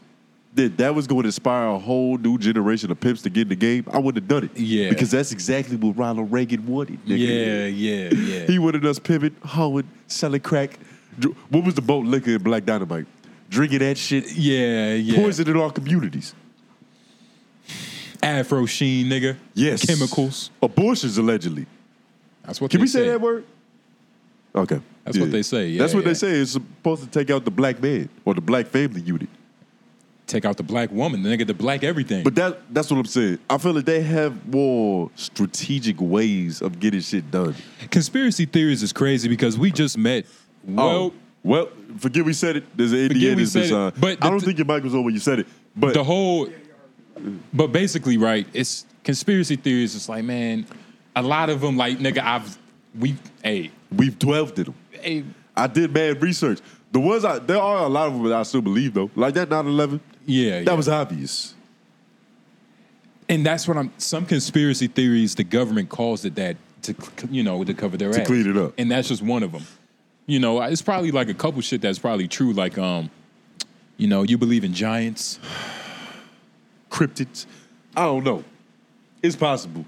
S1: that that was going to inspire a whole new generation of pimps to get in the game, I would have done it.
S2: Yeah.
S1: Because that's exactly what Ronald Reagan wanted.
S2: Yeah,
S1: Nigga.
S2: yeah, yeah.
S1: He wanted us pivot, Howard, selling crack. dr- What was the boat liquor and black dynamite? Drinking that shit,
S2: yeah, yeah.
S1: poisoning our communities.
S2: Afro Sheen, nigga.
S1: Yes.
S2: Chemicals.
S1: Abortions, allegedly.
S2: That's what
S1: Can
S2: they
S1: we say, that word? Okay.
S2: That's what they say, yeah,
S1: That's what
S2: yeah.
S1: they say. It's supposed to take out the black man or the black family unit.
S2: Take out the black woman, nigga, the black everything.
S1: But that that's what I'm saying. I feel like they have more strategic ways of getting shit done.
S2: conspiracy theories is crazy because we just met. Well,
S1: Oh, well, forget we said it. There's an
S2: Forget
S1: Indiana
S2: we
S1: this
S2: said it,
S1: uh,
S2: but
S1: I don't
S2: the-
S1: think your mic was on when you said it. But
S2: the whole. But basically, right? It's conspiracy theories. It's like, man, a lot of them, like, nigga, I've we, hey,
S1: we've delved in them.
S2: hey,
S1: I did bad research. The ones I there are a lot of them that I still believe though. Like that 9-11.
S2: yeah,
S1: That
S2: yeah.
S1: was obvious.
S2: and that's what I'm. Some conspiracy theories, the government calls it that to c- you know to cover their
S1: To
S2: ass.
S1: clean it up.
S2: and that's just one of them. You know, it's probably like a couple shit that's probably true. Like, um, you know, you believe in giants.
S1: Cryptids. I don't know. It's possible.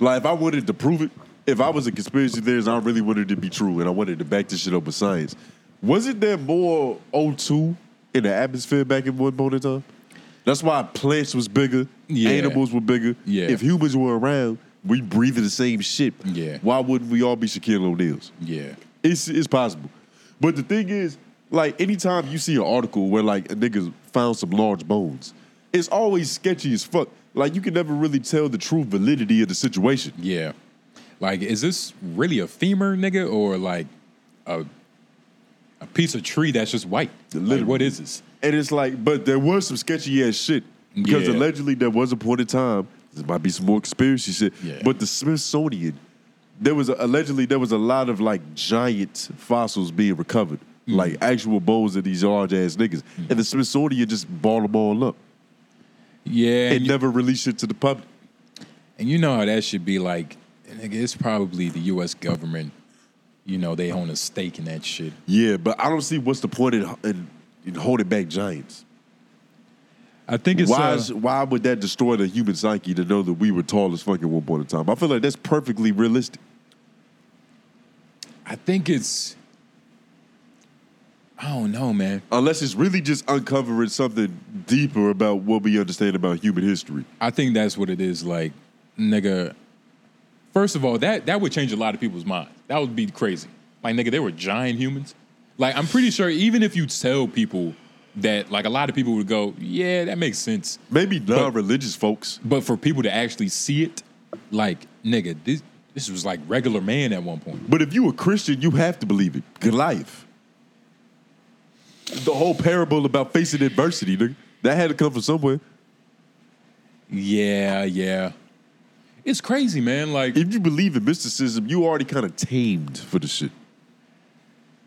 S1: Like if I wanted to prove it, if I was a conspiracy theorist, I really wanted it to be true, and I wanted to back this shit up with science. Wasn't there more O2 in the atmosphere back in one point in time? That's why plants was bigger,
S2: Yeah.
S1: animals were bigger.
S2: Yeah.
S1: If humans were around, we breathed the same shit.
S2: Yeah.
S1: Why wouldn't we all be Shaquille O'Neal's?
S2: Yeah,
S1: It's it's possible. But the thing is, like anytime you see an article where like a nigga found some large bones, it's always sketchy as fuck. Like you can never really tell the true validity of the situation.
S2: yeah. Like, is this really a femur, nigga, or like a a piece of tree that's just white? Like,
S1: Literally.
S2: what is this?
S1: And it's like, but there was some sketchy ass shit. Because
S2: Yeah.
S1: allegedly there was a point in time, there might be some more conspiracy shit.
S2: Yeah.
S1: But the Smithsonian, there was allegedly there was a lot of like giant fossils being recovered.
S2: Mm.
S1: Like actual bones of these large ass niggas. And the Smithsonian just bought them all up.
S2: Yeah,
S1: And
S2: and,
S1: never released it to the public.
S2: and you know how that should be like. Nigga, it's probably the U.S. government. You know, they own a stake in that shit.
S1: Yeah, but I don't see what's the point in, in, in holding back giants.
S2: I think it's
S1: Why,
S2: uh,
S1: is, why would that destroy the human psyche to know that we were tall as fuck at one point in time? I feel like that's perfectly realistic.
S2: I think it's. I don't know, man.
S1: Unless it's really just uncovering something deeper about what we understand about human history.
S2: I think that's what it is. Like, nigga. First of all, that that would change a lot of people's minds. That would be crazy. Like, nigga, they were giant humans. Like, I'm pretty sure even if you tell people that, like, a lot of people would go, "Yeah, that makes sense."
S1: Maybe non religious folks.
S2: But for people to actually see it, like, nigga, this this was like regular man at one point.
S1: But if you a Christian, you have to believe it. Goliath. The whole parable about facing adversity, nigga, that had to come from somewhere.
S2: Yeah, yeah. It's crazy, man. Like,
S1: If you believe in mysticism, you already kind of tamed for the shit.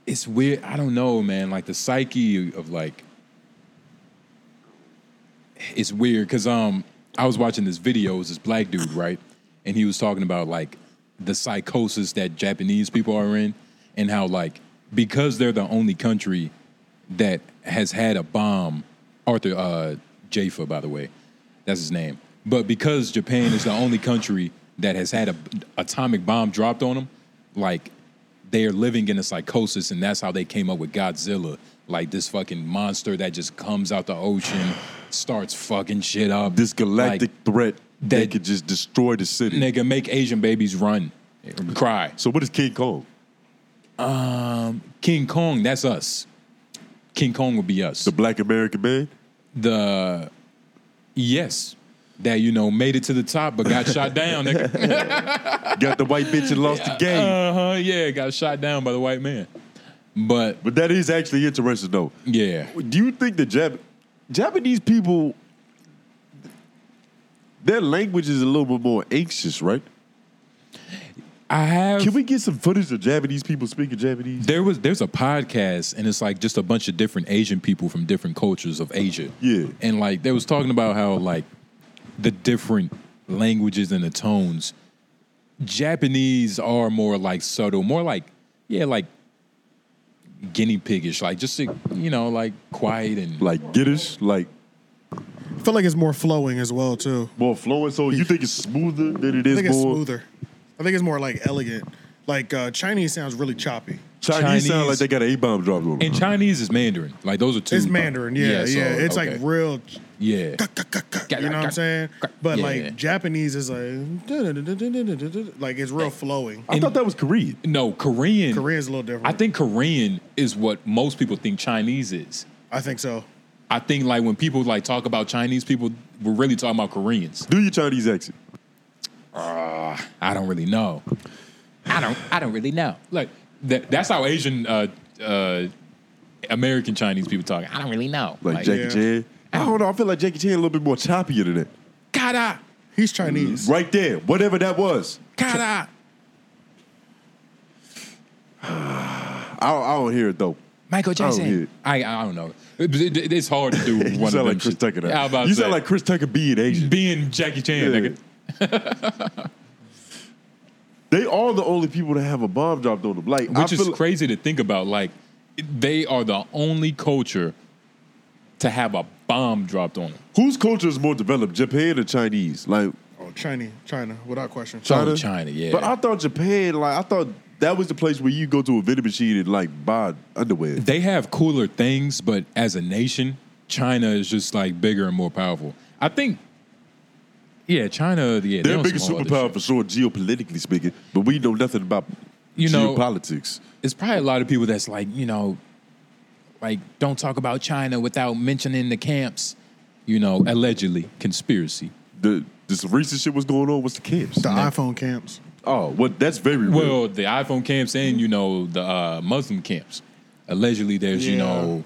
S2: it's weird. I don't know, man. Like the psyche of like, it's weird because um, I was watching this video. It was this black dude, right? And he was talking about like the psychosis that Japanese people are in, and how like because they're the only country that has had a bomb. Arthur uh, Jaffa, by the way, that's his name. But because Japan is the only country that has had an atomic bomb dropped on them, like they are living in a psychosis, and that's how they came up with Godzilla, like this fucking monster that just comes out the ocean, starts fucking shit up.
S1: This galactic
S2: Like,
S1: threat that
S2: that-
S1: could just destroy the city.
S2: nigga make Asian babies run, cry.
S1: so what is King Kong?
S2: King Kong, that's us. King Kong would be us.
S1: The black American man?
S2: the yes that you know made it to the top but got shot down. Nigga.
S1: Got the white bitch and lost the game.
S2: Uh huh. Yeah, got shot down by the white man. But
S1: But that is actually interesting, though.
S2: yeah,
S1: Do you think the Jap- Japanese people, their language is a little bit more anxious, right?
S2: I have.
S1: Can we get some footage of Japanese people speaking Japanese?
S2: there was there's a podcast and it's like just a bunch of different Asian people from different cultures of Asia.
S1: Yeah.
S2: And like they was talking about how like the different languages and the tones. Japanese are more like subtle, more like yeah, like guinea piggish, like just you know, like quiet and
S1: Like Giddish, like
S4: I feel like it's more flowing as well too.
S1: more flowing. So you think it's smoother than it
S4: I
S1: is
S4: think it's
S1: more?
S4: smoother. I think it's more like elegant. Like uh, Chinese sounds really choppy.
S1: Chinese, sound
S2: Chinese.
S1: like they got an A bomb dropped on them.
S2: And Chinese is Mandarin. Like those are two.
S4: It's Mandarin, yeah, yeah.
S2: so,
S4: it's
S2: okay.
S4: like real,
S2: yeah.
S4: you know what I'm saying? But
S2: Yeah.
S4: like Japanese is like, like it's real flowing.
S1: I thought that was Korean.
S2: No, Korean.
S4: Korean's a little different.
S2: I think Korean is what most people think Chinese is.
S4: I think so.
S2: I think like when people like talk about Chinese people, we're really talking about Koreans.
S1: Do your Chinese accent.
S2: I don't really know. I don't. I don't really know. Like that, that's how Asian uh, uh, American Chinese people talk. I don't really know.
S1: Like, Jackie
S4: yeah.
S1: Chan. I don't know. I feel like Jackie Chan a little bit more choppier than that.
S2: kara
S4: He's
S2: Mm.
S4: Chinese.
S1: Right there, whatever that was.
S2: kara
S1: I don't, I don't hear it though.
S2: Michael
S1: don't hear it.
S2: Jackson. I I don't know. It- it- it's hard to do.
S1: You
S2: one of
S1: sound like
S2: them
S1: Chris
S2: shit.
S1: Tucker. though.
S2: Yeah, I was about to
S1: You sound
S2: say.
S1: like Chris Tucker being Asian.
S2: being Jackie Chan,
S1: Yeah.
S2: nigga.
S1: They are the only people that have a bomb dropped on them. Like, I
S2: which is
S1: feel-
S2: crazy to think about. Like, they are the only culture to have a bomb dropped on them.
S1: Whose culture is more developed, Japan or Chinese? Like
S4: Oh, Chinese, China, without question.
S1: China,
S2: Oh, China, yeah.
S1: But I thought Japan, like I thought that was the place where you go to a vending machine and like buy underwear.
S2: They have cooler things, but as a nation, China is just like bigger and more powerful. I think, yeah, China, yeah,
S1: They're
S2: they
S1: a
S2: on
S1: bigger
S2: some other
S1: superpower
S2: shit.
S1: for sure, geopolitically speaking. But we know nothing about
S2: You know-
S1: geopolitics.
S2: It's probably a lot of people that's like, you know, like don't talk about China without mentioning the camps. You know, allegedly conspiracy.
S1: The this recent shit was going on. What's the camps?
S4: The iPhone camps.
S1: Oh, well, that's very real.
S2: Well, the iPhone camps and you know the uh, Muslim camps. Allegedly, there's you
S4: Yeah.
S2: know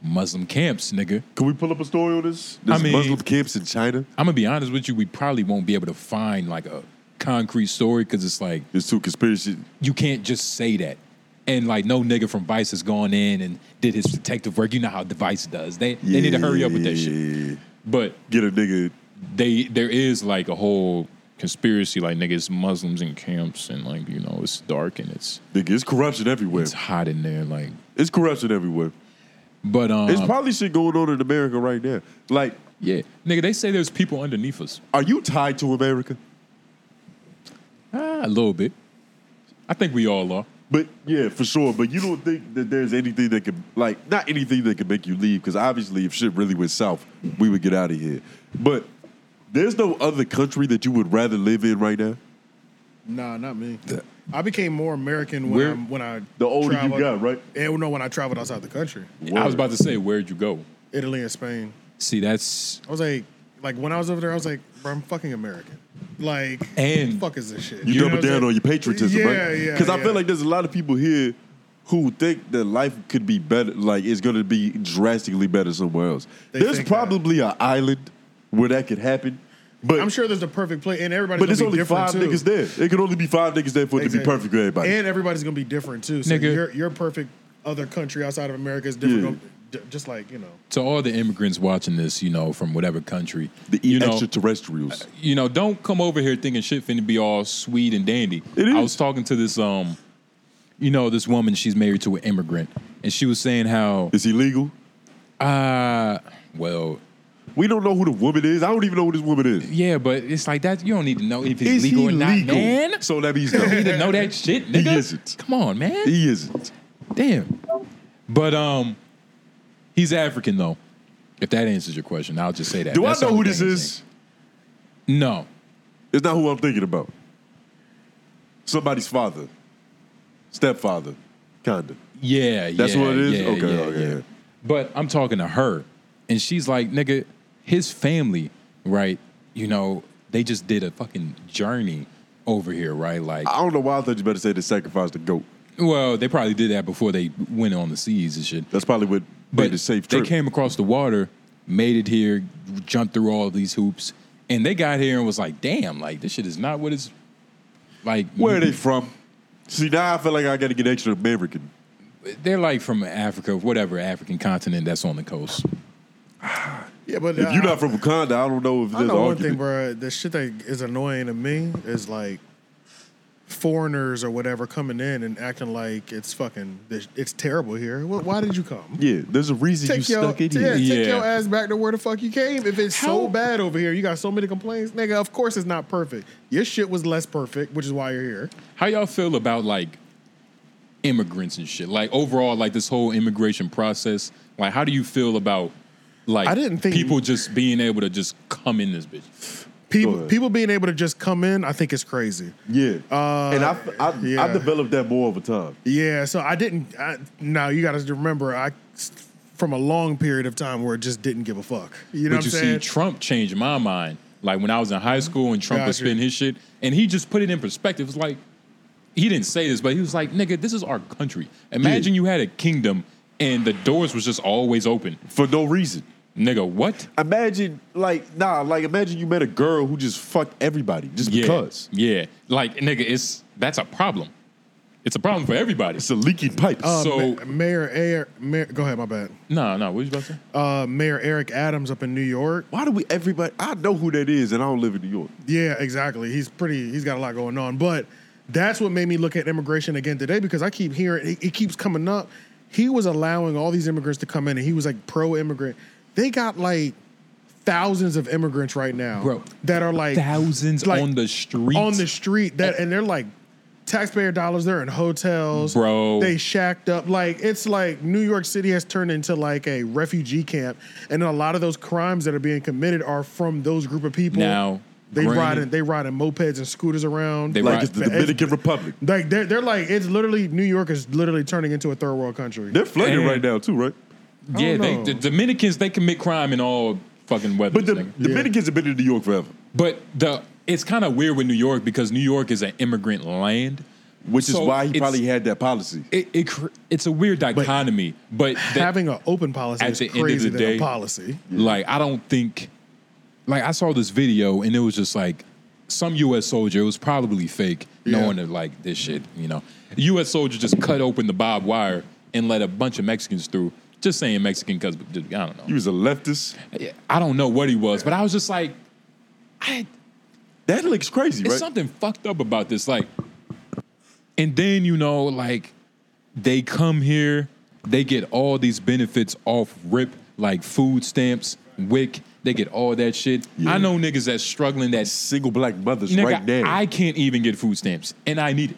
S2: Muslim camps, nigga.
S1: Can we pull up a story on this?
S2: I
S1: This
S2: mean-
S1: Muslim camps in China.
S2: I'm gonna be honest with you. We probably won't be able to find like a concrete story because it's like
S1: It's two conspiracy.
S2: you can't just say that. And like no nigga from Vice has gone in and did his detective work. You know how Vice does. They they need to hurry up with that shit.
S1: Yeah.
S2: But
S1: Get a nigga.
S2: they there is like a whole conspiracy. Like niggas, Muslims in camps, and like you know it's dark and it's
S1: Nigga, it's corruption everywhere.
S2: it's
S1: It's,
S2: hot in there. Like,
S1: corruption everywhere.
S2: but um,
S1: It's probably shit going on in America right now. Like,
S2: Yeah, nigga, they say there's people underneath us.
S1: are you tied to America?
S2: Ah, a little bit. I think we all are.
S1: But yeah, for sure. But you don't think that there's anything that could, like, not anything that could make you leave? Because obviously, if shit really went south, we would get out of here. But there's no other country that you would rather live in right now.
S4: Nah, not me. I became more American when
S2: Where-
S4: I, when I
S1: The older you
S4: traveled-
S1: got, right?
S4: And no, when I traveled outside the country,
S2: I was about to say, where'd you go?
S4: Italy and Spain.
S2: See, that's
S4: I was like, like when I was over there, I was like, bro, I'm fucking American. Like,
S2: And-
S4: what the fuck is this shit?
S1: You,
S4: know
S1: double
S4: what I'm
S1: down
S4: saying?
S1: on your patriotism,
S4: yeah,
S1: right?
S4: Yeah,
S1: Because I
S4: yeah.
S1: feel like there's a lot of people here who think that life could be better, like it's going to be drastically better somewhere else.
S4: They
S1: there's
S4: think
S1: probably an island where that could happen, but
S4: I'm sure there's a perfect place, and everybody's
S1: But
S4: gonna
S1: there's
S4: be
S1: only
S4: different
S1: five
S4: too.
S1: niggas there. It could only be five niggas there for it to be
S4: Exactly.
S1: perfect for everybody.
S4: And everybody's gonna be different too. So
S2: Nigga.
S4: your your perfect other country outside of America is different. d Just like you know,
S2: to all the immigrants watching this, you know, from whatever country,
S1: The
S2: you know,
S1: extraterrestrials.
S2: you know, don't come over here thinking shit finna be all sweet and dandy.
S1: It is.
S2: I was talking to this, um, you know, this woman. She's married to an immigrant, and she was saying how,
S1: Is he legal?
S2: uh, well,
S1: We don't know who the woman is. I don't even know who this woman is.
S2: yeah, but it's like that. You don't need to know if it's
S1: Is
S2: legal
S1: he
S2: or not,
S1: legal?
S2: man.
S1: So that means
S2: You
S1: no.
S2: need to know that shit, nigga.
S1: He isn't.
S2: Come on, man.
S1: he isn't.
S2: Damn. But um, he's African though. If that answers your question, I'll just say that.
S1: Do
S2: That's the
S1: I know who
S2: only
S1: this
S2: thing I'm
S1: is?
S2: saying. No.
S1: It's not who I'm thinking about. Somebody's father, stepfather, kinda.
S2: Yeah,
S1: That's
S2: yeah,
S1: what it is.
S2: yeah,
S1: okay,
S2: yeah,
S1: okay.
S2: yeah. But I'm talking to her, and she's like, "Nigga, his family, right? You know, they just did a fucking journey over here, right? Like,
S1: I don't know why I thought you better say they sacrificed the goat.
S2: well, they probably did that before they went on the seas and shit.
S1: That's probably what
S2: But
S1: made it safe
S2: they
S1: trip.
S2: came across the water, made it here, jumped through all these hoops, and they got here and was like, "Damn, like this shit is not what it's like."
S1: Where are they from? See, now I feel like I got to get extra American.
S2: They're like from Africa, whatever African continent that's on the coast.
S4: yeah. But
S1: If you're not from Wakanda, I don't know if
S4: I
S1: there's
S4: know
S1: an
S4: one
S1: argument.
S4: thing, bro. The shit that is annoying to me is like foreigners or whatever coming in and acting like it's fucking it's terrible here. Well, why did you come?
S1: yeah, there's a reason you
S4: Take your,
S1: stuck in
S4: yeah,
S1: here.
S4: take
S2: Yeah.
S4: your ass back to where the fuck you came. If it's so bad over here, you got so many complaints, nigga. Of course it's not perfect. Your shit was less perfect, which is why you're here.
S2: How y'all feel about like immigrants and shit? Like overall, like this whole immigration process. Like, how do you feel about like
S4: I didn't think-
S2: people just being able to just come in this bitch?
S1: Go
S4: People,
S1: ahead.
S4: people being able to just come in, I think it's crazy.
S1: Yeah,
S4: Uh,
S1: and I, I, I
S4: yeah.
S1: developed that more over time.
S4: Yeah, so I didn't. I, now you got to remember, I from a long period of time where it just didn't give a fuck. You know
S2: but
S4: what
S2: you
S4: I'm saying?
S2: see, Trump changed my mind. Like when I was in high school and Trump was
S4: Gotcha.
S2: spitting his shit, and he just put it in perspective. It's like he didn't say this, but he was like, "Nigga, this is our country. Imagine you had a kingdom and the doors was just always open.
S1: for no reason.
S2: Nigga, what?
S1: Imagine, like, nah, like, imagine you met a girl who just fucked everybody just
S2: Yeah,
S1: because.
S2: yeah, like nigga, it's that's a problem. It's a problem for everybody.
S1: It's a leaking pipe.
S4: Uh,
S2: so-
S4: Ma- Mayor Air, Mayor, go ahead, my bad.
S2: No, no, what you about to say?
S4: Uh, Mayor Eric Adams up in New York.
S1: Why do we, everybody, I know who that is, and I don't live in New York.
S4: Yeah, exactly. He's pretty. He's got a lot going on, but that's what made me look at immigration again today because I keep hearing it, it keeps coming up. He was allowing all these immigrants to come in, and he was like pro-immigrant. They got like thousands of immigrants right now,
S2: Bro,
S4: that are like
S2: thousands
S4: like,
S2: on the Eh. streets.
S4: on the street that and they're like taxpayer dollars they're in hotels
S2: Bro.
S4: they shacked up like it's like new york city has turned into like a refugee camp and a lot of those crimes that are being committed are from those group of people
S2: Now,
S4: they
S2: granted-
S4: riding they riding mopeds and scooters around
S2: They
S4: like,
S1: Like,
S2: Right.
S1: it's the Dominican Republic.
S4: like they're, they're like it's literally new york is literally turning into a third world country
S1: They're flooded
S2: And-
S1: right now, too, right?
S2: yeah,
S4: don't
S2: they,
S4: know.
S2: the Dominicans they commit crime in all fucking weather.
S1: But
S2: But
S1: the
S2: the,
S1: Dominicans have been in New York forever,
S2: but the it's kind of weird with New York because New York is an immigrant land,
S1: which
S2: So
S1: is why he
S2: it's-
S1: probably had that policy.
S2: It, it cr- it's a weird dichotomy. But, that-
S4: having an open policy
S2: at
S4: is
S2: the end of
S4: crazy
S2: the
S4: than
S2: day-
S4: a policy
S2: Like I don't think like I saw this video and it was just like some US soldier, it was probably fake,
S4: Yeah.
S2: knowing that like this shit, you know. US soldier just cut open the barbed wire and let a bunch of Mexicans through. Just saying Mexican because I don't know.
S1: He was a leftist.
S2: I don't know what he was, but I was just like, I,
S1: That looks crazy,
S2: it's
S1: right?
S2: something fucked up about this. Like, and then you know, like, they come here, they get all these benefits off rip, like food stamps, WIC. They get all that shit. I know niggas that's struggling. That
S1: Single black mothers
S2: nigga,
S1: right now.
S2: I can't even get food stamps, and I need it.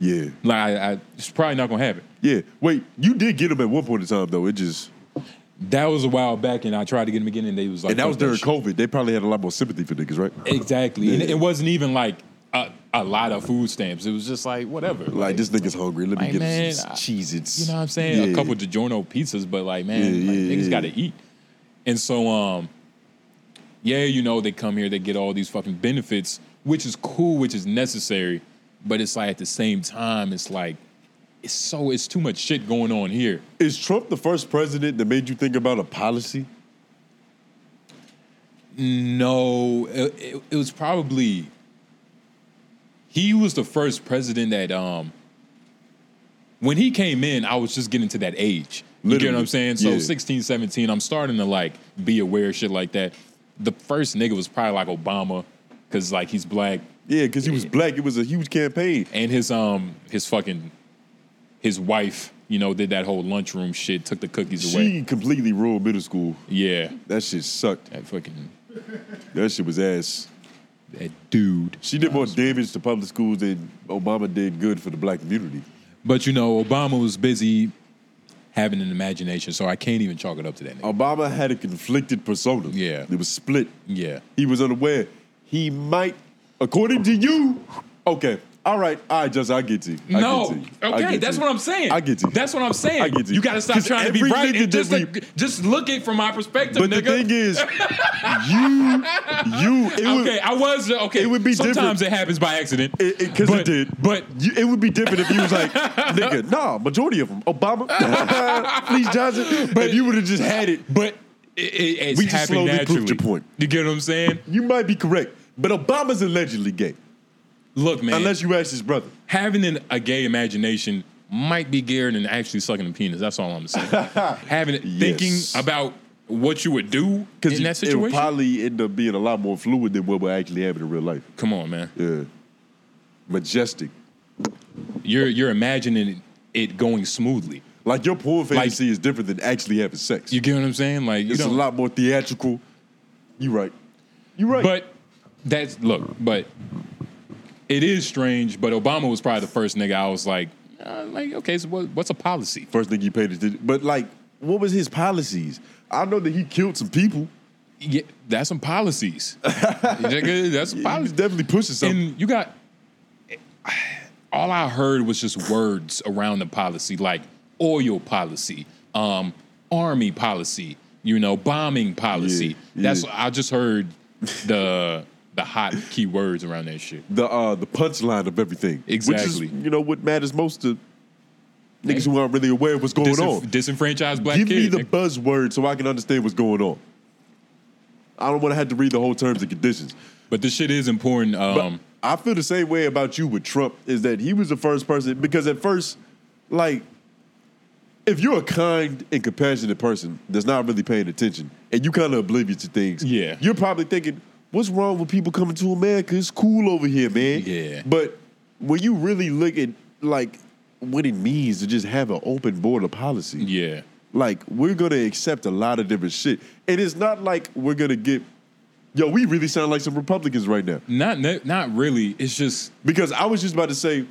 S1: yeah.
S2: Like, I, I, it's probably not gonna happen.
S1: Yeah. Wait, you did get them at one point in time, though. It just,
S2: That was a while back, and I tried to get them again, and they was like,
S1: and that
S2: "Fuck
S1: was during
S2: shit."
S1: COVID. They probably had a lot more sympathy for niggas, right?
S2: Exactly, and
S1: Yeah.
S2: it wasn't even like a, a lot of food stamps. It was just like whatever.
S1: Like, this nigga's hungry. Let me
S2: Like,
S1: get
S2: man,
S1: him some
S2: I-
S1: Cheez-Its.
S2: You know what I'm saying? A
S1: Yeah.
S2: couple DiGiorno pizzas, but like, man,
S1: Yeah,
S2: like,
S1: yeah,
S2: niggas
S1: yeah.
S2: got to eat. And so, um, yeah, you know, they come here, they get all these fucking benefits, which is cool, which is necessary, but it's like at the same time, it's like, it's so it's too much shit going on here.
S1: Is Trump the first president that made you think about a policy?
S2: No, it, it, it was probably he was the first president that um when he came in, I was just getting to that age. You
S1: Literally,
S2: get what I'm saying? So
S1: yeah.
S2: 16, 17, I'm starting to like be aware of shit like that. The first nigga was probably like Obama, cause like he's black
S1: Yeah, because he was black. It was a huge campaign.
S2: and his um his fucking his wife, you know, did that whole lunchroom shit, took the cookies away.
S1: She completely ruined middle school.
S2: Yeah.
S1: That shit sucked.
S2: That fucking
S1: That shit was ass.
S2: that dude.
S1: She did more damage to public schools than Obama did good for the black community.
S2: But you know, Obama was busy having an imagination, so I can't even chalk it up to that nigga.
S1: Obama had a conflicted persona.
S2: Yeah.
S1: It was split.
S2: Yeah.
S1: He was unaware. He might, according to you, okay. All right, all right, Justin, I get to you. I
S2: No,
S1: get to you. I
S2: okay,
S1: get
S2: that's
S1: to you.
S2: what I'm saying.
S1: I get you.
S2: That's what I'm saying.
S1: I get you.
S2: You gotta stop
S1: 'Cause
S2: trying to be
S1: every
S2: right
S1: nigga
S2: and just
S1: that we-
S2: like, just look it from my perspective,
S1: But
S2: nigga.
S1: the thing is, you, you, it would,
S2: okay, I was uh, okay.
S1: it would be different.
S2: sometimes it happens by accident.
S1: It- it- 'cause it
S2: But-
S1: did.
S2: But
S1: You, it would be different if you was like, nigga, nah, majority of them. Obama, please Johnson. But if you would have just had it,
S2: but it, it, it's
S1: We just
S2: happened
S1: slowly
S2: naturally.
S1: proved your point.
S2: You get what I'm saying?
S1: you might be correct. But Obama's allegedly gay,
S2: Look, man.
S1: unless you ask his brother.
S2: having an, a gay imagination might be gayer than actually sucking a penis. That's all I'm saying. having it,
S1: Yes.
S2: thinking about what you would do in
S1: Because
S2: that
S1: it would
S2: situation.
S1: probably end up being a lot more fluid than what we're actually having in real life.
S2: Come on, man.
S1: Yeah. Majestic.
S2: You're you're imagining it going smoothly.
S1: Like your porn
S2: Like-
S1: fantasy is different than actually having sex.
S2: You get what I'm saying? Like you
S1: it's a
S2: don't-
S1: lot more theatrical. You right. You right.
S2: But that's look, but it is strange. But Obama was probably the first nigga I was like, uh, like okay, so what, what's a policy?
S1: first thing you paid attention. But like, what was his policies? I know that he killed some people.
S2: Yeah, that's some policies. Nigga, that's some
S1: He was
S2: policies.
S1: definitely pushing something.
S2: and you got all I heard was just words around the policy, like oil policy, um, army policy, you know, bombing policy.
S1: Yeah,
S2: That's
S1: yeah.
S2: I just heard the the hot key words around that shit.
S1: the uh, the punchline of everything.
S2: Exactly.
S1: Which is, you know what matters most to niggas who aren't really aware of what's going
S2: Disenf-
S1: on.
S2: disenfranchised black
S1: Give me
S2: kids.
S1: the buzzword so I can understand what's going on. I don't want to have to read the whole terms and conditions.
S2: but this shit is important.
S1: But
S2: Um,
S1: I feel the same way about you with Trump is that he was the first person because at first, like, if you're a kind and compassionate person that's not really paying attention and you kind of oblivious to things,
S2: Yeah.
S1: you're probably thinking, "What's wrong with people coming to America? It's cool over here, man."
S2: Yeah.
S1: But when you really look at like what it means to just have an open border policy,
S2: yeah,
S1: like we're gonna accept a lot of different shit, and it's not like we're gonna get. Yo, we really sound like some Republicans right now.
S2: not ne- not really. It's just
S1: Because I was just about to say,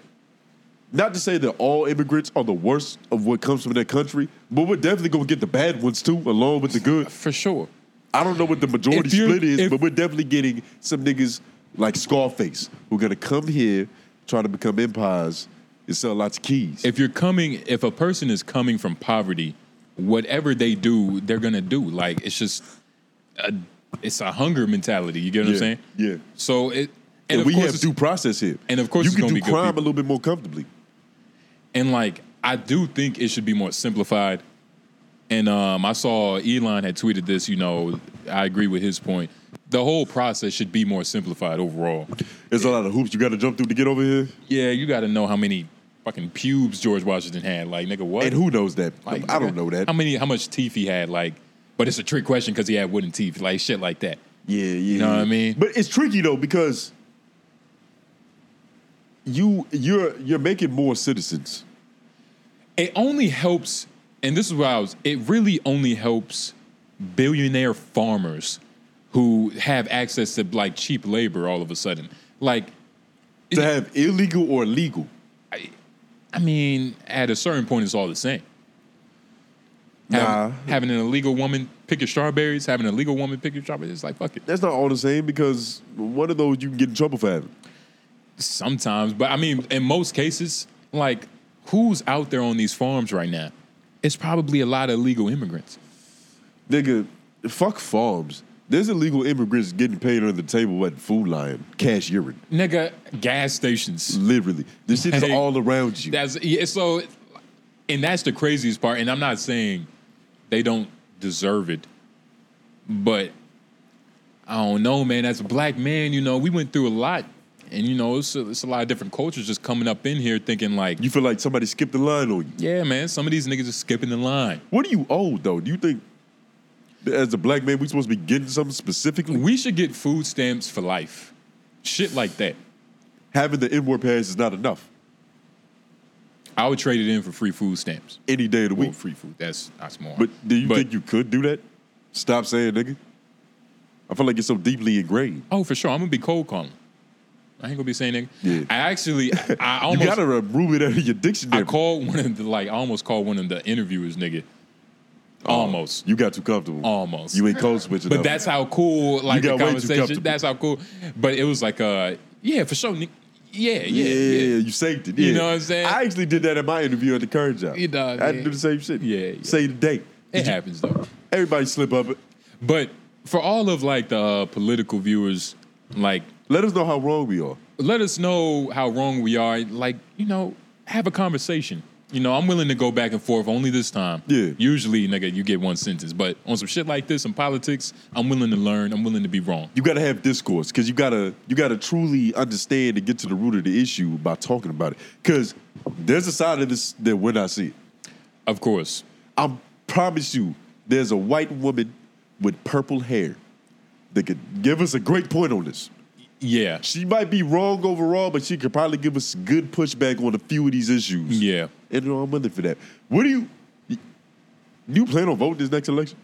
S1: not to say that all immigrants are the worst of what comes from their country, but we're definitely gonna get the bad ones too, along with the good.
S2: for sure.
S1: I don't know what the majority
S2: If you're-
S1: split is,
S2: if-
S1: but we're definitely getting some niggas like Scarface who are gonna come here, try to become empires, and sell lots of keys.
S2: if you're coming if a person is coming from poverty whatever they do they're gonna do like it's just a, it's a hunger mentality you get what
S1: Yeah,
S2: i'm saying
S1: yeah.
S2: so it and,
S1: and
S2: of
S1: we
S2: course
S1: have
S2: it's-
S1: due process here.
S2: and of course
S1: you
S2: it's
S1: can
S2: gonna
S1: do
S2: be good
S1: crime a
S2: people.
S1: little bit more comfortably.
S2: and like i do think it should be more simplified and um, i saw elon had tweeted this you know i agree with his point the whole process should be more simplified overall
S1: There's a lot of hoops you gotta jump through to get over here.
S2: yeah you gotta know how many fucking pubes george washington had like nigga what
S1: And who knows that?
S2: Like,
S1: I don't know that.
S2: How many? How much teeth he had? Like, but it's a trick question because he had wooden teeth. Like shit, like that.
S1: Yeah, yeah.
S2: know what I
S1: yeah.
S2: mean?
S1: But it's tricky though because you you're you're making more citizens.
S2: It only helps, and this is where I was. It really only helps billionaire farmers who have access to like cheap labor all of a sudden. Like,
S1: To have illegal or legal.
S2: I mean, at a certain point, it's all the same.
S1: Nah.
S2: Having, having an illegal woman pick your strawberries, having an illegal woman pick your strawberries, it's like fuck it.
S1: That's not all the same because one of those you can get in trouble for having.
S2: Sometimes, but I mean, in most cases, like who's out there on these farms right now? It's probably a lot of illegal immigrants.
S1: Nigga, fuck farms. There's illegal immigrants getting paid under the table at Food Lion, cash urine.
S2: Nigga, gas stations.
S1: Literally. This shit is
S2: Hey,
S1: all around you.
S2: That's yeah, so and that's the craziest part. And I'm not saying they don't deserve it, but I don't know, man. As a black man, you know, we went through a lot And you know, it's a, it's a lot of different cultures just coming up in here thinking like,
S1: You feel like somebody skipped the line on you.
S2: yeah, man, some of these niggas are skipping the line.
S1: What do you owe though? Do you think that as a black man we supposed to be getting something specifically?
S2: We should get food stamps for life. Shit like that.
S1: Having the N-word pass is not enough.
S2: I would trade it in for free food stamps.
S1: Any day of the
S2: Well,
S1: week.
S2: free food. That's not smart.
S1: But do you think you could do that? Stop saying nigga. I feel like it's so deeply ingrained.
S2: Oh, for sure. I'm gonna be cold calling. I ain't gonna be saying nigga.
S1: Yeah.
S2: I actually, I
S1: You
S2: almost,
S1: gotta remove it out of your
S2: I
S1: dictionary.
S2: called one of the like, I almost called one of the interviewers, nigga. Almost,
S1: Oh. you got too comfortable.
S2: almost.
S1: You ain't code switching.
S2: but
S1: up.
S2: that's how cool, like the
S1: got way too
S2: conversation.
S1: comfortable.
S2: That's how cool. But it was like, uh, yeah, for sure, nigga. Yeah, yeah,
S1: yeah, yeah,
S2: yeah.
S1: you saved it.
S2: You
S1: yeah.
S2: know what I'm saying?
S1: I actually did that in my interview at the current job.
S2: You know,
S1: I had to
S2: yeah.
S1: do the same shit.
S2: Yeah, yeah.
S1: Say the date.
S2: It happens though.
S1: Everybody slip up.
S2: But for all of like the uh, political viewers, like
S1: Let us know how wrong we are.
S2: let us know how wrong we are. Like, you know, have a conversation. You know, I'm willing to go back and forth only this time.
S1: Yeah.
S2: Usually, nigga, you get one sentence. But on some shit like this, in politics, I'm willing to learn. I'm willing to be wrong.
S1: You gotta have discourse because you gotta you gotta truly understand and get to the root of the issue by talking about it. Because there's a side of this that we're not seeing.
S2: Of course.
S1: I promise you, there's a white woman with purple hair that could give us a great point on this.
S2: Yeah.
S1: She might be wrong overall, but she could probably give us good pushback on a few of these issues.
S2: Yeah.
S1: And you know, I'm with it for that. What do you you plan on voting this next election?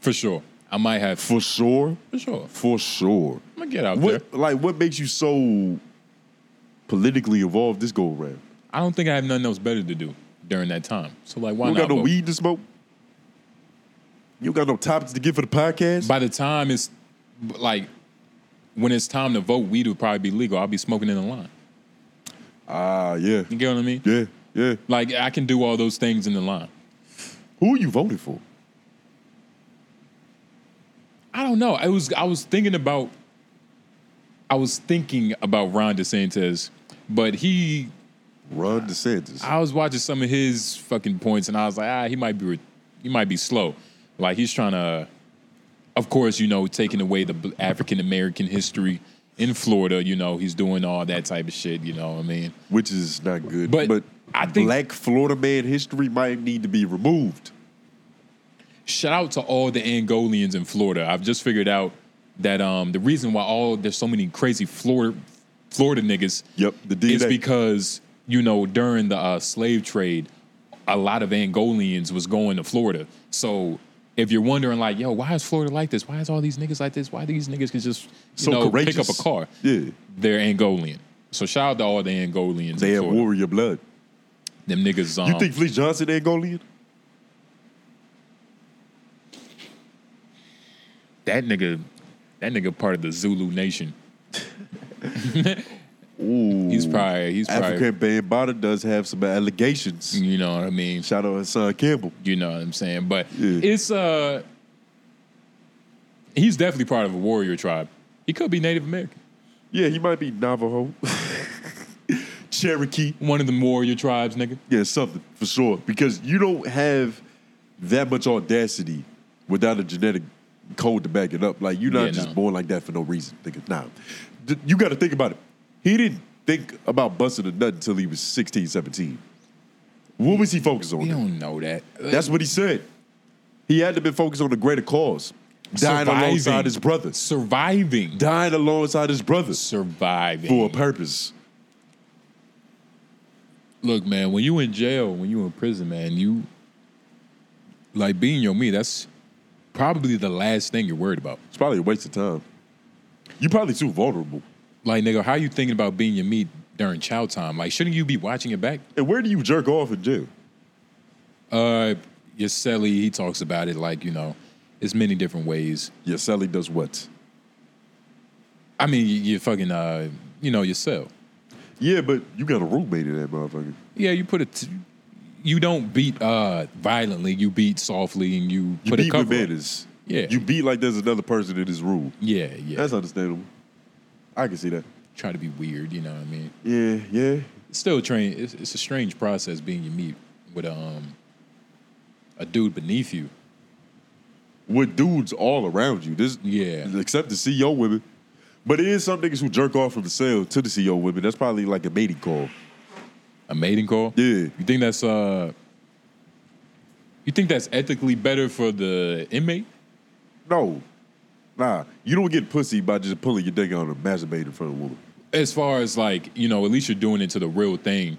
S2: For sure. I might have. For
S1: For sure.
S2: sure.
S1: For sure.
S2: I'm going to get out there.
S1: What like what makes you so politically involved this go around?
S2: I don't think I have nothing else better to do during that time. So, like, why
S1: You
S2: not?
S1: don't got no
S2: vote?
S1: weed to smoke? You don't got no topics to give for the podcast?
S2: By the time it's like, when it's time to vote, weed will probably be legal. I'll be smoking in the line.
S1: Ah, yeah.
S2: You get what I mean?
S1: Yeah, yeah.
S2: Like, I can do all those things in the line.
S1: Who are you voting for?
S2: I don't know. I was I was thinking about I was thinking about Ron DeSantis, but he
S1: Ron DeSantis.
S2: I was watching some of his fucking points and I was like, ah, he might be re- he might be slow. Like he's trying to of course, you know, taking away the African American history in Florida, you know, he's doing all that type of shit, you know what I mean?
S1: which is not good.
S2: But
S1: But,
S2: I think-
S1: black Florida man history might need to be removed.
S2: Shout out to all the Angolians in Florida. I've just figured out that um, the reason why all there's so many crazy Florida Florida niggas
S1: Yep, the
S2: is
S1: DNA.
S2: because you know during the uh, slave trade, a lot of Angolians was going to Florida. So if you're wondering like, yo, why is Florida like this? Why is all these niggas like this? Why these niggas can just you
S1: So
S2: know pick up
S1: courageous.
S2: a car?
S1: Yeah.
S2: they're Angolian. So shout out to all the Angolians.
S1: They
S2: in
S1: have
S2: Florida.
S1: warrior blood.
S2: Them niggas. Um,
S1: You think Fleece Johnson Angolian?
S2: that nigga, that nigga part of the Zulu Nation.
S1: Ooh,
S2: He's probably he's probably
S1: African Bambada does have some allegations.
S2: you know what I mean.
S1: Shout out Hassan Campbell.
S2: You know what I'm saying? But
S1: Yeah.
S2: it's uh he's definitely part of a warrior tribe. He could be Native American.
S1: Yeah, he might be Navajo, Cherokee.
S2: One of the warrior tribes, nigga.
S1: Yeah, something for sure. Because you don't have that much audacity without a genetic code to back it up. Like you're not
S2: Yeah,
S1: just
S2: no.
S1: born like that for no reason. Nigga, nah. D- you got to think about it. He didn't think about busting a nut until he was 16, 17. What was he focused on?
S2: We don't know that.
S1: That's what he said. He had to be focused on the greater cause. Dying
S2: Surviving.
S1: alongside his brothers.
S2: surviving.
S1: Dying alongside his brothers
S2: Surviving.
S1: for a purpose.
S2: Look, man, when you in jail, when you in prison, man, you like being your me, that's probably the last thing you're worried about.
S1: It's probably a waste of time. You're probably too vulnerable.
S2: Like, nigga, how you thinking about being your meat during chow time? Like, shouldn't you be watching it back?
S1: And where do you jerk off in jail?
S2: Uh, Yoseli, he talks about it like, you know, it's many different ways.
S1: Your Sally does what?
S2: I mean, you, you fucking, uh, you know, your cell.
S1: Yeah, but you got a roommate in that motherfucker.
S2: Yeah, you put it. T- you don't beat uh, violently. You beat softly, and you,
S1: You
S2: put a
S1: beat
S2: cover.
S1: with
S2: up.
S1: manners.
S2: Yeah.
S1: You beat like there's another person in this room.
S2: Yeah, yeah.
S1: That's understandable. I can see that.
S2: Try to be weird. You know what I mean?
S1: Yeah, yeah.
S2: It's still a train. It's, it's a strange process being your meat with um a dude beneath you.
S1: With dudes all around you. This
S2: Yeah.
S1: except the CEO E women. But it is some niggas who jerk off from the cell to the CEO women. That's probably like a mating call.
S2: A mating call?
S1: Yeah.
S2: You think that's uh you think that's ethically better for the inmate?
S1: No. Nah. You don't get pussy by just pulling your dick out and masturbating in front of a woman.
S2: As far as like, you know, at least you're doing it to the real thing.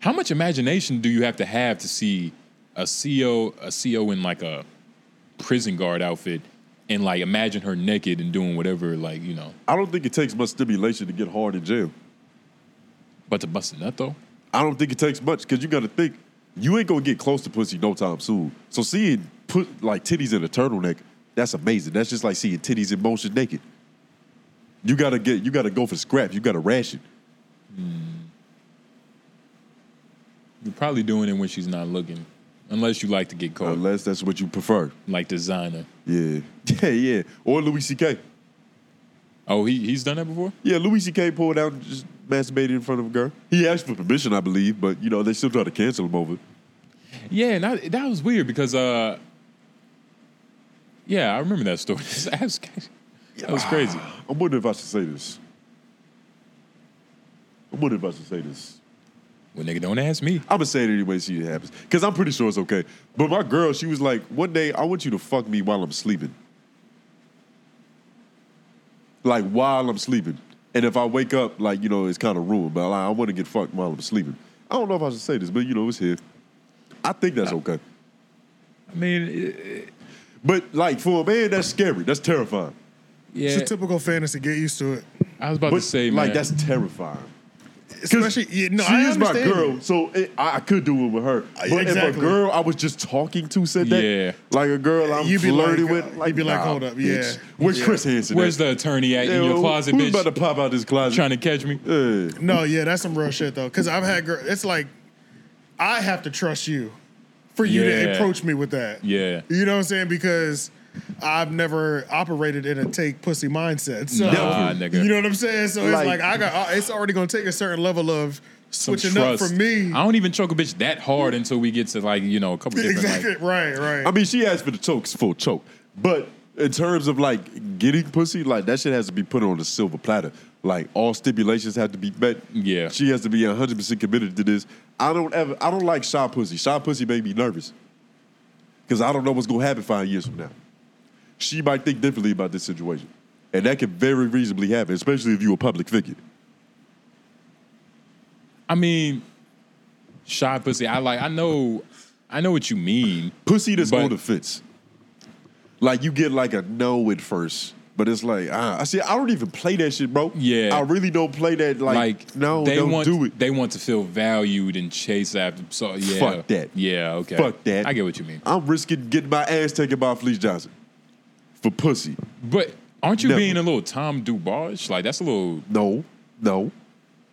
S2: How much imagination do you have to have to see a CO a CO in like a prison guard outfit and like imagine her naked and doing whatever like, you know,
S1: I don't think it takes much stimulation to get hard in jail.
S2: but to bust a nut though?
S1: I don't think it takes much because you got to think you ain't gonna get close to pussy no time soon. So seeing put like titties in a turtleneck, that's amazing. That's just like seeing titties in motion naked. You gotta get, you gotta go for scraps. You gotta ration.
S2: You're probably doing it when she's not looking. Unless you like to get caught,
S1: Unless that's what you prefer.
S2: like designer.
S1: Yeah, yeah, yeah. Or Louis C.K.
S2: Oh, he he's done that before?
S1: Yeah, Louis C.K. pulled out and just masturbated in front of a girl. He asked for permission, I believe, but you know they still try to cancel him over. it.
S2: Yeah, and I, that was weird because, uh, yeah, I remember that story. that, was, that was crazy.
S1: I'm wondering if I should say this. I'm wondering if I should say this.
S2: Well, nigga, don't ask me.
S1: I'm gonna say it anyway, see if it happens. Cause I'm pretty sure it's okay. But my girl, she was like, one day I want you to fuck me while I'm sleeping. Like while I'm sleeping. And if I wake up, like, you know, it's kind of ruined, but like, I wanna get fucked while I'm sleeping. I don't know if I should say this, but you know, it's here. I think that's okay.
S2: I mean,
S1: But like for a man, that's scary. That's terrifying.
S2: yeah,
S4: It's a typical fantasy. Get used to it.
S2: I was about
S1: But
S2: to say,
S1: like
S2: man,
S1: that's terrifying. 'Cause
S4: Especially, yeah, no,
S1: she
S4: I
S1: is my
S4: understand you.
S1: girl, so it, I, I could do it with her. But if a
S4: exactly.
S1: girl I was just talking to said that,
S2: Yeah.
S1: like a girl I'm
S4: You'd be
S1: flirting
S4: like, uh,
S1: with, like,
S4: you'd be like,
S1: nah,
S4: hold up,
S1: bitch.
S4: yeah.
S1: Where's
S4: Yeah.
S1: Chris Hansen?
S2: where's
S1: at?
S2: the attorney at in
S1: Yeah,
S2: your closet,
S1: who's
S2: bitch?
S1: about to pop out this closet?
S2: trying to catch me?
S1: Yeah.
S4: No, yeah, that's some real shit though. Because I've had girls. It's like I have to trust you for you
S2: Yeah.
S4: to approach me with that.
S2: Yeah.
S4: you know what I'm saying? Because I've never operated in a take pussy mindset. So
S2: Nah, nigga.
S4: you know what I'm saying? So it's
S5: Like-
S4: like I got. uh, It's already gonna take a certain level of
S2: Some
S4: switching up
S2: trust.
S4: for me.
S2: I don't even choke a bitch that hard until we get to like you know a couple different.
S4: Exactly.
S2: Like,
S4: right. Right.
S1: I mean, she asked for the chokes full choke, but in terms of like getting pussy, like that shit has to be put on a silver platter. Like all stipulations have to be met.
S2: Yeah.
S1: she has to be 100 percent committed to this. I don't ever, I don't like shy pussy. Shy pussy made me nervous because I don't know what's gonna happen five years from now. She might think differently about this situation, and that could very reasonably happen, especially if you a public figure.
S2: I mean, shy pussy. I like. I know. I know what you mean.
S1: Pussy that's
S2: But-
S1: on the fence. Like you get like a no at first, but it's like ah, I see. I don't even play that shit, bro.
S2: Yeah.
S1: I really don't play that. Like,
S2: like
S1: no,
S2: they
S1: don't
S2: want
S1: do it.
S2: they want to feel valued and chased after. So yeah,
S1: Fuck that.
S2: Yeah, okay.
S1: Fuck that.
S2: I get what you mean.
S1: I'm risking getting my ass taken by Fleece Johnson for pussy.
S2: But aren't you
S1: Never.
S2: being a little Tom Dubage? Like that's a little.
S1: No, no,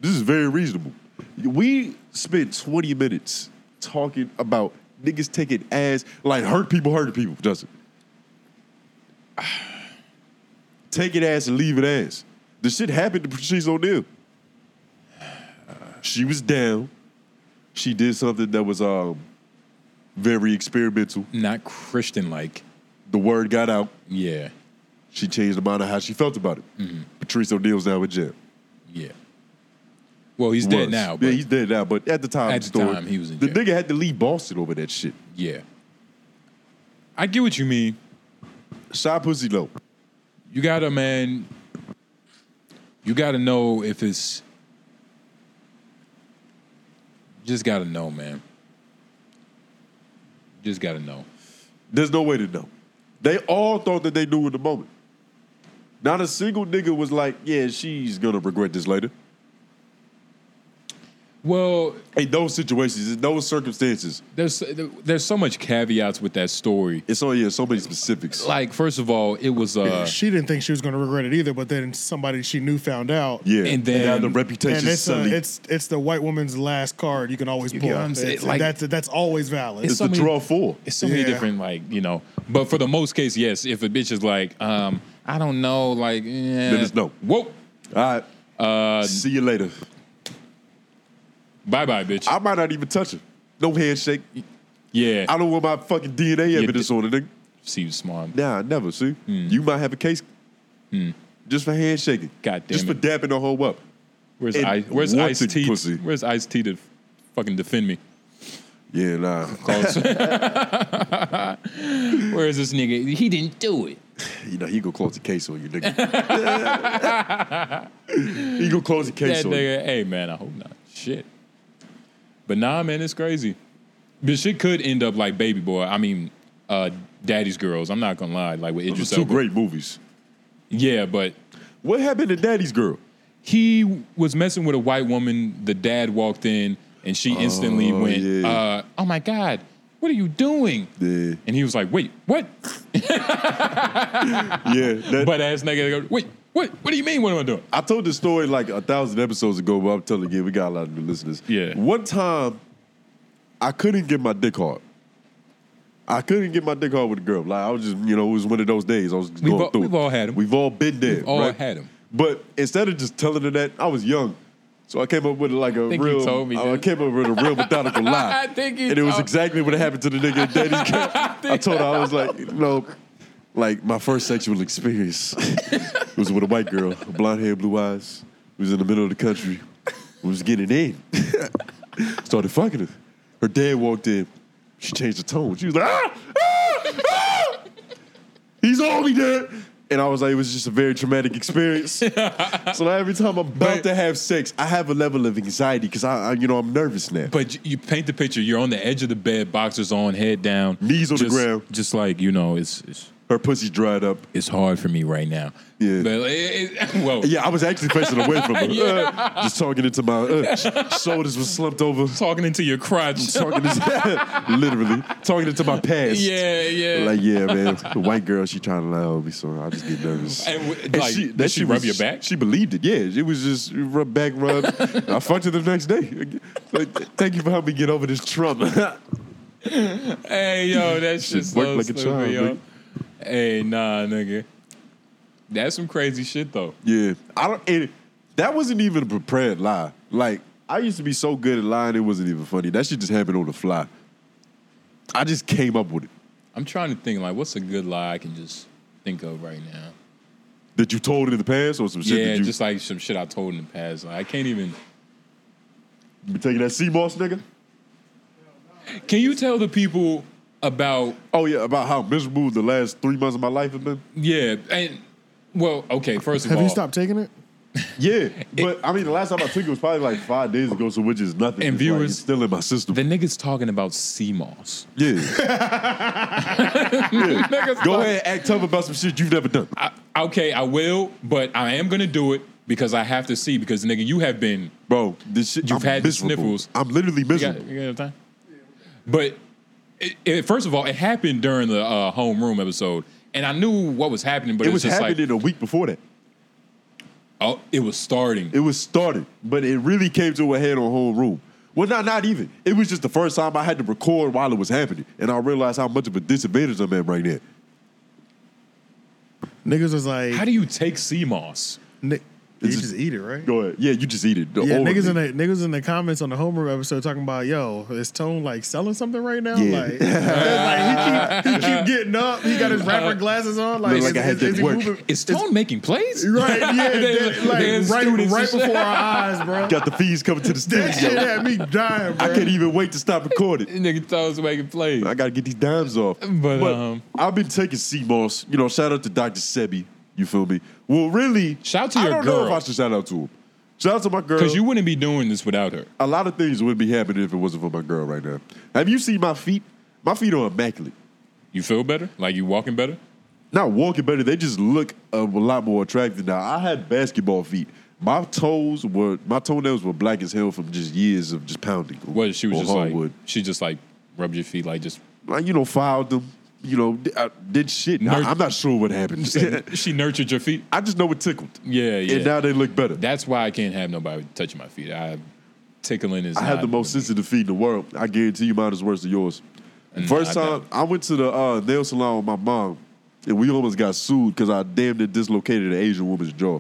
S1: this is very reasonable. We spent 20 minutes talking about niggas taking ass like hurt people, hurting people. Doesn't take it ass and leave it ass. The shit happened to Patrice O'Neal. She was down. She did something that was um, very experimental.
S2: Not Christian like.
S1: The word got out.
S2: Yeah,
S1: She changed her mind on how she felt about it. Patrice O'Neal's now in jail.
S2: yeah. Well, he's dead
S1: Was.
S2: now. But
S1: yeah, he's dead now. But at the time,
S2: At
S1: of
S2: the
S1: story,
S2: time, he was in
S1: the
S2: jail.
S1: nigga had to leave Boston over that shit.
S2: yeah. I get what you mean.
S1: Shy pussy low.
S2: You gotta man. You gotta know if it's. Just gotta know, man. Just gotta know.
S1: There's no way to know. They all thought that they knew in the moment. Not a single nigga was like, "Yeah, she's gonna regret this later."
S2: Well,
S1: In those situations, in those circumstances,
S2: there's there's so much caveats with that story.
S1: it's on yeah, so many specifics.
S2: Like, first of all, it was uh,
S4: she didn't think she was gonna regret it either, but then somebody she knew found out.
S1: yeah,
S2: and
S1: they
S2: then-
S1: had the reputation
S4: And it's, a,
S1: suddenly.
S4: it's it's the white woman's last card you can always
S2: You
S4: pull.
S2: get what I'm saying?
S4: It's-
S2: Like-
S4: that's that's always valid.
S1: It's
S2: so
S1: the
S2: many-
S1: draw four.
S2: it's so many
S4: Yeah.
S2: different like you know. But for the most case, yes. If a bitch is like, um, I don't know, like, eh, then
S1: it's no.
S2: Whoa,
S1: All right. Uh, See you later.
S2: bye bye, bitch.
S1: I might not even touch her. No handshake.
S2: yeah,
S1: I don't want my fucking DNA evidence
S2: d-
S1: on it. nigga.
S2: see you smart.
S1: Nah, never. See, you might have a case. just for handshaking.
S2: Hmm. God damn
S1: Just for
S2: it.
S1: dapping the hoe up.
S2: Where's
S1: And
S2: I, Where's
S1: wanted
S2: Ice T?
S1: pussy.
S2: Where's Ice T to fucking defend me?
S1: Yeah, nah.
S2: Close. Where is this nigga? He didn't do it.
S1: You know, he gonna close the case on you, nigga. he gonna close the case
S2: That
S1: on you.
S2: nigga. Hey man, I hope not. Shit. But nah, man, it's crazy. But shit could end up like Baby Boy. I mean, uh, Daddy's Girls. I'm not gonna lie. Like with
S1: It was
S2: Idris
S1: two
S2: Elba.
S1: great movies.
S2: Yeah, but
S1: What happened to Daddy's Girl?
S2: he was messing with a white woman. The dad walked in, and she instantly
S1: Oh,
S2: went,
S1: yeah.
S2: uh, "Oh my god, what are you doing?"
S1: Yeah,
S2: And he was like, "Wait, what?"
S1: yeah. That,
S2: Butt ass nigga. Wait, what? What do you mean? What am I doing?
S1: I told this story like a thousand episodes ago, but I'm telling you, again, we got a lot of new listeners.
S2: Yeah.
S1: One time, I couldn't get my dick hard. I couldn't get my dick hard with a girl. Like I was just, you know, it was one of those days. I was
S2: We've
S1: going
S2: all-
S1: through.
S2: we've all had 'em.
S1: We've all been there.
S2: all
S1: right?
S2: had 'em.
S1: But instead of just telling her that, I was young. So I came up with like a
S2: think you
S1: real.
S2: told me
S1: I
S2: that.
S1: came up with a real methodical lie.
S2: I think you
S1: and it was
S2: told-
S1: exactly what happened to the nigga at Daddy's camp. I told her I was like, you know, like my first sexual experience was with a white girl, blonde hair, blue eyes. We was in the middle of the country. We was getting in. Started fucking her. Her dad walked in. She changed the tone. She was like, ah, ah, ah! he's on me, dad. And I was like, it was just a very traumatic experience. so now every time I'm about
S2: But-
S1: to have sex, I have a level of anxiety because I, I, you know, I'm nervous now.
S2: But you- you paint the picture. You're on the edge of the bed, boxers on, head down,
S1: Knees on the
S2: just-
S1: ground.
S2: Just like you know, it's it's,
S1: Her pussy dried up.
S2: it's hard for me right now.
S1: Yeah.
S2: But it, it, whoa.
S1: Yeah, I was actually facing away from her. Uh, just talking into my uh, sh- shoulders was slumped over.
S2: Talking into your crotch.
S1: Talking into, literally talking into my past.
S2: yeah, yeah.
S1: Like yeah, man. The white girl, she trying to lie on me, so I just get nervous.
S2: And w- like, did she rub
S1: was-
S2: your back?
S1: She believed it. Yeah, it was just rub back rub. I fucked her the next day. Like, thank you for helping me get over this trauma.
S2: hey, yo, that's just
S1: work
S2: so
S1: like a
S2: stupid,
S1: charm,
S2: yo.
S1: nigga.
S2: Hey, nah, nigga. That's some crazy shit, though.
S1: yeah, I don't. And that wasn't even a prepared lie. Like I used to be so good at lying, it wasn't even funny. That shit just happened on the fly. I just came up with it.
S2: I'm trying to think, like, what's a good lie I can just think of right now?
S1: that you told in the past or some shit
S2: yeah,
S1: that you
S2: just like some shit I told in the past. Like, I can't even.
S1: you been taking that sea moss nigga?
S2: Can you tell the people about
S1: Oh yeah, about how miserable the last three months of my life have been.
S2: yeah and well okay first of
S4: Have
S2: all
S4: you stopped taking it?
S1: Yeah, but I mean the last time I took it was probably like five days ago, so which is nothing.
S2: And
S1: It's like,
S2: viewers-
S1: it's still in my system.
S2: the niggas talking about sea moss.
S1: yeah, Yeah. Go ahead, act tough about some shit you've never done.
S2: I, okay, I will, but I am gonna do it because I have to see because nigga, you have been.
S1: Bro, this shit.
S2: You've
S1: I'm
S2: had the
S1: miserable.
S2: sniffles.
S1: I'm literally
S2: You got,
S1: miserable.
S2: you got time? But it, it, first of all, it happened during the uh, homeroom episode, and I knew what was happening, but
S1: it
S2: it's
S1: was
S2: just like
S1: happening a week before that.
S2: oh, it was starting.
S1: It was started, but it really came to a head on whole room. Well, not not even. It was just the first time I had to record while it was happening, and I realized how much of a disadvantage I'm at right now.
S4: Niggas was like,
S2: How do you take sea moss?
S4: Ni- you
S1: It's
S4: just,
S1: just-
S4: eat it, right?
S1: Go ahead. Yeah, you just eat it.
S4: Yeah, niggas in the niggas in the comments on the homeroom episode talking about yo, is Tone like selling something right now?
S1: Yeah.
S4: Like, like, he, keep, he keep getting up. He got his rapper glasses on. Like,
S1: Look like
S4: is,
S1: I had
S4: is-
S1: to
S4: is he
S1: work.
S4: moving-
S2: Is Tone making plays?
S4: Right, yeah,
S2: They-
S4: that- like,
S2: they as
S4: right,
S2: students
S4: right
S2: and shit.
S4: before our eyes, bro.
S1: Got the fees coming to the
S4: that shit
S1: studio.
S4: had me dying, bro.
S1: I can't even wait to stop recording.
S2: Nigga, Tone's making plays.
S1: I gotta get these dimes off.
S2: But, um,
S1: I've been taking sea moss. You know, shout out to Dr. Sebi. You feel me? Well, really,
S2: Shout to
S1: I
S2: your
S1: don't know
S2: girl.
S1: if I should shout out to him. Shout out to my girl.
S2: Because you wouldn't be doing this without her.
S1: a lot of things wouldn't be happening if it wasn't for my girl right now. Have you seen my feet? My feet are immaculate.
S2: You feel better? Like you walking better?
S1: Not walking better, they just look um, a lot more attractive now. I had basketball feet. My toes were, my toenails were black as hell from just years of just pounding.
S2: What she was
S1: on
S2: just
S1: hardwood.
S2: like she just like rubbed your feet like just
S1: like you know, filed them. You know, d- I did shit.
S2: Nerd-
S1: I, am not sure what happened.
S2: she nurtured your feet.
S1: I just know it tickled.
S2: Yeah, yeah.
S1: And now they look better.
S2: That's why I can't have nobody touching my feet. I tickling is.
S1: I have
S2: not
S1: the most
S2: with me.
S1: sensitive feet in the world. I guarantee you mine is worse than yours. First
S2: Mm, I
S1: time I went to the uh, nail salon with my mom, and we almost got sued because I damn near dislocated an Asian woman's jaw,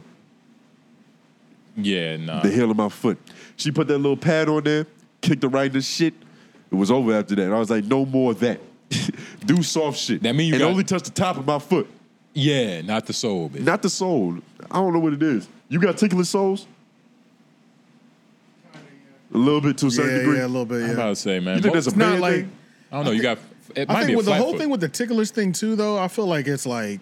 S2: Yeah, nah.
S1: the heel of my foot. She put that little pad on there, kicked the right in the shit. It was over after that. And I was like, no more of that. Do soft shit.
S2: That mean you
S1: and
S2: got-
S1: only touched the top of my foot.
S2: Yeah, not the soul, bitch.
S1: Not the soul. I don't know what it is. You got ticklish souls? A little bit to a
S4: Yeah,
S1: certain degree.
S4: yeah, a little bit.
S2: I'm
S4: Yeah.
S2: about to say, man.
S1: You think that's a
S4: It's not
S1: bad
S4: like-
S1: thing?
S2: I don't know. You got. It might
S4: I
S2: be
S4: think
S2: a
S4: with the
S2: flat
S4: whole
S2: foot.
S4: thing with the ticklish thing too, though, I feel like it's like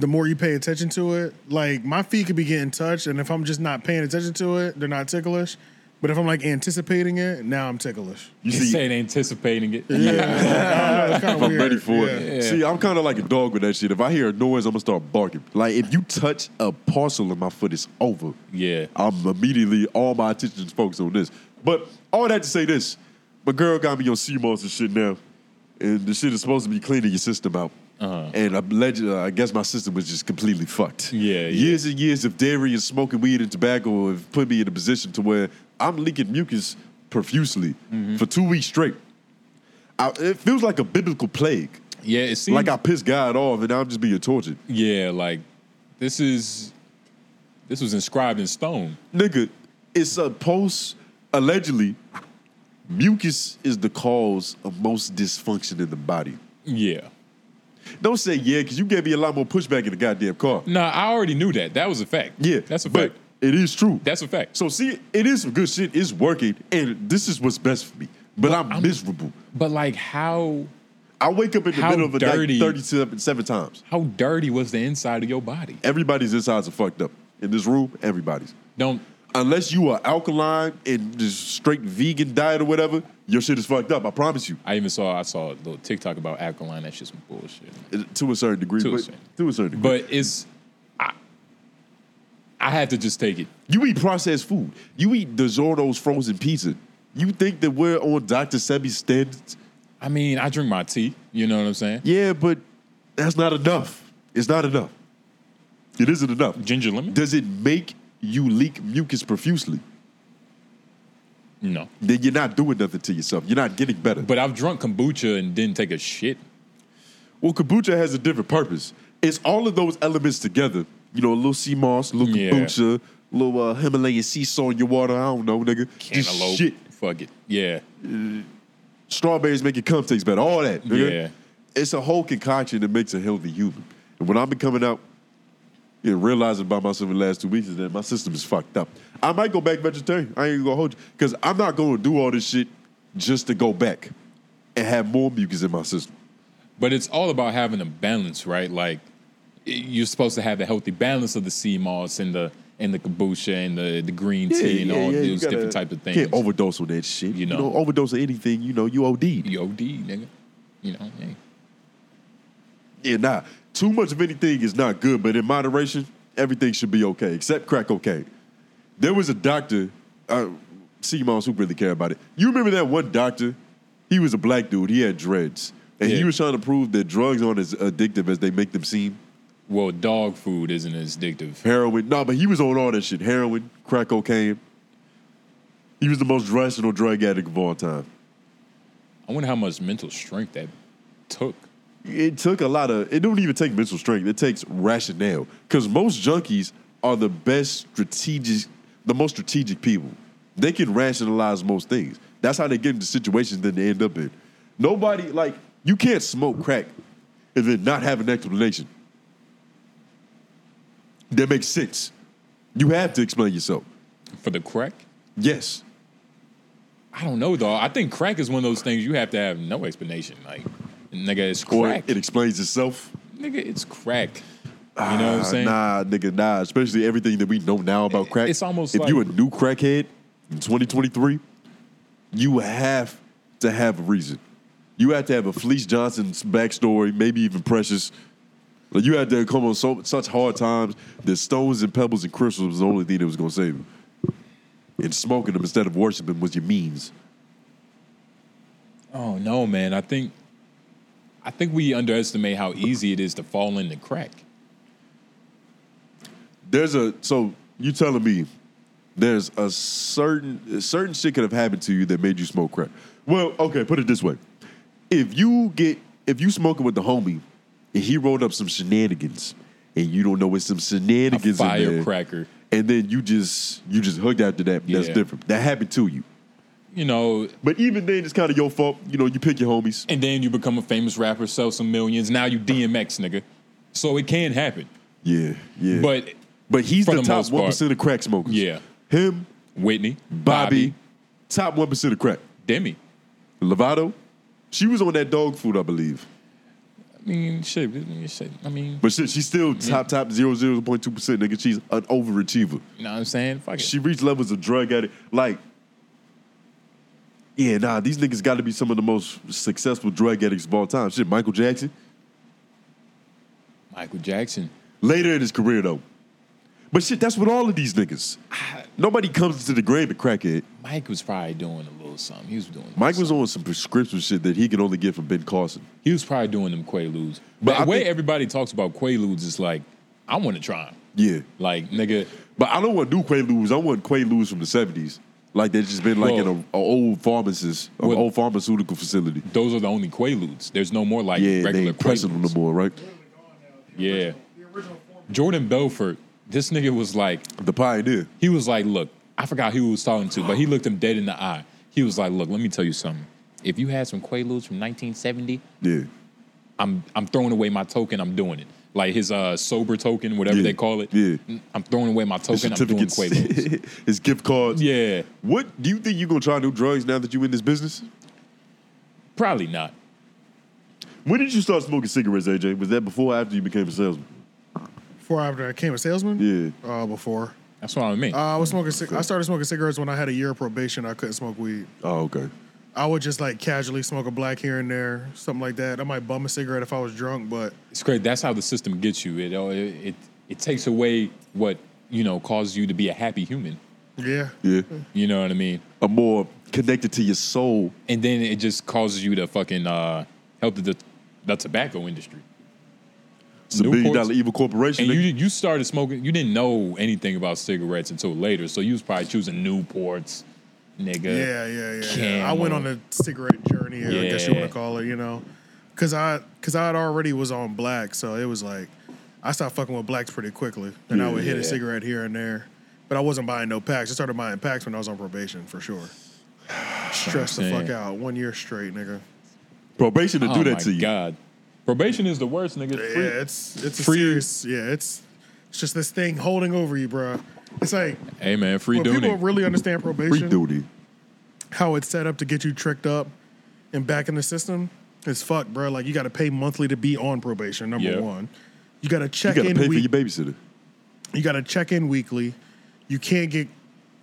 S4: the more you pay attention to it, like my feet could be getting touched, and if I'm just not paying attention to it, they're not ticklish. But if I'm like anticipating it, now I'm ticklish.
S1: You
S2: You
S1: see,
S2: said anticipating it.
S4: Yeah, it's
S1: if
S4: kind of
S1: I'm
S4: weird.
S1: ready for
S4: Yeah.
S1: it. See, I'm kind of like a dog with that shit. If I hear a noise, I'm gonna start barking. Like if you touch a parcel and my foot is over,
S2: Yeah.
S1: I'm immediately all my attention is focused on this. But all that to say this, my girl got me on sea moss and shit now, and the shit is supposed to be cleaning your system out.
S2: Uh-huh.
S1: And I'm legend, uh, I guess my system was just completely fucked.
S2: Yeah, yeah.
S1: years and years of dairy and smoking weed and tobacco have put me in a position to where I'm leaking mucus profusely
S2: Mm-hmm.
S1: for two weeks straight. I, it feels like a biblical plague.
S2: Yeah, it seems
S1: Like I pissed God off and I'm just being tortured.
S2: Yeah, like this is this was inscribed in stone.
S1: Nigga, it's supposed allegedly mucus is the cause of most dysfunction in the body.
S2: Yeah.
S1: Don't say yeah, because you gave me a lot more pushback in the goddamn car.
S2: Nah, I already knew that. That was a fact.
S1: Yeah.
S2: That's a
S1: but
S2: fact.
S1: It is true.
S2: That's a fact.
S1: so see, it is some good shit. It's working, and this is what's best for me. But, I'm, miserable.
S2: But like how
S1: I wake up in the
S2: How
S1: middle of the
S2: dirty-
S1: night 37 seven times.
S2: how dirty was the inside of your body?
S1: Everybody's insides are fucked up. In this room, everybody's.
S2: Don't
S1: unless you are alkaline and just straight vegan diet or whatever, your shit is fucked up. I promise you,
S2: I even saw I saw a little TikTok about alkaline. That shit's some bullshit.
S1: to a certain degree.
S2: To a
S1: but-
S2: certain-
S1: to a certain degree.
S2: But it's I I had to just take it.
S1: you eat processed food. You eat DiGiorno's frozen pizza. You think that we're on Dr. Sebi's standards?
S2: I mean, I drink my tea, you know what I'm saying?
S1: Yeah, but that's not enough. It's not enough. It isn't enough.
S2: Ginger lemon?
S1: Does it make you leak mucus profusely?
S2: No.
S1: Then you're not doing nothing to yourself. You're not getting better.
S2: But I've drunk kombucha and didn't take a shit.
S1: Well, kombucha has a different purpose. It's all of those elements together. You know, a little sea moss, a little
S2: Yeah.
S1: kombucha, a little uh, Himalayan sea salt in your water. I don't know, nigga. Just
S2: Cantaloupe.
S1: shit.
S2: Fuck it. Yeah.
S1: Strawberries make your cum taste better. All that, nigga.
S2: Yeah.
S1: It's a whole concoction that makes a healthy human. And when I've been coming out and realizing by myself in the last two weeks is that my system is fucked up. I might go back vegetarian. I ain't gonna hold you. Because I'm not gonna do all this shit just to go back and have more mucus in my system.
S2: But it's all about having a balance, right? Like i- you're supposed to have a healthy balance of the sea moss and the and the kombucha and the, the green tea and all
S1: you
S2: those
S1: gotta-
S2: different type of things.
S1: Can't overdose on that shit. You
S2: You
S1: know,
S2: know.
S1: overdose on anything. You know, you OD.
S2: You OD, nigga. You know, hey.
S1: Yeah, nah. Too much of anything is not good, but in moderation, everything should be okay, except crack cocaine. There was a doctor, uh, see moms who really care about it. You remember that one doctor? He was a black dude. He had dreads, and he
S2: Yeah.
S1: was trying to prove that drugs aren't as addictive as they make them seem.
S2: well, dog food isn't as addictive.
S1: Heroin, nah, but he was on all that shit. Heroin, crack cocaine. He was the most rational drug addict of all time.
S2: I wonder how much mental strength that took.
S1: it took a lot of it don't even take mental strength it takes rationale because most junkies are the best strategic the most strategic people they can rationalize most things that's how they get into situations that they end up in nobody like you can't smoke crack and then not have an explanation that makes sense you have to explain yourself
S2: For the crack?
S1: yes
S2: I don't know though. I think crack is one of those things you have to have no explanation. Like nigga, it's
S1: or
S2: crack.
S1: it explains itself
S2: nigga, it's crack. You know what I'm saying?
S1: Ah, Nah, nigga, nah. Especially everything that we know now about crack.
S2: it's almost
S1: if
S2: like-
S1: you a new crackhead in 2023, you have to have a reason. You have to have a Fleece Johnson's backstory, maybe even Precious. Like you had to come on so, such hard times that stones and pebbles and crystals was the only thing that was gonna save you. And smoking them instead of worshiping was your means.
S2: Oh no, man! I think, I think we underestimate how easy it is to fall into crack.
S1: there's a so you telling me there's a certain certain shit could have happened to you that made you smoke crack. Well, okay, put it this way: if you get if you smoking with the homie and he rolled up some shenanigans and you don't know it's some
S2: A
S1: shenanigans in there,
S2: firecracker,
S1: and then you just you just hooked after that, that's
S2: Yeah.
S1: different. That happened to you,
S2: you know,
S1: but even then, it's kind of your fault. You know, you pick your homies.
S2: and then you become a famous rapper, sell some millions. Now you DMX, nigga. So it can happen.
S1: Yeah, yeah.
S2: But
S1: but he's
S2: for
S1: the,
S2: the
S1: top
S2: most
S1: one
S2: part.
S1: percent of crack smokers.
S2: Yeah.
S1: him,
S2: Whitney,
S1: Bobby, top one percent of crack.
S2: Demi.
S1: Lovato, she was on that dog food, I believe.
S2: I mean, shit. I mean, shit. I mean,
S1: But shit, she's still top top zero zero point two percent. Nigga, she's an overachiever.
S2: you know what I'm saying? Fuck it.
S1: She reached levels of drug addict. Like, yeah, nah, these niggas got to be some of the most successful drug addicts of all time. Shit, Michael Jackson.
S2: Michael Jackson.
S1: Later in his career, though. But shit, that's what all of these niggas. Nobody comes to the grave a crackhead.
S2: Mike was probably doing a little something. He was doing. a
S1: Mike
S2: little
S1: was on some prescription shit that he could only get from Ben Carson.
S2: something. He was probably doing them quaaludes.
S1: But
S2: But
S1: I
S2: the way
S1: think-
S2: everybody talks about quaaludes is like, I want to try 'em.
S1: Yeah.
S2: Like, nigga,
S1: But I don't want new Quaaludes. I want Quaaludes from the 70s. Like, they've just been like in an old pharmacist, an
S2: Well-
S1: old pharmaceutical facility.
S2: those are the only quaaludes. There's no more like
S1: Yeah, they
S2: regular
S1: ain't pressing on the
S2: quaaludes.
S1: board, right?
S2: Yeah. Jordan Belfort, this nigga was like,
S1: The pioneer.
S2: he was like, look, I forgot who he was talking to, but he looked him dead in the eye. He was like, look, let me tell you something. If you had some quaaludes from 1970,
S1: Yeah.
S2: I'm I'm throwing away my token. I'm doing it. Like his uh, sober token, whatever
S1: Yeah,
S2: they call it. Mm,
S1: yeah.
S2: I'm throwing away my
S1: His
S2: token. I'm doing quaaludes.
S1: his gift cards.
S2: yeah,
S1: What do you think you're gonna try new drugs now that you in this business?
S2: probably not.
S1: When did you start smoking cigarettes, AJ? Was that before or after you became a salesman?
S4: Before I became a salesman?
S1: Yeah.
S4: Uh, before.
S2: That's what I mean.
S4: Uh, I was smoking. cig- I started smoking cigarettes when I had a year of probation. I couldn't smoke weed.
S1: Oh, okay.
S4: I would just like casually smoke a black here and there, something like that. I might bum a cigarette if I was drunk, but
S2: it's great. That's how the system gets you. It uh, it it, it takes away what you know causes you to be a happy human.
S4: yeah,
S1: Yeah.
S2: You know what I mean?
S1: A more connected to your soul.
S2: And then it just causes you to fucking uh, help the, the tobacco industry.
S1: It's a billion
S2: Newports.
S1: dollar evil corporation.
S2: And you
S1: nigga.
S2: you started smoking. You didn't know anything about cigarettes until later. So you was probably choosing Newports, nigga.
S4: yeah, yeah, yeah. yeah. I
S2: Camel.
S4: went on a cigarette journey, or I guess you want
S2: Yeah.
S4: to call it, you know, because I because I had already was on black, so it was like I stopped fucking with blacks pretty quickly, and I would hit a
S2: Yeah.
S4: cigarette here and there, but I wasn't buying no packs. I started buying packs when I was on probation for sure. Stressed the fuck
S2: saying.
S4: out one year straight, nigga.
S1: Probation to
S2: Oh
S1: do that
S2: my
S1: to you.
S2: God, probation is the worst, nigga. It's
S4: Yeah,
S2: free.
S4: it's it's a
S2: free-
S4: serious. Yeah, it's it's just this thing holding over you, bro. It's like
S2: Hey man, free
S4: when people
S2: doing
S4: really understand
S1: Free
S4: probation,
S1: duty.
S4: how it's set up to get you tricked up and back in the system is fuck, bro. Like you got to pay monthly to be on probation. Number
S2: Yeah.
S4: one, you got to
S1: You
S4: check
S1: gotta
S4: in.
S1: pay for
S4: week-
S1: your babysitter.
S4: you got to check in weekly. You can't get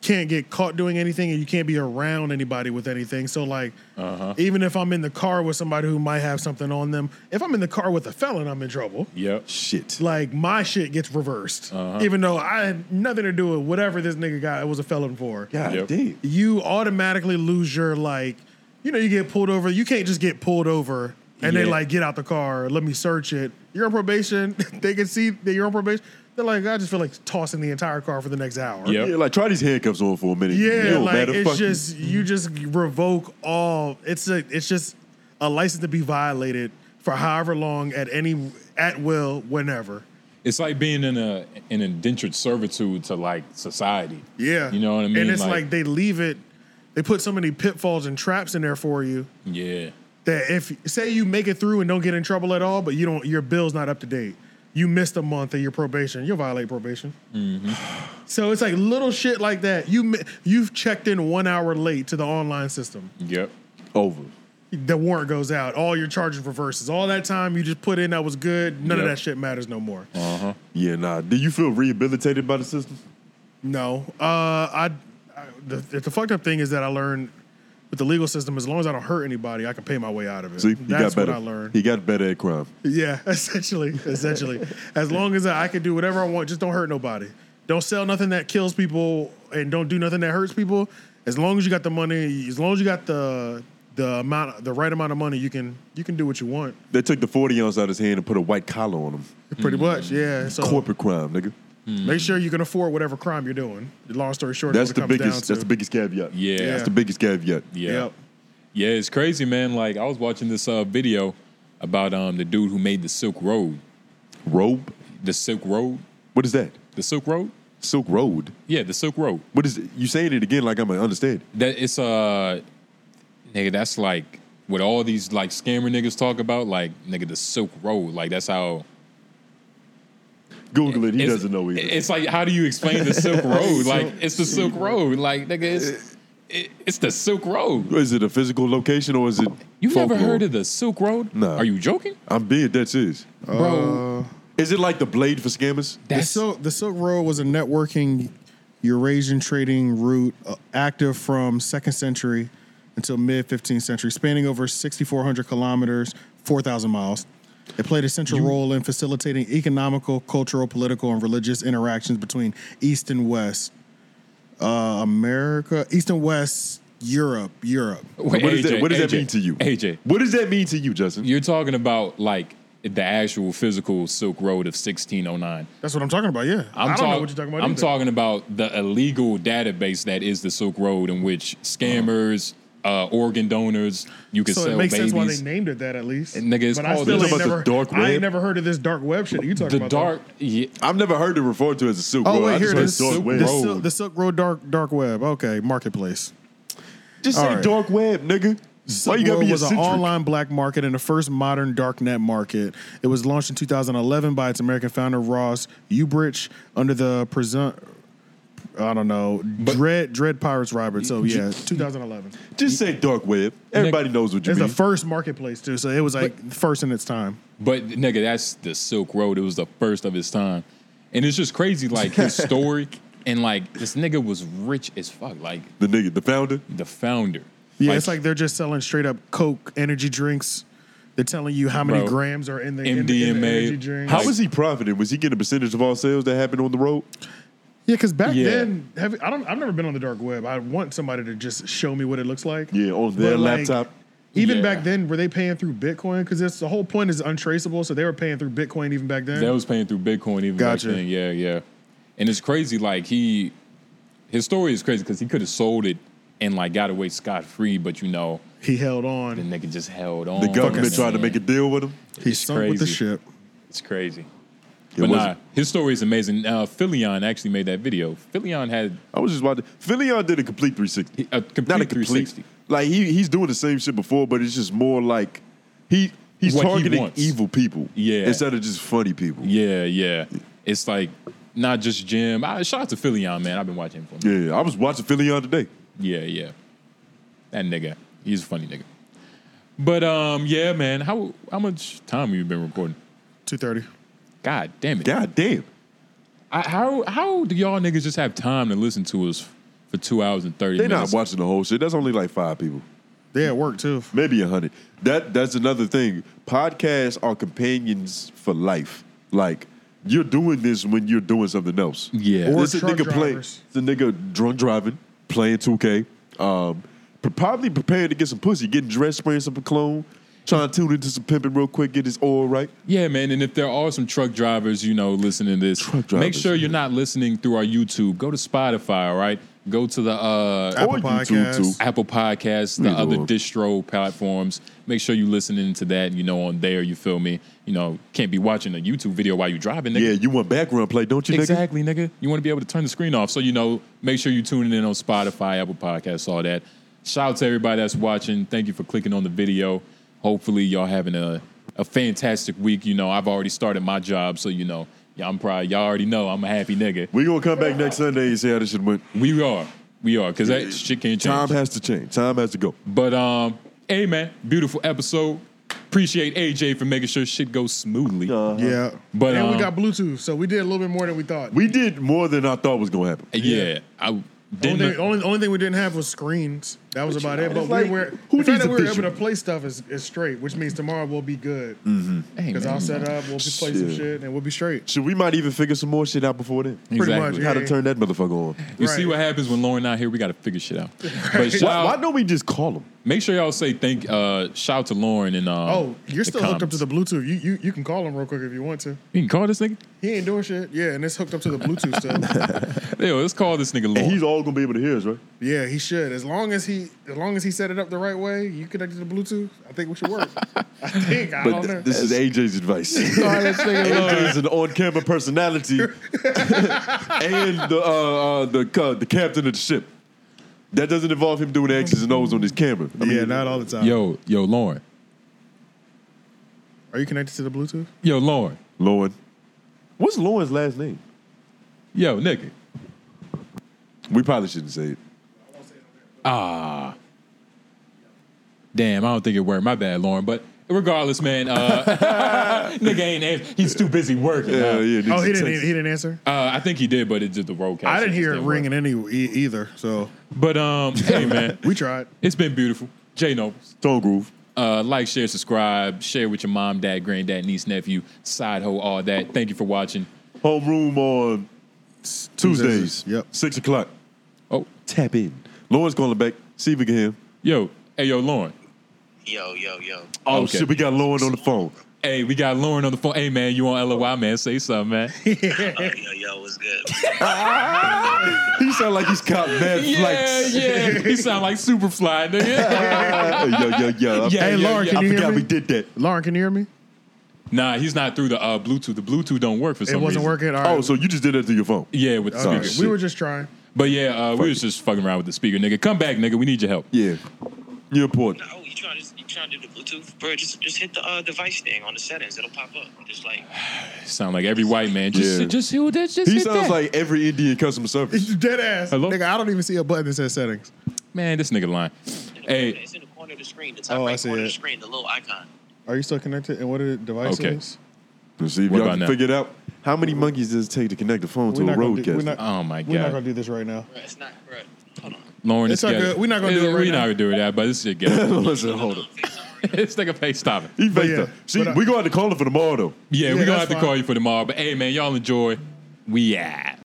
S4: can't get caught doing anything, and you can't be around anybody with anything. So like,
S1: Uh-huh.
S4: even if I'm in the car with somebody who might have something on them, if I'm in the car with a felon, I'm in trouble
S2: Yep.
S1: Shit.
S4: like my shit gets reversed,
S1: Uh-huh.
S4: even though I had nothing to do with whatever this nigga got was a felon for.
S1: God
S2: Yep.
S1: damn.
S4: You automatically lose your like, you know, you get pulled over. You can't just get pulled over and they
S2: Yeah.
S4: like get out the car. Let me search it. You're on probation. they can see that you're on probation. They're like, I just feel like tossing the entire car for the next hour.
S2: Yep.
S1: Yeah, like try these handcuffs on for a minute. It
S4: Yeah,
S1: don't
S4: like
S1: matter.
S4: it's
S1: Fuck you.
S4: just you. just revoke all. It's a it's just a license to be violated for however long at any at will whenever.
S2: It's like being in a in indentured servitude to like society.
S4: Yeah.
S2: You know what I mean?
S4: And it's like, they leave it, they put so many pitfalls and traps in there for you
S2: yeah.
S4: that if say you make it through and don't get in trouble at all, but you don't your bill's not up to date. You missed a month of your probation, you'll violate probation.
S1: Mm-hmm.
S4: So it's like little shit like that. You mi- you've checked in one hour late to the online system.
S2: Yep.
S1: over.
S4: The warrant goes out. All your charges reverses. All that time you just put in that was good. None of
S2: Yep.
S4: that shit matters no more.
S1: Uh-huh.
S2: Uh-huh.
S1: Yeah, nah. Do you feel rehabilitated by the system?
S4: No, uh, I, I the, the fucked up thing is that I learned with the legal system, as long as I don't hurt anybody, I can pay my way out of it.
S1: See, he
S4: That's
S1: got better.
S4: what I learned.
S1: He got better at crime.
S4: yeah, essentially, essentially, as long as I, I can do whatever I want, just don't hurt nobody. Don't sell nothing that kills people, and don't do nothing that hurts people. As long as you got the money, as long as you got the the amount, the right amount of money, you can you can do what you want.
S1: They took the 40 ounce out of his hand and put a white collar on him.
S4: Pretty much, yeah. So
S1: Mm. Corporate crime, nigga.
S4: make sure you can afford whatever crime you're doing. Long story short,
S1: That's
S4: what
S1: the
S4: it comes down
S1: biggest. That's the
S4: to.
S1: biggest caveat.
S2: Yeah. Yeah.
S1: that's the biggest caveat.
S2: Yeah.
S4: Yep.
S2: Yeah, it's crazy, man. Like I was watching this uh, video about um the dude who made the Silk Road.
S1: Robe.
S2: The Silk Road.
S1: What is that?
S2: The Silk Road.
S1: Silk Road.
S2: Yeah, the Silk Road.
S1: What is it? you saying it again? Like I'm gonna understand.
S2: That it's uh nigga, that's like what all these like scammer niggas talk about, like nigga the Silk Road. Like that's how
S1: Google it. He
S2: It's-
S1: doesn't know either.
S2: It's like, how do you explain the Silk Road? Like, it's the Silk Road. Like, nigga, it's, it, it's the Silk Road.
S1: is it a physical location or is it?
S2: You've never
S1: folklore?
S2: heard of the Silk Road?
S1: No.
S2: Are you joking?
S1: I'm being dead serious.
S2: Uh.
S1: Uh,
S2: Bro,
S1: Is it like the blade for scammers?
S4: The
S2: that's
S4: Silk, the Silk Road was a networking Eurasian trading route uh, active from 2nd century until mid 15th century, spanning over 6,400 kilometers, 4,000 miles. It played a central role in facilitating economical, cultural, political, and religious interactions between East and West uh, America, East and West Europe, Europe.
S2: Wait,
S1: what does,
S2: AJ,
S1: that, what does that
S2: AJ,
S1: mean to you?
S2: AJ,
S1: What does that mean to you, Justin?
S2: you're talking about like the actual physical Silk Road of 1609.
S4: That's what I'm talking about. Yeah, I'm I
S2: I'm
S4: do not
S2: talk-
S4: know what you're talking about.
S2: I'm
S4: either.
S2: talking about the illegal database that is the Silk Road, in which scammers, uh, organ donors, you can
S4: So
S2: sell
S4: it makes
S2: babies.
S4: sense why they named it that at least.
S2: And nigga, it's
S4: but I
S2: called-
S4: still
S1: You're
S4: ain't
S1: talking about
S4: never,
S1: the dark
S4: I
S1: web?
S4: ain't never heard of this dark web shit. that You talking
S2: the
S4: about though.
S2: dark, yeah,
S1: I've never heard it referred to as a Silk
S4: Oh
S1: Road. I
S4: wait,
S1: just
S4: here it
S1: heard
S4: is.
S1: Dark
S4: Silk-
S1: Web.
S4: The, Sil- the Silk Road dark dark web. Okay, marketplace.
S1: Just
S4: All
S1: say
S4: right.
S1: dark web, nigga. Why
S4: Silk
S1: you gotta
S4: Road
S1: be
S4: was
S1: eccentric?
S4: an online black market and the first modern darknet market. It was launched in 2011 by its American founder Ross Ubrich under the present. I don't know. Dread Dread Pirates Robert. So yeah, 2011.
S1: Just say dark web. Everybody knows what you
S4: It's the
S1: mean.
S4: first marketplace too, so it was like first in its time.
S2: but nigga, that's the Silk Road. It was the first of its time, and it's just crazy, like historic, and like this nigga was rich as fuck, like
S1: the nigga, the founder.
S2: the founder.
S4: Yeah, it's like they're just selling straight up Coke energy drinks. They're telling you how many
S2: Bro,
S4: grams are in the, in the- in the
S2: MDMA.
S4: energy drink.
S1: How
S2: Like-
S1: was he profiting? Was he getting a percentage of all sales that happened on the road?
S4: Yeah, because back
S2: Yeah.
S4: then, have, I don't. I've never been on the dark web. I want somebody to just show me what it looks like.
S1: Yeah, on
S4: But,
S1: their
S4: like,
S1: laptop.
S4: Even
S2: Yeah.
S4: back then, were they paying through Bitcoin? Because that's the whole point is untraceable. So they were paying through Bitcoin even back then.
S2: That was paying through Bitcoin even
S4: Gotcha.
S2: back then. Yeah, yeah. And it's crazy. Like he, his story is crazy because he could have sold it and like got away scot free, but you know
S4: he held
S2: the
S4: on.
S2: nigga just held on.
S1: The government tried to
S2: man.
S1: make a deal with him.
S4: He
S2: it's
S4: sunk with the
S2: crazy.
S4: ship.
S2: It's crazy.
S1: It
S2: but nah,
S1: wasn't-
S2: his story is amazing. Uh, Philion actually made that video. Philion had
S1: I was just watching. Filion did a complete 360.
S2: a complete
S1: Not a complete.
S2: 360.
S1: Like he he's doing the same shit before, but it's just more like he he's
S2: What he
S1: targeting
S2: wants.
S1: evil people.
S2: Yeah.
S1: Instead of just funny people.
S2: Yeah, yeah. It's like not just Jim. I, shout out to Philion, man. I've been watching him for a minute.
S1: Yeah, I was watching Filion today.
S2: Yeah, yeah. That nigga. He's a funny nigga. But um, yeah, man. How how much time have you been recording?
S4: Two thirty.
S2: God damn it.
S1: God damn.
S2: I, how how do y'all niggas just have time to listen to us for two hours and 30
S1: They're not
S2: minutes?
S1: watching the whole shit. That's only like five people.
S4: They at work too.
S1: Maybe a hundred. That that's another thing. Podcasts are companions for life. Like you're doing this when you're doing something else.
S2: Yeah.
S1: Or
S2: Or
S1: it's a
S4: truck
S1: nigga playing.
S4: drivers.
S1: It's a nigga drunk driving, playing 2K. Um, pre- probably preparing to get some pussy, getting dressed, spraying some cologne, trying to tune into some pimping real quick, get his oil right.
S2: yeah, man. And if there are some truck drivers, you know, listening to this,
S1: Truck
S2: make
S1: drivers,
S2: sure you're not listening through our YouTube. Go to Spotify, all right? Go to the uh,
S4: Apple
S1: or
S4: Podcasts.
S1: YouTube too.
S2: Apple Podcasts, the
S1: Neither
S2: other
S1: one.
S2: distro platforms. Make sure you listening to that, you know, on there, you feel me? You know, can't be watching a YouTube video while you driving,
S1: Yeah,
S2: nigga.
S1: you want background play, don't you, nigga?
S2: exactly, nigga. You want to be able to turn the screen off. So, you know, make sure you tuning in on Spotify, Apple Podcasts, all that. Shout out to everybody that's watching. Thank you for clicking on the video. Hopefully y'all having a, a fantastic week. You know, I've already started my job, so you know, yeah, I'm probably y'all already know I'm a happy nigga.
S1: We gonna come back next Sunday and see how this shit went.
S2: We are. We are, because that shit can't change.
S1: Time has to change. Time has to go.
S2: But um, hey man, beautiful episode. Appreciate AJ for making sure shit goes smoothly.
S4: Yeah,
S2: Uh-huh. But,
S4: and
S2: um,
S4: we got Bluetooth, so we did a little bit more than we thought.
S1: We did more than I thought was gonna happen.
S2: yeah, I didn't.
S4: only, thing, only, only thing we didn't have was screens. That was about it. But
S1: it's like,
S4: we were
S1: who
S4: the
S1: needs
S4: fact that
S1: a
S4: we were
S1: picture?
S4: able to play stuff is, is straight, which means tomorrow we'll be good
S2: Hey,
S4: because
S2: man.
S4: I'll set up, we'll be play some
S1: Mm-hmm. Shit.
S4: shit, and we'll be straight.
S1: Shit, we might even figure some more shit out before then.
S2: Exactly.
S4: much, yeah.
S1: How to turn that motherfucker on.
S2: You see
S4: Right.
S2: what happens when Lauren not here? We got to figure shit out. But shout,
S1: Why, why don't we just call him?
S2: make sure y'all say thank. Uh, shout out to Lauren and um,
S4: Oh, you're still hooked up to
S2: comments.
S4: the Bluetooth. You, you you can call him real quick if you want to.
S2: You can call this nigga.
S4: He ain't doing shit. Yeah, and it's hooked up to the Bluetooth stuff.
S2: Yo, let's call this nigga
S1: And
S2: Lauren.
S1: he's all gonna be able to hear us, right?
S4: Yeah, he should. As long as he as long as he set it up the right way, you connected to Bluetooth. I think we should work. I think I
S1: But
S4: don't know.
S1: th- this is AJ's advice.
S2: Call this nigga
S1: AJ
S2: Lauren.
S1: is an on-camera personality and the uh, uh, the co- the captain of the ship. That doesn't involve him doing X's and O's on his camera. I mean,
S4: yeah, not all the time.
S2: Yo, yo, Lauren.
S4: Are you connected to the Bluetooth?
S2: Yo, Lauren.
S1: Lauren, What's Lauren's last name?
S2: Yo, nigga.
S1: We probably shouldn't say it.
S2: Ah. Damn, I don't think it worked. My bad, Lauren. But regardless, man, uh, nigga ain't ans- He's too busy working. huh?
S1: yeah.
S4: Oh, he
S1: niggas
S4: didn't. He
S1: text-
S4: didn't answer.
S2: Uh, I think he did, but it just the roll.
S4: I didn't
S2: just
S4: hear it
S2: work.
S4: ringing any e- either. So
S2: But um, hey man,
S4: we tried.
S2: it's been beautiful. Jay Nobles.
S1: Tone Groove.
S2: Uh, like, share, subscribe, share with your mom, dad, granddad, niece, nephew, side hoe, all that. Thank you for watching.
S1: Homeroom on Tuesdays.
S4: Yep.
S1: Six o'clock.
S2: Oh,
S1: Tap in. Lauren's calling back. See if we can hear him.
S2: yo, hey yo, Lauren.
S7: Yo, yo, yo.
S1: Oh
S2: Okay.
S1: shit, we got Lauren on the phone.
S2: Hey, we got Lauren on the phone. Hey man, you on LOI, man? Say something, man.
S7: Uh, yo, yo, what's good?
S1: He sound like he's caught mad
S2: yeah,
S1: flights.
S2: yeah. He sound like super fly, nigga.
S1: yo, yo, yo. I-
S2: Yeah,
S4: Hey,
S2: yeah,
S4: Lauren,
S2: yeah.
S4: can
S1: I
S4: you hear
S1: forgot
S4: me?
S1: we did that.
S4: Lauren, can you hear me?
S2: Nah, he's not through the uh, Bluetooth. The Bluetooth don't work for some
S4: It wasn't
S2: reason.
S4: working. Oh, All right.
S1: Oh, so you just did that through your phone.
S2: Yeah, with the
S4: All right.
S2: speaker.
S4: we were just trying.
S2: But yeah, uh, we was just fucking around with the speaker, nigga. Come back, nigga. We need your help.
S1: Yeah. You're important.
S7: oh, you trying to you trying to do the Bluetooth, bro? Just just hit the uh, device thing on the settings. It'll pop up. Just like
S2: Sound like every white man. Just,
S1: Yeah.
S2: just who that? Just
S1: He
S2: hit
S1: sounds
S2: that.
S1: like every Indian customer service.
S4: It's dead ass.
S2: Hello?
S4: Nigga, I don't even see a button that says settings.
S2: man. This nigga lying.
S7: in the corner,
S2: Hey,
S7: it's in the corner of the screen, the top
S4: Oh, I
S7: right
S4: see
S7: corner
S4: it.
S7: of the screen, the little icon.
S4: Are you still connected? And what are the devices?
S2: Okay.
S1: Let's see if
S2: What
S1: y'all
S2: about
S1: can
S2: now?
S1: figure it out. How many monkeys does it take to connect the phone to a roadcast?
S2: Oh, my
S4: We're
S2: God.
S4: not gonna do this right now.
S7: Bro, it's not. Bro, hold on.
S2: Lauren,
S4: It's
S2: this
S4: all
S2: guy-
S4: good. We not gonna do it right
S2: We
S4: now.
S2: not gonna do it that. But this shit gay.
S1: Listen, hold up.
S2: this nigga face stop it.
S1: He faked
S4: yeah,
S1: up. See,
S4: but uh, I-
S1: we gonna have to call him for tomorrow though.
S2: Yeah,
S4: Yeah,
S2: we gonna
S4: that's
S2: have to
S4: fine.
S2: call you for tomorrow. But hey, man, y'all enjoy. We out.